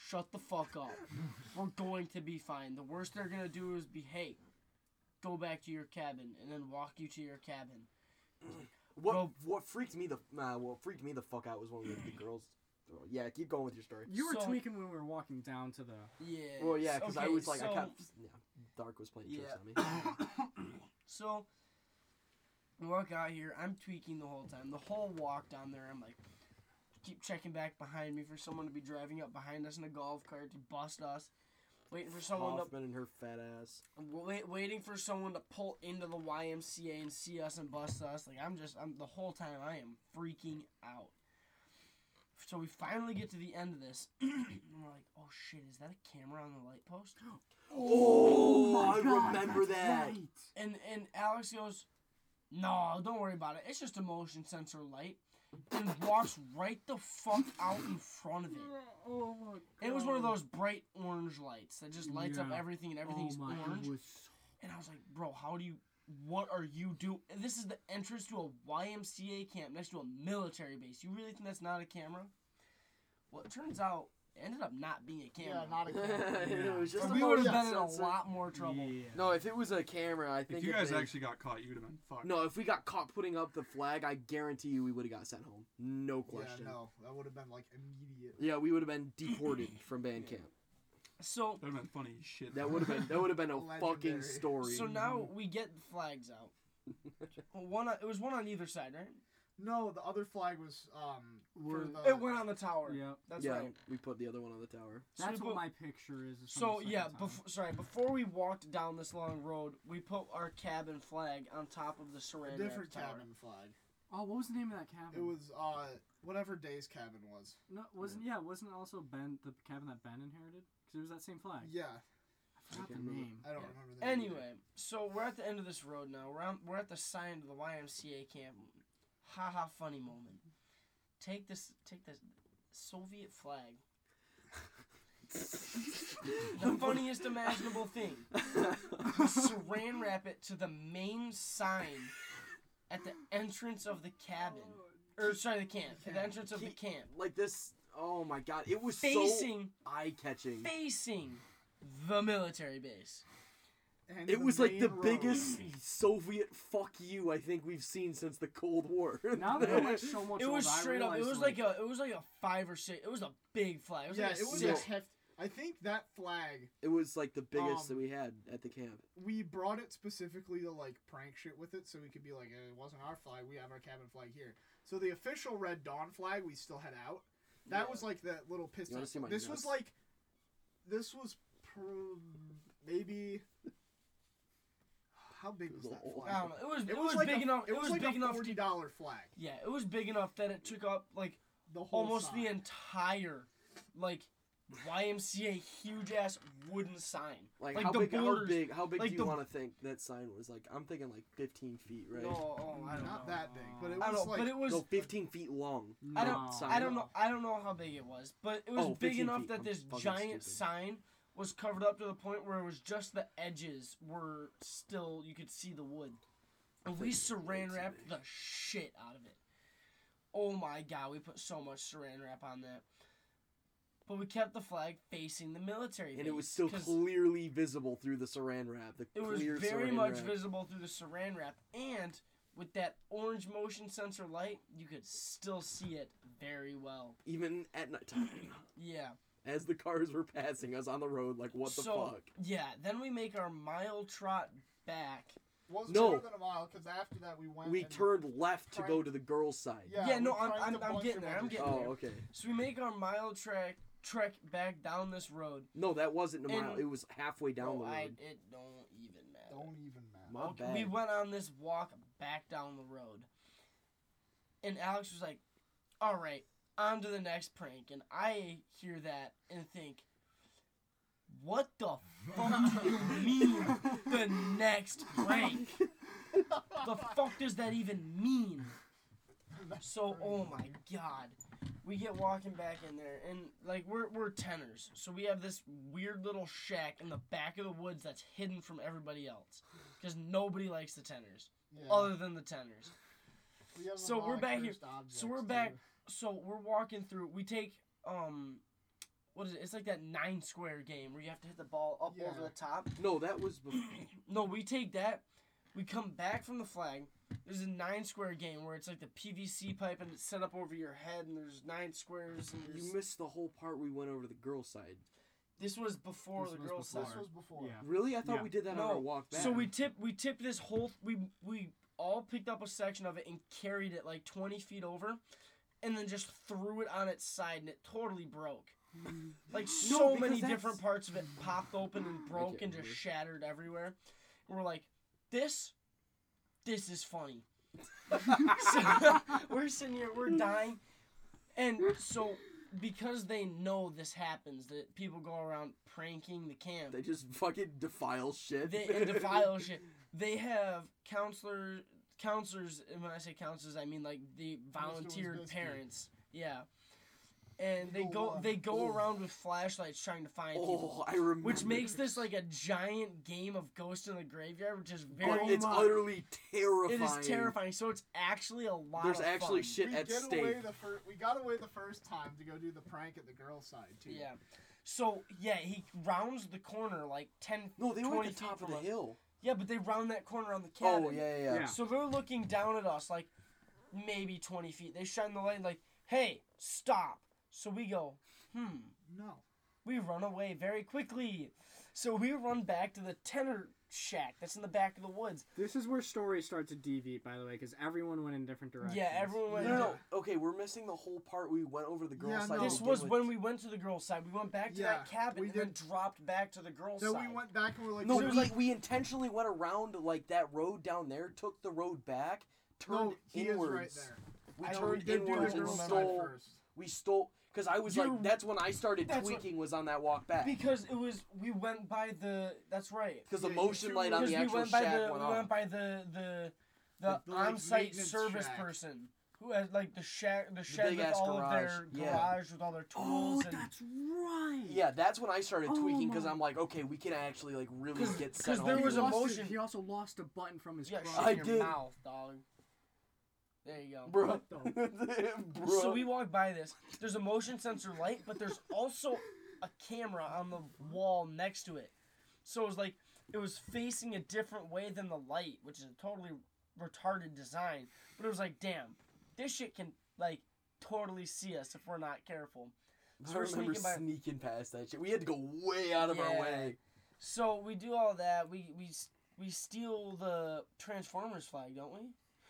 [SPEAKER 8] shut the fuck up. We're going to be fine. The worst they're gonna do is be, hey, go back to your cabin, and then walk you to your cabin.
[SPEAKER 1] What
[SPEAKER 8] Well-
[SPEAKER 1] what freaked me the nah, what freaked me the fuck out was one of the, the girls. Yeah, keep going with your story.
[SPEAKER 5] You were
[SPEAKER 8] So-
[SPEAKER 5] tweaking when we were walking down to the.
[SPEAKER 8] Yeah.
[SPEAKER 1] Well, yeah, because I
[SPEAKER 8] Okay,
[SPEAKER 1] was like, I
[SPEAKER 8] so-
[SPEAKER 1] kept. Yeah, Dark was playing tricks
[SPEAKER 8] Yeah.
[SPEAKER 1] on me.
[SPEAKER 8] So, I walk out here. I'm tweaking the whole time. The whole walk down there, I'm like, keep checking back behind me for someone to be driving up behind us in a golf cart to bust us. Waiting for someone to
[SPEAKER 1] Hoffman and her fat ass.
[SPEAKER 8] wait, waiting for someone to pull into the YMCA and see us and bust us. Like I'm just I'm the whole time I am freaking out. So we finally get to the end of this, and we're like, "Oh shit! Is that a camera on the light post?"
[SPEAKER 1] Oh, I remember that.
[SPEAKER 8] And and Alex goes, "No, don't worry about it. It's just a motion sensor light." And walks right the fuck out in front of it.
[SPEAKER 4] Oh my god.
[SPEAKER 8] It was one of those bright orange lights that just lights up
[SPEAKER 5] Yeah.
[SPEAKER 8] everything and
[SPEAKER 4] Oh
[SPEAKER 8] everything's
[SPEAKER 4] my
[SPEAKER 8] orange.
[SPEAKER 4] it was
[SPEAKER 8] And I was like, bro, how do you, what are you doing? This is the entrance to a YMCA camp next to a military base. You really think that's not a camera? Well, it turns out it ended up not being a
[SPEAKER 3] Yeah,
[SPEAKER 8] camera.
[SPEAKER 3] not a camera.
[SPEAKER 1] It was just
[SPEAKER 8] Or
[SPEAKER 1] a
[SPEAKER 8] we would have
[SPEAKER 1] motion
[SPEAKER 8] been in a
[SPEAKER 1] sensor.
[SPEAKER 8] lot more trouble.
[SPEAKER 5] Yeah.
[SPEAKER 1] No, if it was a camera, I think
[SPEAKER 2] If you guys
[SPEAKER 1] they-
[SPEAKER 2] actually got caught, you would have been fucked.
[SPEAKER 1] No, if we got caught putting up the flag, I guarantee you we would have got sent home. No question.
[SPEAKER 3] Yeah, no, that would have been like immediate.
[SPEAKER 1] Yeah, we would have been deported from band camp.
[SPEAKER 8] So,
[SPEAKER 2] That would have been funny as shit.
[SPEAKER 1] That would have been that would have been a fucking
[SPEAKER 3] Legendary.
[SPEAKER 1] story.
[SPEAKER 8] so now we get the flags out. Well, one, on- it was one on either side, right?
[SPEAKER 3] No, the other flag was um for
[SPEAKER 4] Were-
[SPEAKER 3] the.
[SPEAKER 8] It went on the tower.
[SPEAKER 5] Yeah.
[SPEAKER 8] That's
[SPEAKER 1] yeah,
[SPEAKER 8] right.
[SPEAKER 1] we put the other one on the tower.
[SPEAKER 8] So
[SPEAKER 5] That's
[SPEAKER 8] we
[SPEAKER 5] what
[SPEAKER 8] put-
[SPEAKER 5] my picture is. is from
[SPEAKER 8] So
[SPEAKER 5] the
[SPEAKER 8] yeah,
[SPEAKER 5] second time.
[SPEAKER 8] before, sorry. Before we walked down this long road, we put our cabin flag on top of the
[SPEAKER 3] a
[SPEAKER 8] Saran Wrap
[SPEAKER 3] different
[SPEAKER 8] Tower.
[SPEAKER 3] cabin flag.
[SPEAKER 5] Oh, what was the name of that cabin?
[SPEAKER 3] It was uh whatever Day's cabin was.
[SPEAKER 5] No, wasn't yeah, wasn't it also Ben the cabin that Ben inherited? Because it was that same flag.
[SPEAKER 3] Yeah,
[SPEAKER 5] I forgot the
[SPEAKER 1] can't remember.
[SPEAKER 5] name.
[SPEAKER 3] I don't
[SPEAKER 8] Yeah.
[SPEAKER 3] remember that. either.
[SPEAKER 8] Anyway, so we're at the end of this road now. We're, on, we're at the sign of the YMCA camp. Ha ha, funny moment. Take this, take this Soviet flag. the funniest imaginable thing. Saran wrap it to the main sign at the entrance of the cabin. Or sorry, the camp. At the entrance of the camp.
[SPEAKER 1] Like this. Oh my god, it was so
[SPEAKER 8] Facing,
[SPEAKER 1] eye catching.
[SPEAKER 8] facing the military base.
[SPEAKER 3] And
[SPEAKER 1] It
[SPEAKER 3] the
[SPEAKER 1] was like the
[SPEAKER 3] main road.
[SPEAKER 1] biggest Soviet "fuck you" I think we've seen since the Cold War.
[SPEAKER 5] Now that I like so much
[SPEAKER 8] It was
[SPEAKER 5] older, I
[SPEAKER 8] straight up. It
[SPEAKER 5] realize,
[SPEAKER 8] was like a. It was like a five or six. It was a big flag. It was
[SPEAKER 3] Yeah,
[SPEAKER 8] like a
[SPEAKER 3] it was
[SPEAKER 8] six.
[SPEAKER 3] a heft. I think that flag
[SPEAKER 1] it was like the biggest
[SPEAKER 3] Um,
[SPEAKER 1] that we had at the camp.
[SPEAKER 3] we brought it specifically to like prank shit with it, so we could be like, "Eh, it wasn't our flag. We have our cabin flag here. So the official Red Dawn flag we still had out. That
[SPEAKER 8] Yeah.
[SPEAKER 3] was like that little
[SPEAKER 1] You
[SPEAKER 3] piston.
[SPEAKER 1] wanna see my
[SPEAKER 3] This
[SPEAKER 1] nuts?
[SPEAKER 3] was like, this was pr- maybe. How big was that
[SPEAKER 1] Oh.
[SPEAKER 3] flag?
[SPEAKER 8] I don't know. It was it,
[SPEAKER 3] It
[SPEAKER 8] was,
[SPEAKER 3] was like
[SPEAKER 8] big
[SPEAKER 3] a-
[SPEAKER 8] enough. It,
[SPEAKER 3] It was like
[SPEAKER 8] big
[SPEAKER 3] a
[SPEAKER 8] enough.
[SPEAKER 3] forty
[SPEAKER 8] To,
[SPEAKER 3] dollar flag.
[SPEAKER 8] yeah, it was big enough that it took up like
[SPEAKER 3] The whole
[SPEAKER 8] almost
[SPEAKER 3] sign.
[SPEAKER 8] the entire like YMCA huge ass wooden sign.
[SPEAKER 1] Like,
[SPEAKER 8] Like
[SPEAKER 1] how
[SPEAKER 8] the
[SPEAKER 1] big? How
[SPEAKER 8] borders-
[SPEAKER 1] big? How big
[SPEAKER 8] like
[SPEAKER 1] do you
[SPEAKER 8] the-
[SPEAKER 1] want to think that sign was? Like I'm thinking like 15 feet, right?
[SPEAKER 8] No, oh, I don't
[SPEAKER 3] Not
[SPEAKER 8] know.
[SPEAKER 3] that big, but it
[SPEAKER 8] I
[SPEAKER 3] was
[SPEAKER 8] don't know,
[SPEAKER 3] like
[SPEAKER 8] but it was.
[SPEAKER 1] no, 15 feet long.
[SPEAKER 8] I don't.
[SPEAKER 4] No.
[SPEAKER 8] I don't know. I don't know how big it was, but it was
[SPEAKER 1] Oh,
[SPEAKER 8] big
[SPEAKER 1] 15
[SPEAKER 8] enough
[SPEAKER 1] feet.
[SPEAKER 8] that
[SPEAKER 1] I'm
[SPEAKER 8] this
[SPEAKER 1] fucking
[SPEAKER 8] giant
[SPEAKER 1] stupid.
[SPEAKER 8] sign was covered up to the point where it was just the edges were still. You could see the wood. And we
[SPEAKER 1] think it's way
[SPEAKER 8] saran
[SPEAKER 1] too
[SPEAKER 8] wrapped
[SPEAKER 1] big.
[SPEAKER 8] the shit out of it. Oh my god, we put so much saran wrap on that. But we kept the flag facing the military,
[SPEAKER 1] And it was
[SPEAKER 8] base,
[SPEAKER 1] still
[SPEAKER 8] 'cause
[SPEAKER 1] clearly visible through the saran wrap. The
[SPEAKER 8] It was
[SPEAKER 1] clear
[SPEAKER 8] very
[SPEAKER 1] saran
[SPEAKER 8] much
[SPEAKER 1] wrap.
[SPEAKER 8] visible through the saran wrap, and with that orange motion sensor light, you could still see it very well.
[SPEAKER 1] even at nighttime.
[SPEAKER 8] Yeah.
[SPEAKER 1] As the cars were passing us on the road, like what the fuck?
[SPEAKER 8] Yeah, then we make our mile trot back.
[SPEAKER 3] wasn't
[SPEAKER 1] No.
[SPEAKER 3] more than a mile because after that we went.
[SPEAKER 1] We
[SPEAKER 3] and-
[SPEAKER 1] turned left to go
[SPEAKER 3] Frank-
[SPEAKER 1] to the girls' side.
[SPEAKER 3] Yeah,
[SPEAKER 8] Yeah, no,
[SPEAKER 3] we
[SPEAKER 8] I'm-
[SPEAKER 3] tried
[SPEAKER 8] I'm-
[SPEAKER 3] to
[SPEAKER 8] I'm
[SPEAKER 3] bunch
[SPEAKER 8] getting
[SPEAKER 3] of
[SPEAKER 8] there, I'm
[SPEAKER 3] others.
[SPEAKER 8] getting
[SPEAKER 1] Oh,
[SPEAKER 8] there.
[SPEAKER 1] okay.
[SPEAKER 8] So we make our mile trek trek back down this road.
[SPEAKER 1] No, that wasn't a mile.
[SPEAKER 8] And-
[SPEAKER 1] It was halfway down
[SPEAKER 8] Oh,
[SPEAKER 1] the road.
[SPEAKER 8] I, it don't even
[SPEAKER 1] Oh.
[SPEAKER 8] matter.
[SPEAKER 3] Don't even matter.
[SPEAKER 1] My
[SPEAKER 8] Okay,
[SPEAKER 1] bad.
[SPEAKER 8] We went on this walk back down the road. And Alex was like, all right, on to the next prank. And I hear that and think, what the fuck do you mean the next prank? the fuck does that even mean? So, oh my god. We get walking back in there, and like we're, we're tenors, so we have this weird little shack in the back of the woods that's hidden from everybody else because nobody likes the tenors
[SPEAKER 3] Yeah.
[SPEAKER 8] other than the tenors.
[SPEAKER 3] We have a
[SPEAKER 8] so
[SPEAKER 3] lot
[SPEAKER 8] we're
[SPEAKER 3] of
[SPEAKER 8] back here-
[SPEAKER 3] cursed objects,
[SPEAKER 8] so we're
[SPEAKER 3] too.
[SPEAKER 8] back- So we're walking through. We take um, what is it? It's like that nine square game where you have to hit the ball up
[SPEAKER 3] Yeah.
[SPEAKER 8] over the top.
[SPEAKER 1] No, that was before.
[SPEAKER 8] No, we take that. We come back from the flag. There's a nine square game where it's like the PVC pipe and it's set up over your head, and there's nine squares. And
[SPEAKER 1] you
[SPEAKER 8] there's...
[SPEAKER 1] missed the whole part. We went over to the girls' side.
[SPEAKER 8] This was before
[SPEAKER 4] This
[SPEAKER 8] the
[SPEAKER 4] was
[SPEAKER 8] girls'
[SPEAKER 4] before.
[SPEAKER 8] side.
[SPEAKER 3] This was before.
[SPEAKER 4] Yeah.
[SPEAKER 1] Really? I thought
[SPEAKER 4] Yeah.
[SPEAKER 1] we did that on
[SPEAKER 8] No.
[SPEAKER 1] our walk back.
[SPEAKER 8] So we tip we tipped this whole we we all picked up a section of it and carried it like twenty feet over, and then just threw it on its side and it totally broke. Like so
[SPEAKER 1] because
[SPEAKER 8] many
[SPEAKER 1] that's-
[SPEAKER 8] different parts of it popped open and broke
[SPEAKER 1] can't
[SPEAKER 8] and just
[SPEAKER 1] remember.
[SPEAKER 8] shattered everywhere. And we're like, this, this is funny. so we're sitting here, we're dying, and so because they know this happens, that people go around pranking the camp
[SPEAKER 1] They just fucking defile shit.
[SPEAKER 8] they and defile shit. They have counselor counselors, and when I say counselors, I mean like the volunteered
[SPEAKER 3] Bisbee.
[SPEAKER 8] parents. Yeah, and they
[SPEAKER 3] Go
[SPEAKER 8] go
[SPEAKER 3] on.
[SPEAKER 8] they go
[SPEAKER 3] Oh.
[SPEAKER 8] around with flashlights trying to find
[SPEAKER 1] oh,
[SPEAKER 8] people,
[SPEAKER 1] I remember.
[SPEAKER 8] which makes this like a giant game of Ghost in the Graveyard, which is
[SPEAKER 1] But
[SPEAKER 8] very
[SPEAKER 1] it's utterly
[SPEAKER 8] it
[SPEAKER 1] terrifying.
[SPEAKER 8] is Oh terrifying. So it's actually a lot.
[SPEAKER 1] There's
[SPEAKER 8] of
[SPEAKER 1] actually
[SPEAKER 8] fun.
[SPEAKER 1] shit
[SPEAKER 3] we
[SPEAKER 1] at
[SPEAKER 3] get
[SPEAKER 1] stake.
[SPEAKER 3] Away the fir- we got away the first time to go do the prank at the girls' side too.
[SPEAKER 8] Yeah. So yeah, he rounds the corner like ten.
[SPEAKER 1] no, they were
[SPEAKER 8] 20
[SPEAKER 1] at
[SPEAKER 8] feet
[SPEAKER 1] the top of
[SPEAKER 8] from
[SPEAKER 1] the
[SPEAKER 8] us.
[SPEAKER 1] hill.
[SPEAKER 8] Yeah, but they round that corner on the cabin.
[SPEAKER 1] Oh yeah, yeah, yeah.
[SPEAKER 4] Yeah.
[SPEAKER 8] So they're looking down at us like maybe 20 feet. They shine the light like, hey, stop. So we go, hmm.
[SPEAKER 3] No.
[SPEAKER 8] We run away very quickly. So we run back to the tenor shack that's in the back of the woods.
[SPEAKER 5] This is where stories start to deviate, by the way, because everyone went in different directions.
[SPEAKER 8] Yeah, everyone went.
[SPEAKER 1] No, no,
[SPEAKER 8] down.
[SPEAKER 1] no. Okay, we're missing the whole part. We went over the girls'
[SPEAKER 3] Yeah,
[SPEAKER 1] side. to
[SPEAKER 3] no.
[SPEAKER 8] This
[SPEAKER 1] begin
[SPEAKER 8] was
[SPEAKER 1] with.
[SPEAKER 8] when we went to the girls' side. We went back to that
[SPEAKER 3] Yeah,
[SPEAKER 8] cabin
[SPEAKER 3] we
[SPEAKER 8] and then
[SPEAKER 3] did.
[SPEAKER 8] dropped back to the girls'
[SPEAKER 3] Then
[SPEAKER 8] side.
[SPEAKER 3] we went back and we're like,
[SPEAKER 1] No,
[SPEAKER 3] "Dude,
[SPEAKER 1] we, like we intentionally went around like that road down there, took the road back, turned
[SPEAKER 3] no, he
[SPEAKER 1] inwards.
[SPEAKER 3] is right there.
[SPEAKER 1] We
[SPEAKER 3] I know,
[SPEAKER 1] turned
[SPEAKER 3] did do the
[SPEAKER 1] inwards and
[SPEAKER 3] girls' side
[SPEAKER 1] stole.
[SPEAKER 3] first.
[SPEAKER 1] We stole because I was
[SPEAKER 8] You're-
[SPEAKER 1] like, that's when I started
[SPEAKER 8] That's what-
[SPEAKER 1] tweaking was on that walk back
[SPEAKER 8] because it was, we went by the, that's right.
[SPEAKER 1] because the
[SPEAKER 3] Yeah,
[SPEAKER 1] motion
[SPEAKER 3] you-
[SPEAKER 1] light on
[SPEAKER 8] Because
[SPEAKER 1] the
[SPEAKER 8] we
[SPEAKER 1] actual
[SPEAKER 8] went by
[SPEAKER 1] shack
[SPEAKER 8] the,
[SPEAKER 1] went
[SPEAKER 8] we
[SPEAKER 1] on.
[SPEAKER 8] went by the the the,
[SPEAKER 3] The- the, like,
[SPEAKER 8] on-site
[SPEAKER 3] maintenance
[SPEAKER 8] service
[SPEAKER 3] shack.
[SPEAKER 8] person who has like the shack the shed with
[SPEAKER 1] big-ass
[SPEAKER 8] all of their
[SPEAKER 1] garage, yeah. Oh,
[SPEAKER 8] garage with all their tools and
[SPEAKER 4] Oh, right.
[SPEAKER 1] Yeah, that's when I started
[SPEAKER 4] Oh
[SPEAKER 1] tweaking because
[SPEAKER 4] my-
[SPEAKER 1] I'm like, okay, we can actually like really
[SPEAKER 8] Cause-
[SPEAKER 1] get set
[SPEAKER 8] cause there
[SPEAKER 1] on
[SPEAKER 8] was
[SPEAKER 1] here.
[SPEAKER 8] a
[SPEAKER 4] Lost it-
[SPEAKER 8] motion-
[SPEAKER 4] He also lost a button from his
[SPEAKER 8] yeah,
[SPEAKER 4] crotch.
[SPEAKER 8] shit
[SPEAKER 1] I
[SPEAKER 8] in your
[SPEAKER 1] did.
[SPEAKER 8] mouth, dog. There you go.
[SPEAKER 1] bro.
[SPEAKER 4] What
[SPEAKER 1] bro.
[SPEAKER 8] So we walk by this. There's a motion sensor light, but there's also a camera on the wall next to it. So it was like it was facing a different way than the light, which is a totally retarded design. But it was like, damn, this shit can like totally see us if we're not careful.
[SPEAKER 1] I
[SPEAKER 8] So we're
[SPEAKER 1] remember
[SPEAKER 8] sneaking by.
[SPEAKER 1] sneaking past that shit. We had to go way out of
[SPEAKER 8] Yeah.
[SPEAKER 1] our way.
[SPEAKER 8] So we do all that. We we s- we steal the Transformers flag, don't we?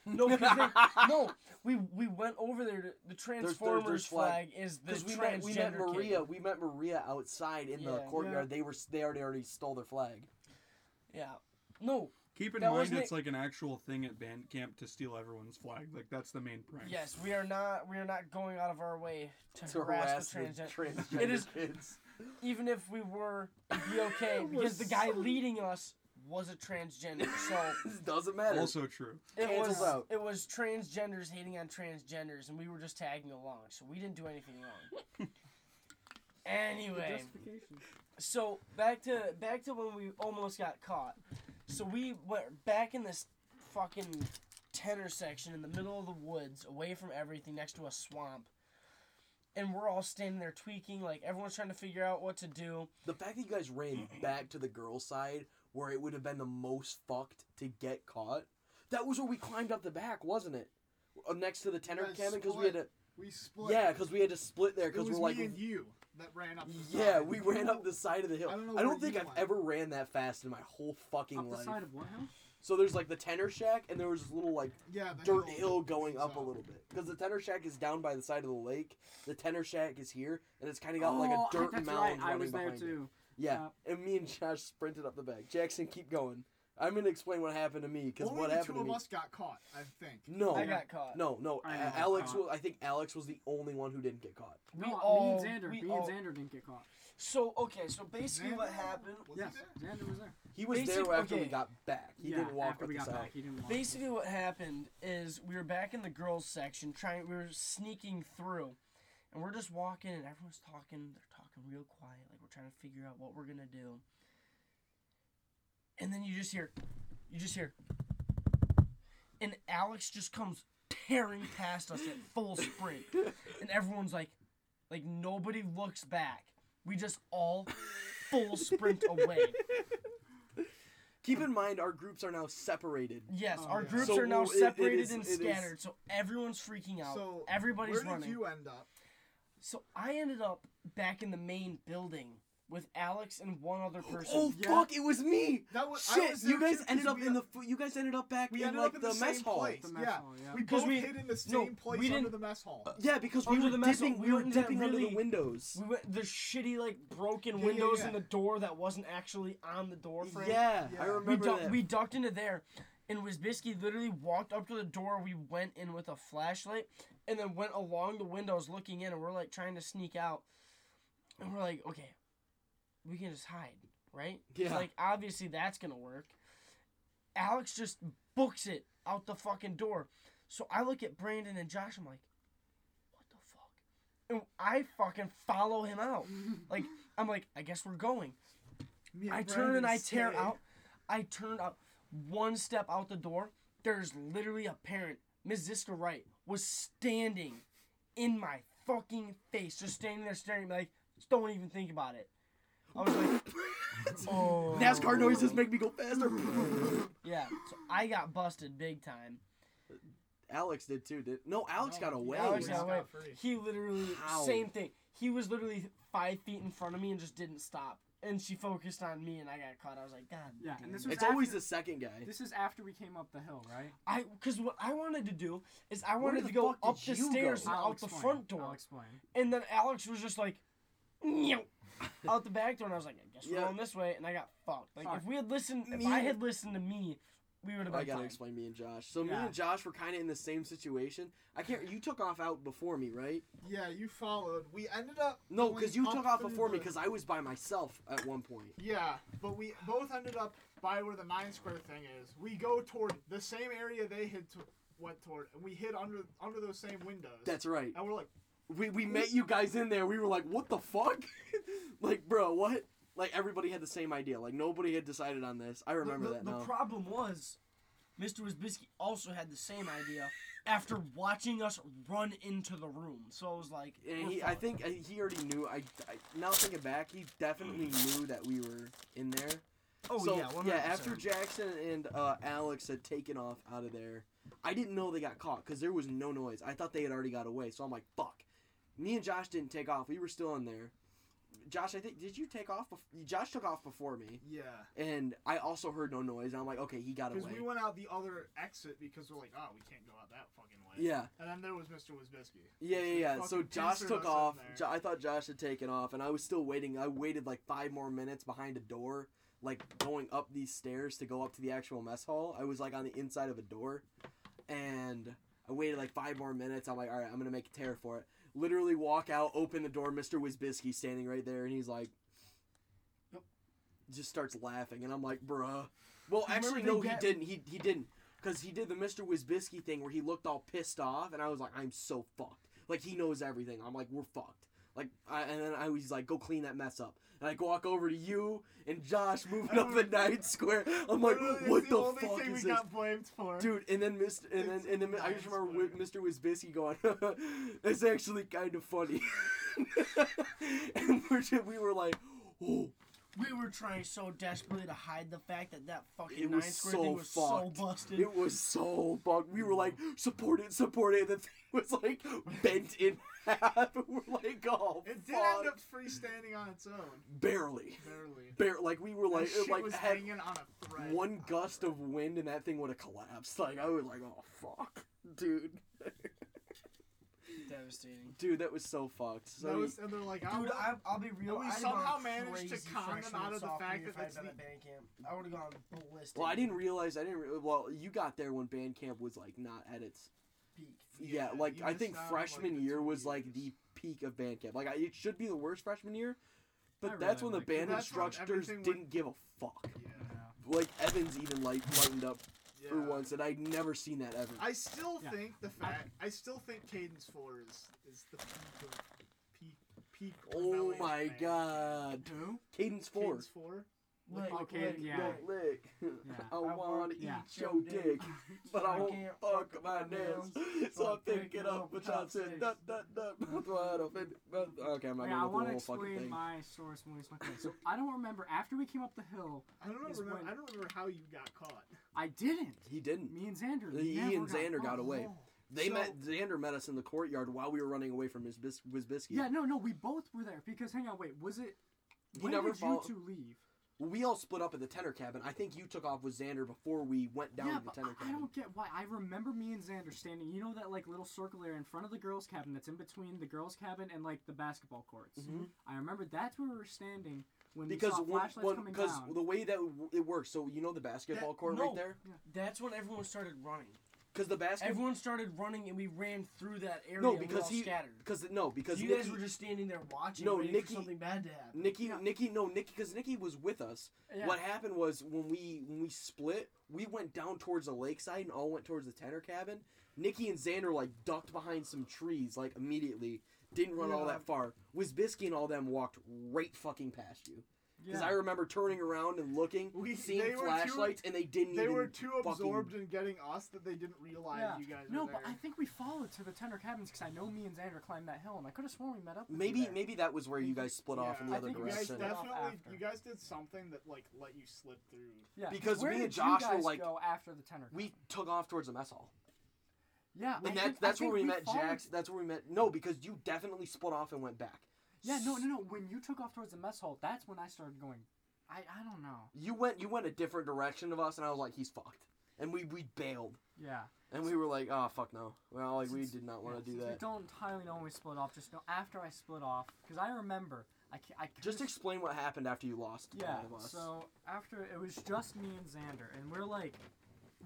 [SPEAKER 8] No, 'cause they, no. We we went over there. To, the
[SPEAKER 1] there's
[SPEAKER 8] Transformers
[SPEAKER 1] flag.
[SPEAKER 8] flag. is the
[SPEAKER 1] Because we
[SPEAKER 8] transgender
[SPEAKER 1] met, we met
[SPEAKER 8] kid.
[SPEAKER 1] Maria, we met Maria outside in the
[SPEAKER 8] Yeah.
[SPEAKER 1] courtyard. They were s- they already already stole their flag.
[SPEAKER 8] Yeah. No.
[SPEAKER 2] Keep in
[SPEAKER 8] That
[SPEAKER 2] mind,
[SPEAKER 8] wasn't
[SPEAKER 2] it's like an actual thing at band camp to steal everyone's flag. Like that's the main prank.
[SPEAKER 8] Yes, we are not. We are not going out of our way to,
[SPEAKER 1] to harass
[SPEAKER 8] harass, the
[SPEAKER 1] the
[SPEAKER 8] transgender.
[SPEAKER 1] transgender
[SPEAKER 8] It is-
[SPEAKER 1] kids.
[SPEAKER 8] even if we were, it'd be okay because the guy leading us was a transgender. So
[SPEAKER 1] This doesn't matter.
[SPEAKER 2] Also true.
[SPEAKER 8] it
[SPEAKER 1] Cancels
[SPEAKER 8] was
[SPEAKER 1] out.
[SPEAKER 8] it was transgenders hating on transgenders, and we were just tagging along. So we didn't do anything wrong. anyway,
[SPEAKER 4] Justification.
[SPEAKER 8] so back to back to when we almost got caught. So we went back in this fucking tenor section in the middle of the woods, away from everything, next to a swamp. And we're all standing there tweaking, like everyone's trying to figure out what to do.
[SPEAKER 1] the fact that you guys ran back to the girl side where it would have been the most fucked to get caught. That was where we climbed up the back, wasn't it? Uh, Next to the tenor
[SPEAKER 3] guys
[SPEAKER 1] cabin because we had to
[SPEAKER 3] We split.
[SPEAKER 1] yeah because we had to split there
[SPEAKER 3] It
[SPEAKER 1] because
[SPEAKER 3] was
[SPEAKER 1] we're
[SPEAKER 3] me
[SPEAKER 1] like
[SPEAKER 3] and you that ran up. The
[SPEAKER 1] yeah
[SPEAKER 3] side.
[SPEAKER 1] we ran up the side of the hill.
[SPEAKER 3] I don't know
[SPEAKER 1] I don't
[SPEAKER 3] where
[SPEAKER 1] think
[SPEAKER 3] you
[SPEAKER 1] I've
[SPEAKER 3] went.
[SPEAKER 1] ever ran that fast in my whole fucking
[SPEAKER 4] Up the
[SPEAKER 1] life.
[SPEAKER 4] side of what house?
[SPEAKER 1] So there's like the tenor shack and there was this little like
[SPEAKER 3] Yeah, the
[SPEAKER 1] dirt hill going up a
[SPEAKER 3] So-
[SPEAKER 1] little bit because the tenor shack is down by the side of the lake. The tenor shack is here and it's kind of got
[SPEAKER 4] oh,
[SPEAKER 1] like a
[SPEAKER 4] I-
[SPEAKER 1] dirt
[SPEAKER 4] that's
[SPEAKER 1] mound
[SPEAKER 4] right. I
[SPEAKER 1] running
[SPEAKER 4] was there
[SPEAKER 1] behind it.
[SPEAKER 4] too.
[SPEAKER 1] Yeah,
[SPEAKER 4] Uh,
[SPEAKER 1] and me and Josh sprinted up the back. Jackson, keep going. I'm gonna explain what happened to me because
[SPEAKER 3] Only
[SPEAKER 1] what
[SPEAKER 3] the
[SPEAKER 1] happened
[SPEAKER 3] two
[SPEAKER 1] to
[SPEAKER 3] of
[SPEAKER 1] me.
[SPEAKER 3] us got caught, I think.
[SPEAKER 1] No,
[SPEAKER 8] I got caught.
[SPEAKER 1] no, no.
[SPEAKER 4] I
[SPEAKER 1] A-
[SPEAKER 4] got
[SPEAKER 1] Alex
[SPEAKER 4] caught.
[SPEAKER 1] was. I think Alex was the only one who didn't get caught.
[SPEAKER 8] We
[SPEAKER 4] No, me
[SPEAKER 8] all-
[SPEAKER 1] oh,
[SPEAKER 4] and Xander.
[SPEAKER 8] we
[SPEAKER 4] Me and
[SPEAKER 8] all-
[SPEAKER 4] Xander didn't get caught.
[SPEAKER 8] So okay, so basically
[SPEAKER 3] Xander
[SPEAKER 8] what happened?
[SPEAKER 3] was
[SPEAKER 4] Yes,
[SPEAKER 3] there?
[SPEAKER 4] Xander was there.
[SPEAKER 1] He was
[SPEAKER 8] Basic-
[SPEAKER 1] there after we
[SPEAKER 8] okay.
[SPEAKER 1] got back. He
[SPEAKER 4] yeah,
[SPEAKER 1] didn't walk
[SPEAKER 4] after
[SPEAKER 1] up
[SPEAKER 4] we
[SPEAKER 1] the
[SPEAKER 4] got
[SPEAKER 1] side.
[SPEAKER 4] back, he didn't walk.
[SPEAKER 8] Basically, what happened is we were back in the girls' section, trying. We were sneaking through, and we're just walking, and everyone's talking. They're talking real quiet, like we're trying to figure out what we're gonna do. And then you just hear, you just hear, and Alex just comes tearing past us at full sprint, and everyone's like, like nobody looks back. We just all full sprint away.
[SPEAKER 1] Keep in mind, our groups are now separated.
[SPEAKER 8] Yes, our
[SPEAKER 3] yeah.
[SPEAKER 8] groups
[SPEAKER 1] So
[SPEAKER 8] are now
[SPEAKER 1] it- it
[SPEAKER 8] separated
[SPEAKER 1] is-
[SPEAKER 8] and
[SPEAKER 1] it is-
[SPEAKER 8] scattered, so everyone's freaking out.
[SPEAKER 3] So
[SPEAKER 8] Everybody's
[SPEAKER 3] where did
[SPEAKER 8] running.
[SPEAKER 3] you end up?
[SPEAKER 8] So I ended up back in the main building with Alex and one other person.
[SPEAKER 1] Oh fuck! It was me.
[SPEAKER 3] That was I
[SPEAKER 1] Shit!
[SPEAKER 3] was there
[SPEAKER 1] You guys
[SPEAKER 3] too, 'cause
[SPEAKER 1] ended up
[SPEAKER 3] we-
[SPEAKER 1] in the. fu- You guys ended up back
[SPEAKER 3] we
[SPEAKER 1] in
[SPEAKER 3] ended
[SPEAKER 1] like
[SPEAKER 3] up in
[SPEAKER 1] the,
[SPEAKER 3] the,
[SPEAKER 1] mess
[SPEAKER 3] same
[SPEAKER 1] hall.
[SPEAKER 3] place.
[SPEAKER 4] The mess
[SPEAKER 3] yeah.
[SPEAKER 4] hall, yeah.
[SPEAKER 3] we
[SPEAKER 8] Because
[SPEAKER 3] both
[SPEAKER 8] we-
[SPEAKER 3] hid in the
[SPEAKER 8] no,
[SPEAKER 3] same place
[SPEAKER 8] we
[SPEAKER 3] under
[SPEAKER 8] didn't-
[SPEAKER 3] the mess hall.
[SPEAKER 1] Yeah, because we
[SPEAKER 8] Under
[SPEAKER 1] were
[SPEAKER 8] the mess hall,
[SPEAKER 1] dipping.
[SPEAKER 8] we
[SPEAKER 1] We
[SPEAKER 8] were
[SPEAKER 1] were
[SPEAKER 8] in that
[SPEAKER 1] dipping under the
[SPEAKER 8] really-
[SPEAKER 1] windows.
[SPEAKER 8] We went the shitty like broken
[SPEAKER 3] Yeah, yeah,
[SPEAKER 8] windows
[SPEAKER 3] yeah.
[SPEAKER 8] and the door that wasn't actually on the door frame.
[SPEAKER 1] Yeah,
[SPEAKER 3] Yeah.
[SPEAKER 1] I
[SPEAKER 3] We
[SPEAKER 8] we
[SPEAKER 1] remember
[SPEAKER 8] ducked,
[SPEAKER 1] that.
[SPEAKER 8] we ducked into there, and Wisbisky literally walked up to the door. We went in with a flashlight, and then went along the windows looking in, and we're like trying to sneak out, and we're like, okay, we can just hide, right? 'Cause,
[SPEAKER 1] Yeah.
[SPEAKER 8] Like obviously that's gonna work. Alex just books it out the fucking door, so I look at Brandon and Josh. I'm like, what the fuck? And I fucking follow him out. like I'm like, I guess we're going.
[SPEAKER 3] Me
[SPEAKER 8] I turn
[SPEAKER 3] Brandon
[SPEAKER 8] and I tear
[SPEAKER 3] stayed.
[SPEAKER 8] out. I turn up one step out the door. There's literally a parent, Ms. Ziska Wright, was standing in my fucking face, just standing there staring at me like, "Just don't even think about it. I was like, oh.
[SPEAKER 1] NASCAR noises make me go faster.
[SPEAKER 8] Yeah, so I got busted big time.
[SPEAKER 1] Alex did too. Did no? Alex got away.
[SPEAKER 8] Alex
[SPEAKER 3] just
[SPEAKER 8] got away.
[SPEAKER 3] got free.
[SPEAKER 8] He literally,
[SPEAKER 1] How?
[SPEAKER 8] same thing. He was literally five feet in front of me and just didn't stop. And she focused on me and I got caught. I was like, God.
[SPEAKER 4] Yeah,
[SPEAKER 8] damn
[SPEAKER 4] and
[SPEAKER 8] it."
[SPEAKER 4] this was
[SPEAKER 1] It's
[SPEAKER 4] after,
[SPEAKER 1] always the second guy.
[SPEAKER 4] This is after we came up the hill, right?
[SPEAKER 8] I because what I wanted to do is I
[SPEAKER 1] Where
[SPEAKER 8] wanted
[SPEAKER 1] the
[SPEAKER 8] to go
[SPEAKER 1] fuck did
[SPEAKER 8] up the
[SPEAKER 1] you
[SPEAKER 8] stairs
[SPEAKER 1] go?
[SPEAKER 8] and
[SPEAKER 4] I'll
[SPEAKER 8] out the
[SPEAKER 4] explain.
[SPEAKER 8] front door,
[SPEAKER 4] I'll explain.
[SPEAKER 8] and then Alex was just like, "Meow," out the back door, and I was like, I guess
[SPEAKER 1] Yeah.
[SPEAKER 8] we're going this way, and I got fucked. Like
[SPEAKER 4] Fuck.
[SPEAKER 8] if we had listened, if
[SPEAKER 1] Me-
[SPEAKER 8] I had listened to me, we would have
[SPEAKER 1] Oh, I
[SPEAKER 8] been
[SPEAKER 1] gotta
[SPEAKER 8] fine.
[SPEAKER 1] explain me and Josh. So me
[SPEAKER 4] Yeah.
[SPEAKER 1] and Josh were kind of in the same situation. I can't. You took off out before me, right?
[SPEAKER 3] Yeah, you followed. We ended up.
[SPEAKER 1] No,
[SPEAKER 3] going
[SPEAKER 1] because you
[SPEAKER 3] up
[SPEAKER 1] took off
[SPEAKER 3] through
[SPEAKER 1] before me
[SPEAKER 3] the-
[SPEAKER 1] because I was by myself at one point.
[SPEAKER 3] Yeah, but we both ended up by where the nine square thing is. We go toward the same area they hid to, went toward, and we hid under under those same windows.
[SPEAKER 1] That's right.
[SPEAKER 3] and we're like,
[SPEAKER 1] We we met you guys in there. We were like, what the fuck? like, bro, what? Like everybody had the same idea. Like nobody had decided on this. I remember
[SPEAKER 8] the,
[SPEAKER 1] that
[SPEAKER 8] the
[SPEAKER 1] now.
[SPEAKER 8] problem was, Mr. Wisbisky also had the same idea after watching us run into the room. So I was like,
[SPEAKER 1] and
[SPEAKER 8] "We're
[SPEAKER 1] he, I
[SPEAKER 8] fucked."
[SPEAKER 1] think uh, he already knew. I, I now thinking back, he definitely knew that we were in there.
[SPEAKER 8] oh
[SPEAKER 1] so,
[SPEAKER 8] yeah, 100%.
[SPEAKER 1] after Jackson and uh, Alex had taken off out of there, I didn't know they got caught because there was no noise. I thought they had already got away, so I'm like, fuck. Me and Josh didn't take off. We were still in there. Josh, I think did you take off? Bef- Josh took off before me,
[SPEAKER 3] yeah,
[SPEAKER 1] and I also heard no noise. I'm like, okay, he got
[SPEAKER 3] because
[SPEAKER 1] away.
[SPEAKER 3] we went out the other exit because we're like, oh, we can't go out that fucking way.
[SPEAKER 1] yeah,
[SPEAKER 3] And then there was Mr. Wisbisky.
[SPEAKER 1] yeah, yeah, yeah. So
[SPEAKER 3] Fucking
[SPEAKER 1] Josh
[SPEAKER 3] pincered us
[SPEAKER 1] took
[SPEAKER 3] in
[SPEAKER 1] off.
[SPEAKER 3] there.
[SPEAKER 1] Jo- I thought Josh had taken off, and I was still waiting. I waited like five more minutes behind a door like going up these stairs to go up to the actual mess hall. I was like on the inside of a door, and I waited like five more minutes. I'm like, all right, I'm gonna make a tear for it. Literally walk out, open the door. Mr. Wisbisky standing right there, and he's like, just starts laughing, and I'm like, bruh. Well,
[SPEAKER 3] remember
[SPEAKER 1] actually,
[SPEAKER 3] they
[SPEAKER 1] no,
[SPEAKER 3] get-
[SPEAKER 1] he didn't. He he didn't, because he did the Mr. Wisbisky thing where he looked all pissed off, and I was like, I'm so fucked. Like he knows everything. I'm like, we're fucked. Like, I, and then I was like, go clean that mess up. And I walk over to you and Josh moving up
[SPEAKER 3] Uh,
[SPEAKER 1] the night square. I'm like,
[SPEAKER 3] Literally, it's
[SPEAKER 1] what
[SPEAKER 3] uh, the
[SPEAKER 1] the
[SPEAKER 3] only
[SPEAKER 1] fuck
[SPEAKER 3] thing
[SPEAKER 1] is
[SPEAKER 3] we
[SPEAKER 1] this?
[SPEAKER 3] got blamed for.
[SPEAKER 1] Dude, and then Mr. and then and then I just
[SPEAKER 3] Nice
[SPEAKER 1] remember Wi- Mr. Wisbisky going, "That's actually kind of funny," and we're just, we were like, "Oh,
[SPEAKER 8] We were trying so desperately to hide the fact that that fucking
[SPEAKER 1] It
[SPEAKER 8] nine
[SPEAKER 1] was
[SPEAKER 8] square
[SPEAKER 1] so
[SPEAKER 8] thing was
[SPEAKER 1] fucked.
[SPEAKER 8] so busted.
[SPEAKER 1] It was so bugged. We were like, support it, support it. And the thing was like bent in half. We're like, oh,
[SPEAKER 3] It did
[SPEAKER 1] fuck.
[SPEAKER 3] end up freestanding on its own,
[SPEAKER 1] barely,
[SPEAKER 3] barely.
[SPEAKER 1] barely. Like we were
[SPEAKER 3] That
[SPEAKER 1] like, it,
[SPEAKER 3] shit
[SPEAKER 1] like
[SPEAKER 3] was
[SPEAKER 1] had
[SPEAKER 3] hanging on a thread.
[SPEAKER 1] one gust of wind and that thing would have collapsed. Like I was like, oh fuck, dude,
[SPEAKER 8] Devastating.
[SPEAKER 1] dude, that was so fucked. So
[SPEAKER 3] That
[SPEAKER 1] we-
[SPEAKER 3] was, and they're like, I
[SPEAKER 7] Dude,
[SPEAKER 3] want-
[SPEAKER 7] I, I'll be
[SPEAKER 8] You
[SPEAKER 7] real.
[SPEAKER 8] know,
[SPEAKER 3] we
[SPEAKER 7] I
[SPEAKER 8] I'd
[SPEAKER 7] had
[SPEAKER 3] somehow
[SPEAKER 7] gone
[SPEAKER 3] managed to
[SPEAKER 7] crazy
[SPEAKER 3] con them
[SPEAKER 7] freshman
[SPEAKER 3] out of the
[SPEAKER 7] sophomore
[SPEAKER 3] fact
[SPEAKER 7] year
[SPEAKER 3] that
[SPEAKER 7] if I'd
[SPEAKER 3] that's
[SPEAKER 7] been
[SPEAKER 3] the-
[SPEAKER 7] at band camp. I would have gone ballistic.
[SPEAKER 1] well, I didn't realize. I didn't. Re- well, you got there when Bandcamp was like not at its
[SPEAKER 7] peak.
[SPEAKER 1] yeah,
[SPEAKER 3] Yeah,
[SPEAKER 1] like
[SPEAKER 3] you
[SPEAKER 1] I
[SPEAKER 3] missed
[SPEAKER 1] think
[SPEAKER 3] out on, like,
[SPEAKER 1] freshman
[SPEAKER 3] the
[SPEAKER 1] year
[SPEAKER 3] two
[SPEAKER 1] was like
[SPEAKER 3] years.
[SPEAKER 1] the peak of band camp. Like I, it should be the worst freshman year, but
[SPEAKER 5] I
[SPEAKER 1] that's when
[SPEAKER 5] really
[SPEAKER 1] the
[SPEAKER 5] liked it.
[SPEAKER 1] band
[SPEAKER 3] That's when
[SPEAKER 1] instructors
[SPEAKER 3] everything
[SPEAKER 1] didn't
[SPEAKER 3] went-
[SPEAKER 1] give a fuck.
[SPEAKER 3] Yeah.
[SPEAKER 1] Like Evans even like lightened up for
[SPEAKER 3] Yeah.
[SPEAKER 1] once, and I'd never seen that ever.
[SPEAKER 3] I still
[SPEAKER 5] Yeah.
[SPEAKER 3] think the fact I still think Cadence Four is is the peak of peak peak.
[SPEAKER 1] oh
[SPEAKER 3] rebellion
[SPEAKER 1] my
[SPEAKER 3] thing.
[SPEAKER 1] god,
[SPEAKER 6] Who?
[SPEAKER 1] Cadence four.
[SPEAKER 3] Cadence Four.
[SPEAKER 7] Lick,
[SPEAKER 5] Okay,
[SPEAKER 7] lick,
[SPEAKER 5] yeah.
[SPEAKER 7] lick.
[SPEAKER 1] Don't lick.
[SPEAKER 5] Yeah.
[SPEAKER 1] I wanna eat
[SPEAKER 5] yeah.
[SPEAKER 1] your dick, but I won't
[SPEAKER 7] can't
[SPEAKER 1] fuck my nails. So I'm picking up a chopstick. Dut dut dut. That's why I don't fit- Okay, I'm not
[SPEAKER 5] Yeah, I
[SPEAKER 1] gonna go
[SPEAKER 5] want
[SPEAKER 1] through
[SPEAKER 5] to
[SPEAKER 1] the whole fucking
[SPEAKER 5] explain
[SPEAKER 1] thing.
[SPEAKER 5] my source when we snuck away. So I don't remember after we came up the hill.
[SPEAKER 3] I don't
[SPEAKER 5] Is
[SPEAKER 3] remember.
[SPEAKER 5] when-
[SPEAKER 3] I don't remember how you got caught.
[SPEAKER 5] I didn't.
[SPEAKER 1] He didn't.
[SPEAKER 5] Me and Xander.
[SPEAKER 1] He
[SPEAKER 5] never
[SPEAKER 1] and Xander got
[SPEAKER 5] caught.
[SPEAKER 3] Oh,
[SPEAKER 1] away. They
[SPEAKER 5] So-
[SPEAKER 1] met Xander met us in the courtyard while we were running away from his bis- Wisbisky.
[SPEAKER 5] Yeah, no, no, we both were there because hang on, wait, was it?
[SPEAKER 1] He
[SPEAKER 5] When
[SPEAKER 1] never
[SPEAKER 5] did
[SPEAKER 1] follow-
[SPEAKER 5] you two leave?
[SPEAKER 1] we all split up at the tenor cabin. I think you took off with Xander before we went down
[SPEAKER 5] yeah,
[SPEAKER 1] to the
[SPEAKER 5] but
[SPEAKER 1] tenor
[SPEAKER 5] I- I
[SPEAKER 1] cabin.
[SPEAKER 5] don't get why. I remember me and Xander standing. You know that like little circle area in front of the girls' cabin that's in between the girls' cabin and like the basketball courts.
[SPEAKER 1] Mhm.
[SPEAKER 5] I remember that's where we were standing when
[SPEAKER 1] because
[SPEAKER 5] we saw
[SPEAKER 1] one,
[SPEAKER 5] flashlights
[SPEAKER 1] one,
[SPEAKER 5] coming
[SPEAKER 1] because
[SPEAKER 5] down.
[SPEAKER 1] the way that w- it works, so you know the basketball
[SPEAKER 8] That-
[SPEAKER 1] court
[SPEAKER 8] no.
[SPEAKER 1] right there,
[SPEAKER 8] That's when everyone started running.
[SPEAKER 1] because the basketball
[SPEAKER 8] Everyone started running, and we ran through that area.
[SPEAKER 1] no
[SPEAKER 8] and we
[SPEAKER 1] because
[SPEAKER 8] all
[SPEAKER 1] he
[SPEAKER 8] scattered.
[SPEAKER 1] because no because
[SPEAKER 8] you
[SPEAKER 1] Nikki,
[SPEAKER 8] guys were just standing there watching,
[SPEAKER 1] No,
[SPEAKER 8] waiting
[SPEAKER 1] Nikki-
[SPEAKER 8] for something bad to happen.
[SPEAKER 1] Nikki Nikki no Nikki because Nikki was with us.
[SPEAKER 5] Yeah.
[SPEAKER 1] What happened was when we when we split, we went down towards the lakeside and all went towards the tenor cabin. Nikki and Xander like ducked behind some trees like immediately. Didn't run all
[SPEAKER 3] Yeah.
[SPEAKER 1] that far. Wisbisky and all them walked right fucking past you. Because
[SPEAKER 5] Yeah.
[SPEAKER 1] I remember turning around and looking,
[SPEAKER 3] We- they
[SPEAKER 1] seeing
[SPEAKER 3] were too-
[SPEAKER 1] flashlights, and they didn't
[SPEAKER 3] They
[SPEAKER 1] even.
[SPEAKER 3] were too
[SPEAKER 1] fucking-
[SPEAKER 3] absorbed in getting us that they didn't realize
[SPEAKER 5] Yeah.
[SPEAKER 3] you guys
[SPEAKER 5] No,
[SPEAKER 3] were there.
[SPEAKER 5] but I think we followed to the tenor cabins because I know me and Xander climbed that hill, and I could have sworn we met up. With you
[SPEAKER 1] Maybe
[SPEAKER 5] there.
[SPEAKER 1] maybe that was where you guys split off in the
[SPEAKER 5] I
[SPEAKER 1] other
[SPEAKER 5] think
[SPEAKER 3] you guys
[SPEAKER 1] direction.
[SPEAKER 5] split off
[SPEAKER 3] definitely.
[SPEAKER 5] after.
[SPEAKER 3] You guys did something that like let you slip through.
[SPEAKER 5] Yeah.
[SPEAKER 1] because
[SPEAKER 5] Where
[SPEAKER 1] me and
[SPEAKER 5] did you
[SPEAKER 1] Josh were,
[SPEAKER 5] guys
[SPEAKER 1] like-
[SPEAKER 5] go after the tenor.
[SPEAKER 1] We took off towards the mess hall,
[SPEAKER 5] Yeah, I
[SPEAKER 1] and that's
[SPEAKER 5] think- I
[SPEAKER 1] that's where we,
[SPEAKER 5] think
[SPEAKER 1] met
[SPEAKER 5] followed-
[SPEAKER 1] Jax. That's where we met. No, because you definitely split off and went back.
[SPEAKER 5] Yeah, no, no, no. When you took off towards the mess hall, that's when I started going. I, I don't know.
[SPEAKER 1] You went you went a different direction of us, and I was like, he's fucked, and we we bailed,
[SPEAKER 5] Yeah.
[SPEAKER 1] and we were like, oh fuck no, well like we did not
[SPEAKER 5] yeah,
[SPEAKER 1] want to do
[SPEAKER 5] since we
[SPEAKER 1] that.
[SPEAKER 5] don't entirely know when we split off. Just know after I split off, because I remember I ca- I kinda
[SPEAKER 1] Just
[SPEAKER 5] s-
[SPEAKER 1] explain what happened after you lost. the
[SPEAKER 5] yeah.
[SPEAKER 1] one of us.
[SPEAKER 5] So after it was just me and Xander, and we're like,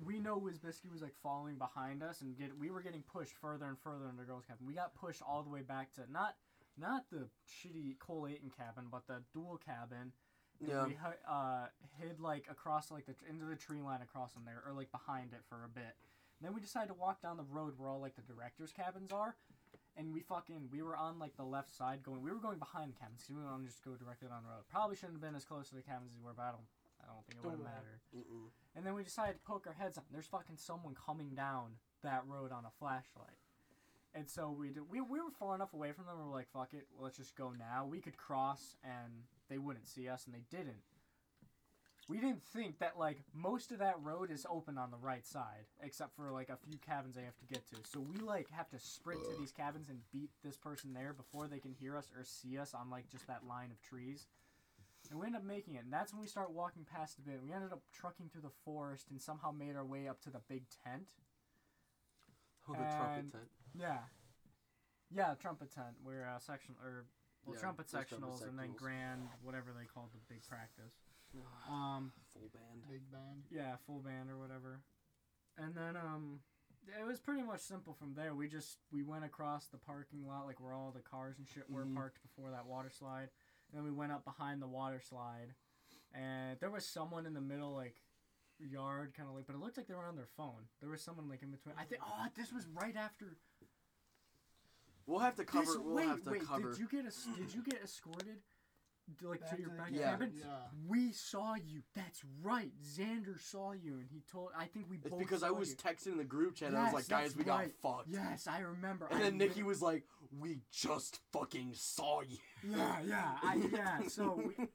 [SPEAKER 5] we know Wisbisky was like following behind us, and get we were getting pushed further and further into the girls' cabin. We got pushed all the way back to not not the shitty Cole Aiton cabin, but the dual cabin. And
[SPEAKER 1] Yeah.
[SPEAKER 5] We hi- uh, hid like across like the tr- into the tree line across from there, or like behind it for a bit. Then we decided to walk down the road where all like the directors' cabins are, and we fucking we were on like the left side going. We were going behind the cabins 'cause we didn't want to just go directly down the road. Probably shouldn't have been as close to the cabins as we were, but I don't, I don't think it would
[SPEAKER 8] Don't matter.
[SPEAKER 5] matter.
[SPEAKER 1] Mm-mm.
[SPEAKER 5] And then we decided to poke our heads up. There's fucking someone coming down that road on a flashlight. And so we did, we, we were far enough away from them. We were like, fuck it, let's just go now. We could cross and they wouldn't see us, and they didn't. We didn't think that like most of that road is open on the right side, except for like a few cabins they have to get to. So we like have to sprint to these cabins and beat this person there before they can hear us or see us on like just that line of trees. And we end up making it, and that's when we start walking past a bit. We ended up trucking through the forest and somehow made our way up to the big tent.
[SPEAKER 1] Oh, the trumpet
[SPEAKER 5] and-
[SPEAKER 1] tent.
[SPEAKER 5] Yeah. Yeah, trumpet tent. We're uh, section or well,
[SPEAKER 1] Yeah,
[SPEAKER 5] trumpet
[SPEAKER 1] there's trumpet
[SPEAKER 5] sectionals and then
[SPEAKER 1] sectionals.
[SPEAKER 5] grand whatever they called the big practice. Um,
[SPEAKER 1] Full band.
[SPEAKER 3] Big band.
[SPEAKER 5] yeah, full band or whatever. And then um, it was pretty much simple from there. We just we went across the parking lot, like where all the cars and shit were
[SPEAKER 1] Mhm.
[SPEAKER 5] parked before that water slide. And then we went up behind the water slide, and there was someone in the middle, like yard kind of like but it looked like they were on their phone there was someone like in between i think oh this was right after
[SPEAKER 1] We'll have to cover.
[SPEAKER 5] this,
[SPEAKER 1] we'll
[SPEAKER 5] wait
[SPEAKER 1] have to
[SPEAKER 5] wait
[SPEAKER 1] cover.
[SPEAKER 5] did you get a, did you get escorted D- like
[SPEAKER 7] Back
[SPEAKER 5] to your
[SPEAKER 7] to the
[SPEAKER 5] back
[SPEAKER 1] Yeah.
[SPEAKER 5] cabin
[SPEAKER 3] Yeah.
[SPEAKER 5] we saw you. That's right. Xander saw you, and he told. I think we
[SPEAKER 1] It's
[SPEAKER 5] both.
[SPEAKER 1] because I
[SPEAKER 5] saw
[SPEAKER 1] was
[SPEAKER 5] you.
[SPEAKER 1] texting the group chat. and I was
[SPEAKER 5] Yes,
[SPEAKER 1] like, guys,
[SPEAKER 5] that's
[SPEAKER 1] we got
[SPEAKER 5] right.
[SPEAKER 1] fucked.
[SPEAKER 5] yes, I remember.
[SPEAKER 1] And
[SPEAKER 5] I
[SPEAKER 1] then Nikki
[SPEAKER 5] lit-
[SPEAKER 1] was like, we just fucking saw you.
[SPEAKER 5] Yeah, yeah, I, yeah. So we,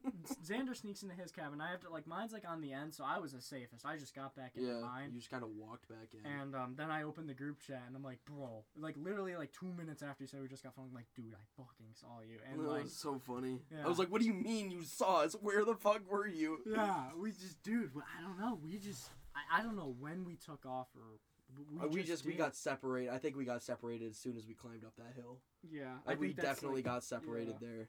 [SPEAKER 5] Xander sneaks into his cabin. I have to like mine's like on the end, so I was the safest. I just got back in
[SPEAKER 1] Yeah.
[SPEAKER 5] mine.
[SPEAKER 1] You just kind of walked back in.
[SPEAKER 5] And um, then I opened the group chat and I'm like, bro, like literally like two minutes after you said we just got phone, I'm like, dude, I fucking saw you. And
[SPEAKER 1] that
[SPEAKER 5] like,
[SPEAKER 1] was so funny.
[SPEAKER 5] Yeah.
[SPEAKER 1] I was like, what do you mean you saw us? Where the fuck were you?
[SPEAKER 5] yeah, we just, dude, we- I don't know. We just, I, I don't know when we took off or
[SPEAKER 1] Uh, We, just, we
[SPEAKER 5] did.
[SPEAKER 1] got separated. I think we got separated as soon as we climbed up that hill.
[SPEAKER 5] yeah. I
[SPEAKER 1] Like we
[SPEAKER 5] think that's,
[SPEAKER 1] definitely
[SPEAKER 5] like-
[SPEAKER 1] got separated there.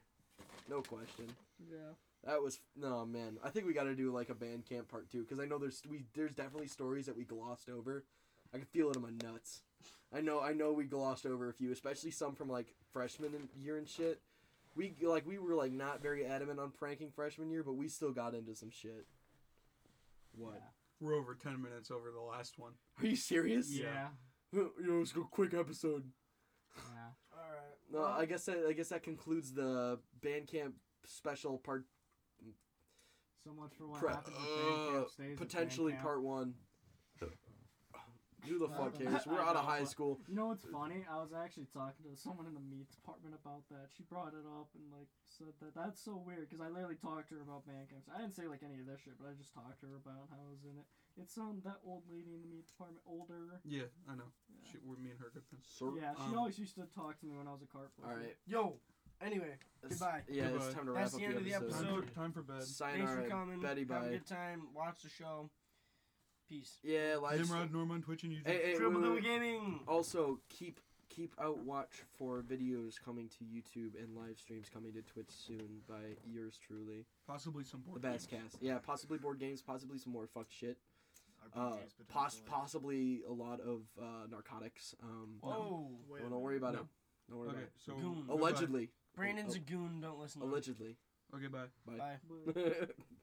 [SPEAKER 1] No question.
[SPEAKER 5] yeah.
[SPEAKER 1] That was no man. I think we got to do like a band camp part two because I know there's we there's definitely stories that we glossed over. I can feel it in my nuts. I know I know we glossed over a few, especially some from like freshman and- year and shit. We like we were like not very adamant on pranking freshman year, but we still got into some shit. What?
[SPEAKER 2] We're over ten minutes over the last one.
[SPEAKER 1] Are you serious?
[SPEAKER 2] Yeah.
[SPEAKER 1] You know, it's a quick episode.
[SPEAKER 5] Yeah.
[SPEAKER 7] All right.
[SPEAKER 1] No, I guess that I guess that concludes the band camp special part,
[SPEAKER 4] So much for what
[SPEAKER 1] Pre-
[SPEAKER 4] happens if band
[SPEAKER 1] uh,
[SPEAKER 4] camp stays at band
[SPEAKER 1] potentially
[SPEAKER 4] camp.
[SPEAKER 1] part one. Who the fuck cares? We're
[SPEAKER 4] I
[SPEAKER 1] out of
[SPEAKER 4] know,
[SPEAKER 1] high
[SPEAKER 4] but-
[SPEAKER 1] school.
[SPEAKER 4] You know what's funny? I was actually talking to someone in the meat department about that. She brought it up and like said that that's so weird because I literally talked to her about band camps. I didn't say like any of this shit, but I just talked to her about how I was in it. It's um that old lady in the meat department, older.
[SPEAKER 2] Yeah, I know.
[SPEAKER 4] Yeah.
[SPEAKER 2] She, we're me and her good friends.
[SPEAKER 1] Sir-
[SPEAKER 4] yeah, she
[SPEAKER 2] um,
[SPEAKER 4] always used to talk to me when I was a cart
[SPEAKER 1] All
[SPEAKER 4] worker.
[SPEAKER 1] right.
[SPEAKER 7] Yo. Anyway,
[SPEAKER 1] It's-
[SPEAKER 7] Goodbye.
[SPEAKER 1] Yeah,
[SPEAKER 2] Goodbye.
[SPEAKER 1] it's time to wrap
[SPEAKER 8] That's
[SPEAKER 1] up
[SPEAKER 8] the end of the
[SPEAKER 2] Time,
[SPEAKER 8] episode.
[SPEAKER 2] for, time for bed.
[SPEAKER 1] Sayonara,
[SPEAKER 8] Thanks for coming.
[SPEAKER 1] Betty
[SPEAKER 8] Have a
[SPEAKER 1] bye.
[SPEAKER 8] good time. Watch the show. Peace.
[SPEAKER 1] Yeah, live.
[SPEAKER 2] Nimrod Norm on Twitch and YouTube.
[SPEAKER 1] Hey, hey,
[SPEAKER 8] Triple
[SPEAKER 1] wait,
[SPEAKER 8] Blue
[SPEAKER 1] wait. Oh,
[SPEAKER 8] Gaming.
[SPEAKER 1] Also, keep keep out watch for videos coming to YouTube and live streams coming to Twitch soon by yours truly,
[SPEAKER 2] Possibly some
[SPEAKER 1] the
[SPEAKER 2] board.
[SPEAKER 1] Bass
[SPEAKER 2] games.
[SPEAKER 1] Cast. Yeah, possibly board games, possibly some more fuck shit. Uh,
[SPEAKER 3] RPGs
[SPEAKER 1] pos-
[SPEAKER 3] potentially.
[SPEAKER 1] possibly a lot of uh, narcotics. Um,
[SPEAKER 8] Whoa.
[SPEAKER 3] Wait a
[SPEAKER 1] don't worry about it.
[SPEAKER 2] No.
[SPEAKER 1] Don't worry
[SPEAKER 2] Okay,
[SPEAKER 1] about it.
[SPEAKER 2] so
[SPEAKER 8] Goon.
[SPEAKER 2] goodbye.
[SPEAKER 1] Allegedly,
[SPEAKER 8] Brandon's a goon. Don't listen to him.
[SPEAKER 1] allegedly.
[SPEAKER 2] Okay, bye.
[SPEAKER 8] Bye.
[SPEAKER 4] But
[SPEAKER 1] Bye.